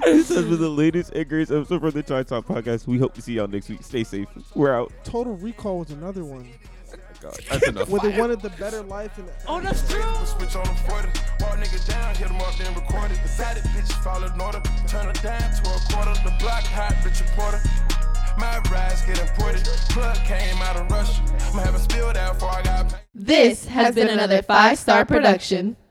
E: this has been the latest and greatest episode from the Chai Talk podcast. We hope to see y'all next week. Stay safe. We're out.
B: Total Recall was another one
E: That's enough.
B: where they wanted the better life and
C: oh, that's true.
D: We'll switch on them 40. Walk niggas down, hit them up, then record it. Decided bitches fall in order. Turn a dime to a quarter. The block hot, bitch reporter. My rides get imported. Plug came out of Russia. I'm having spilled out before I got paid.
G: This has been another five star production.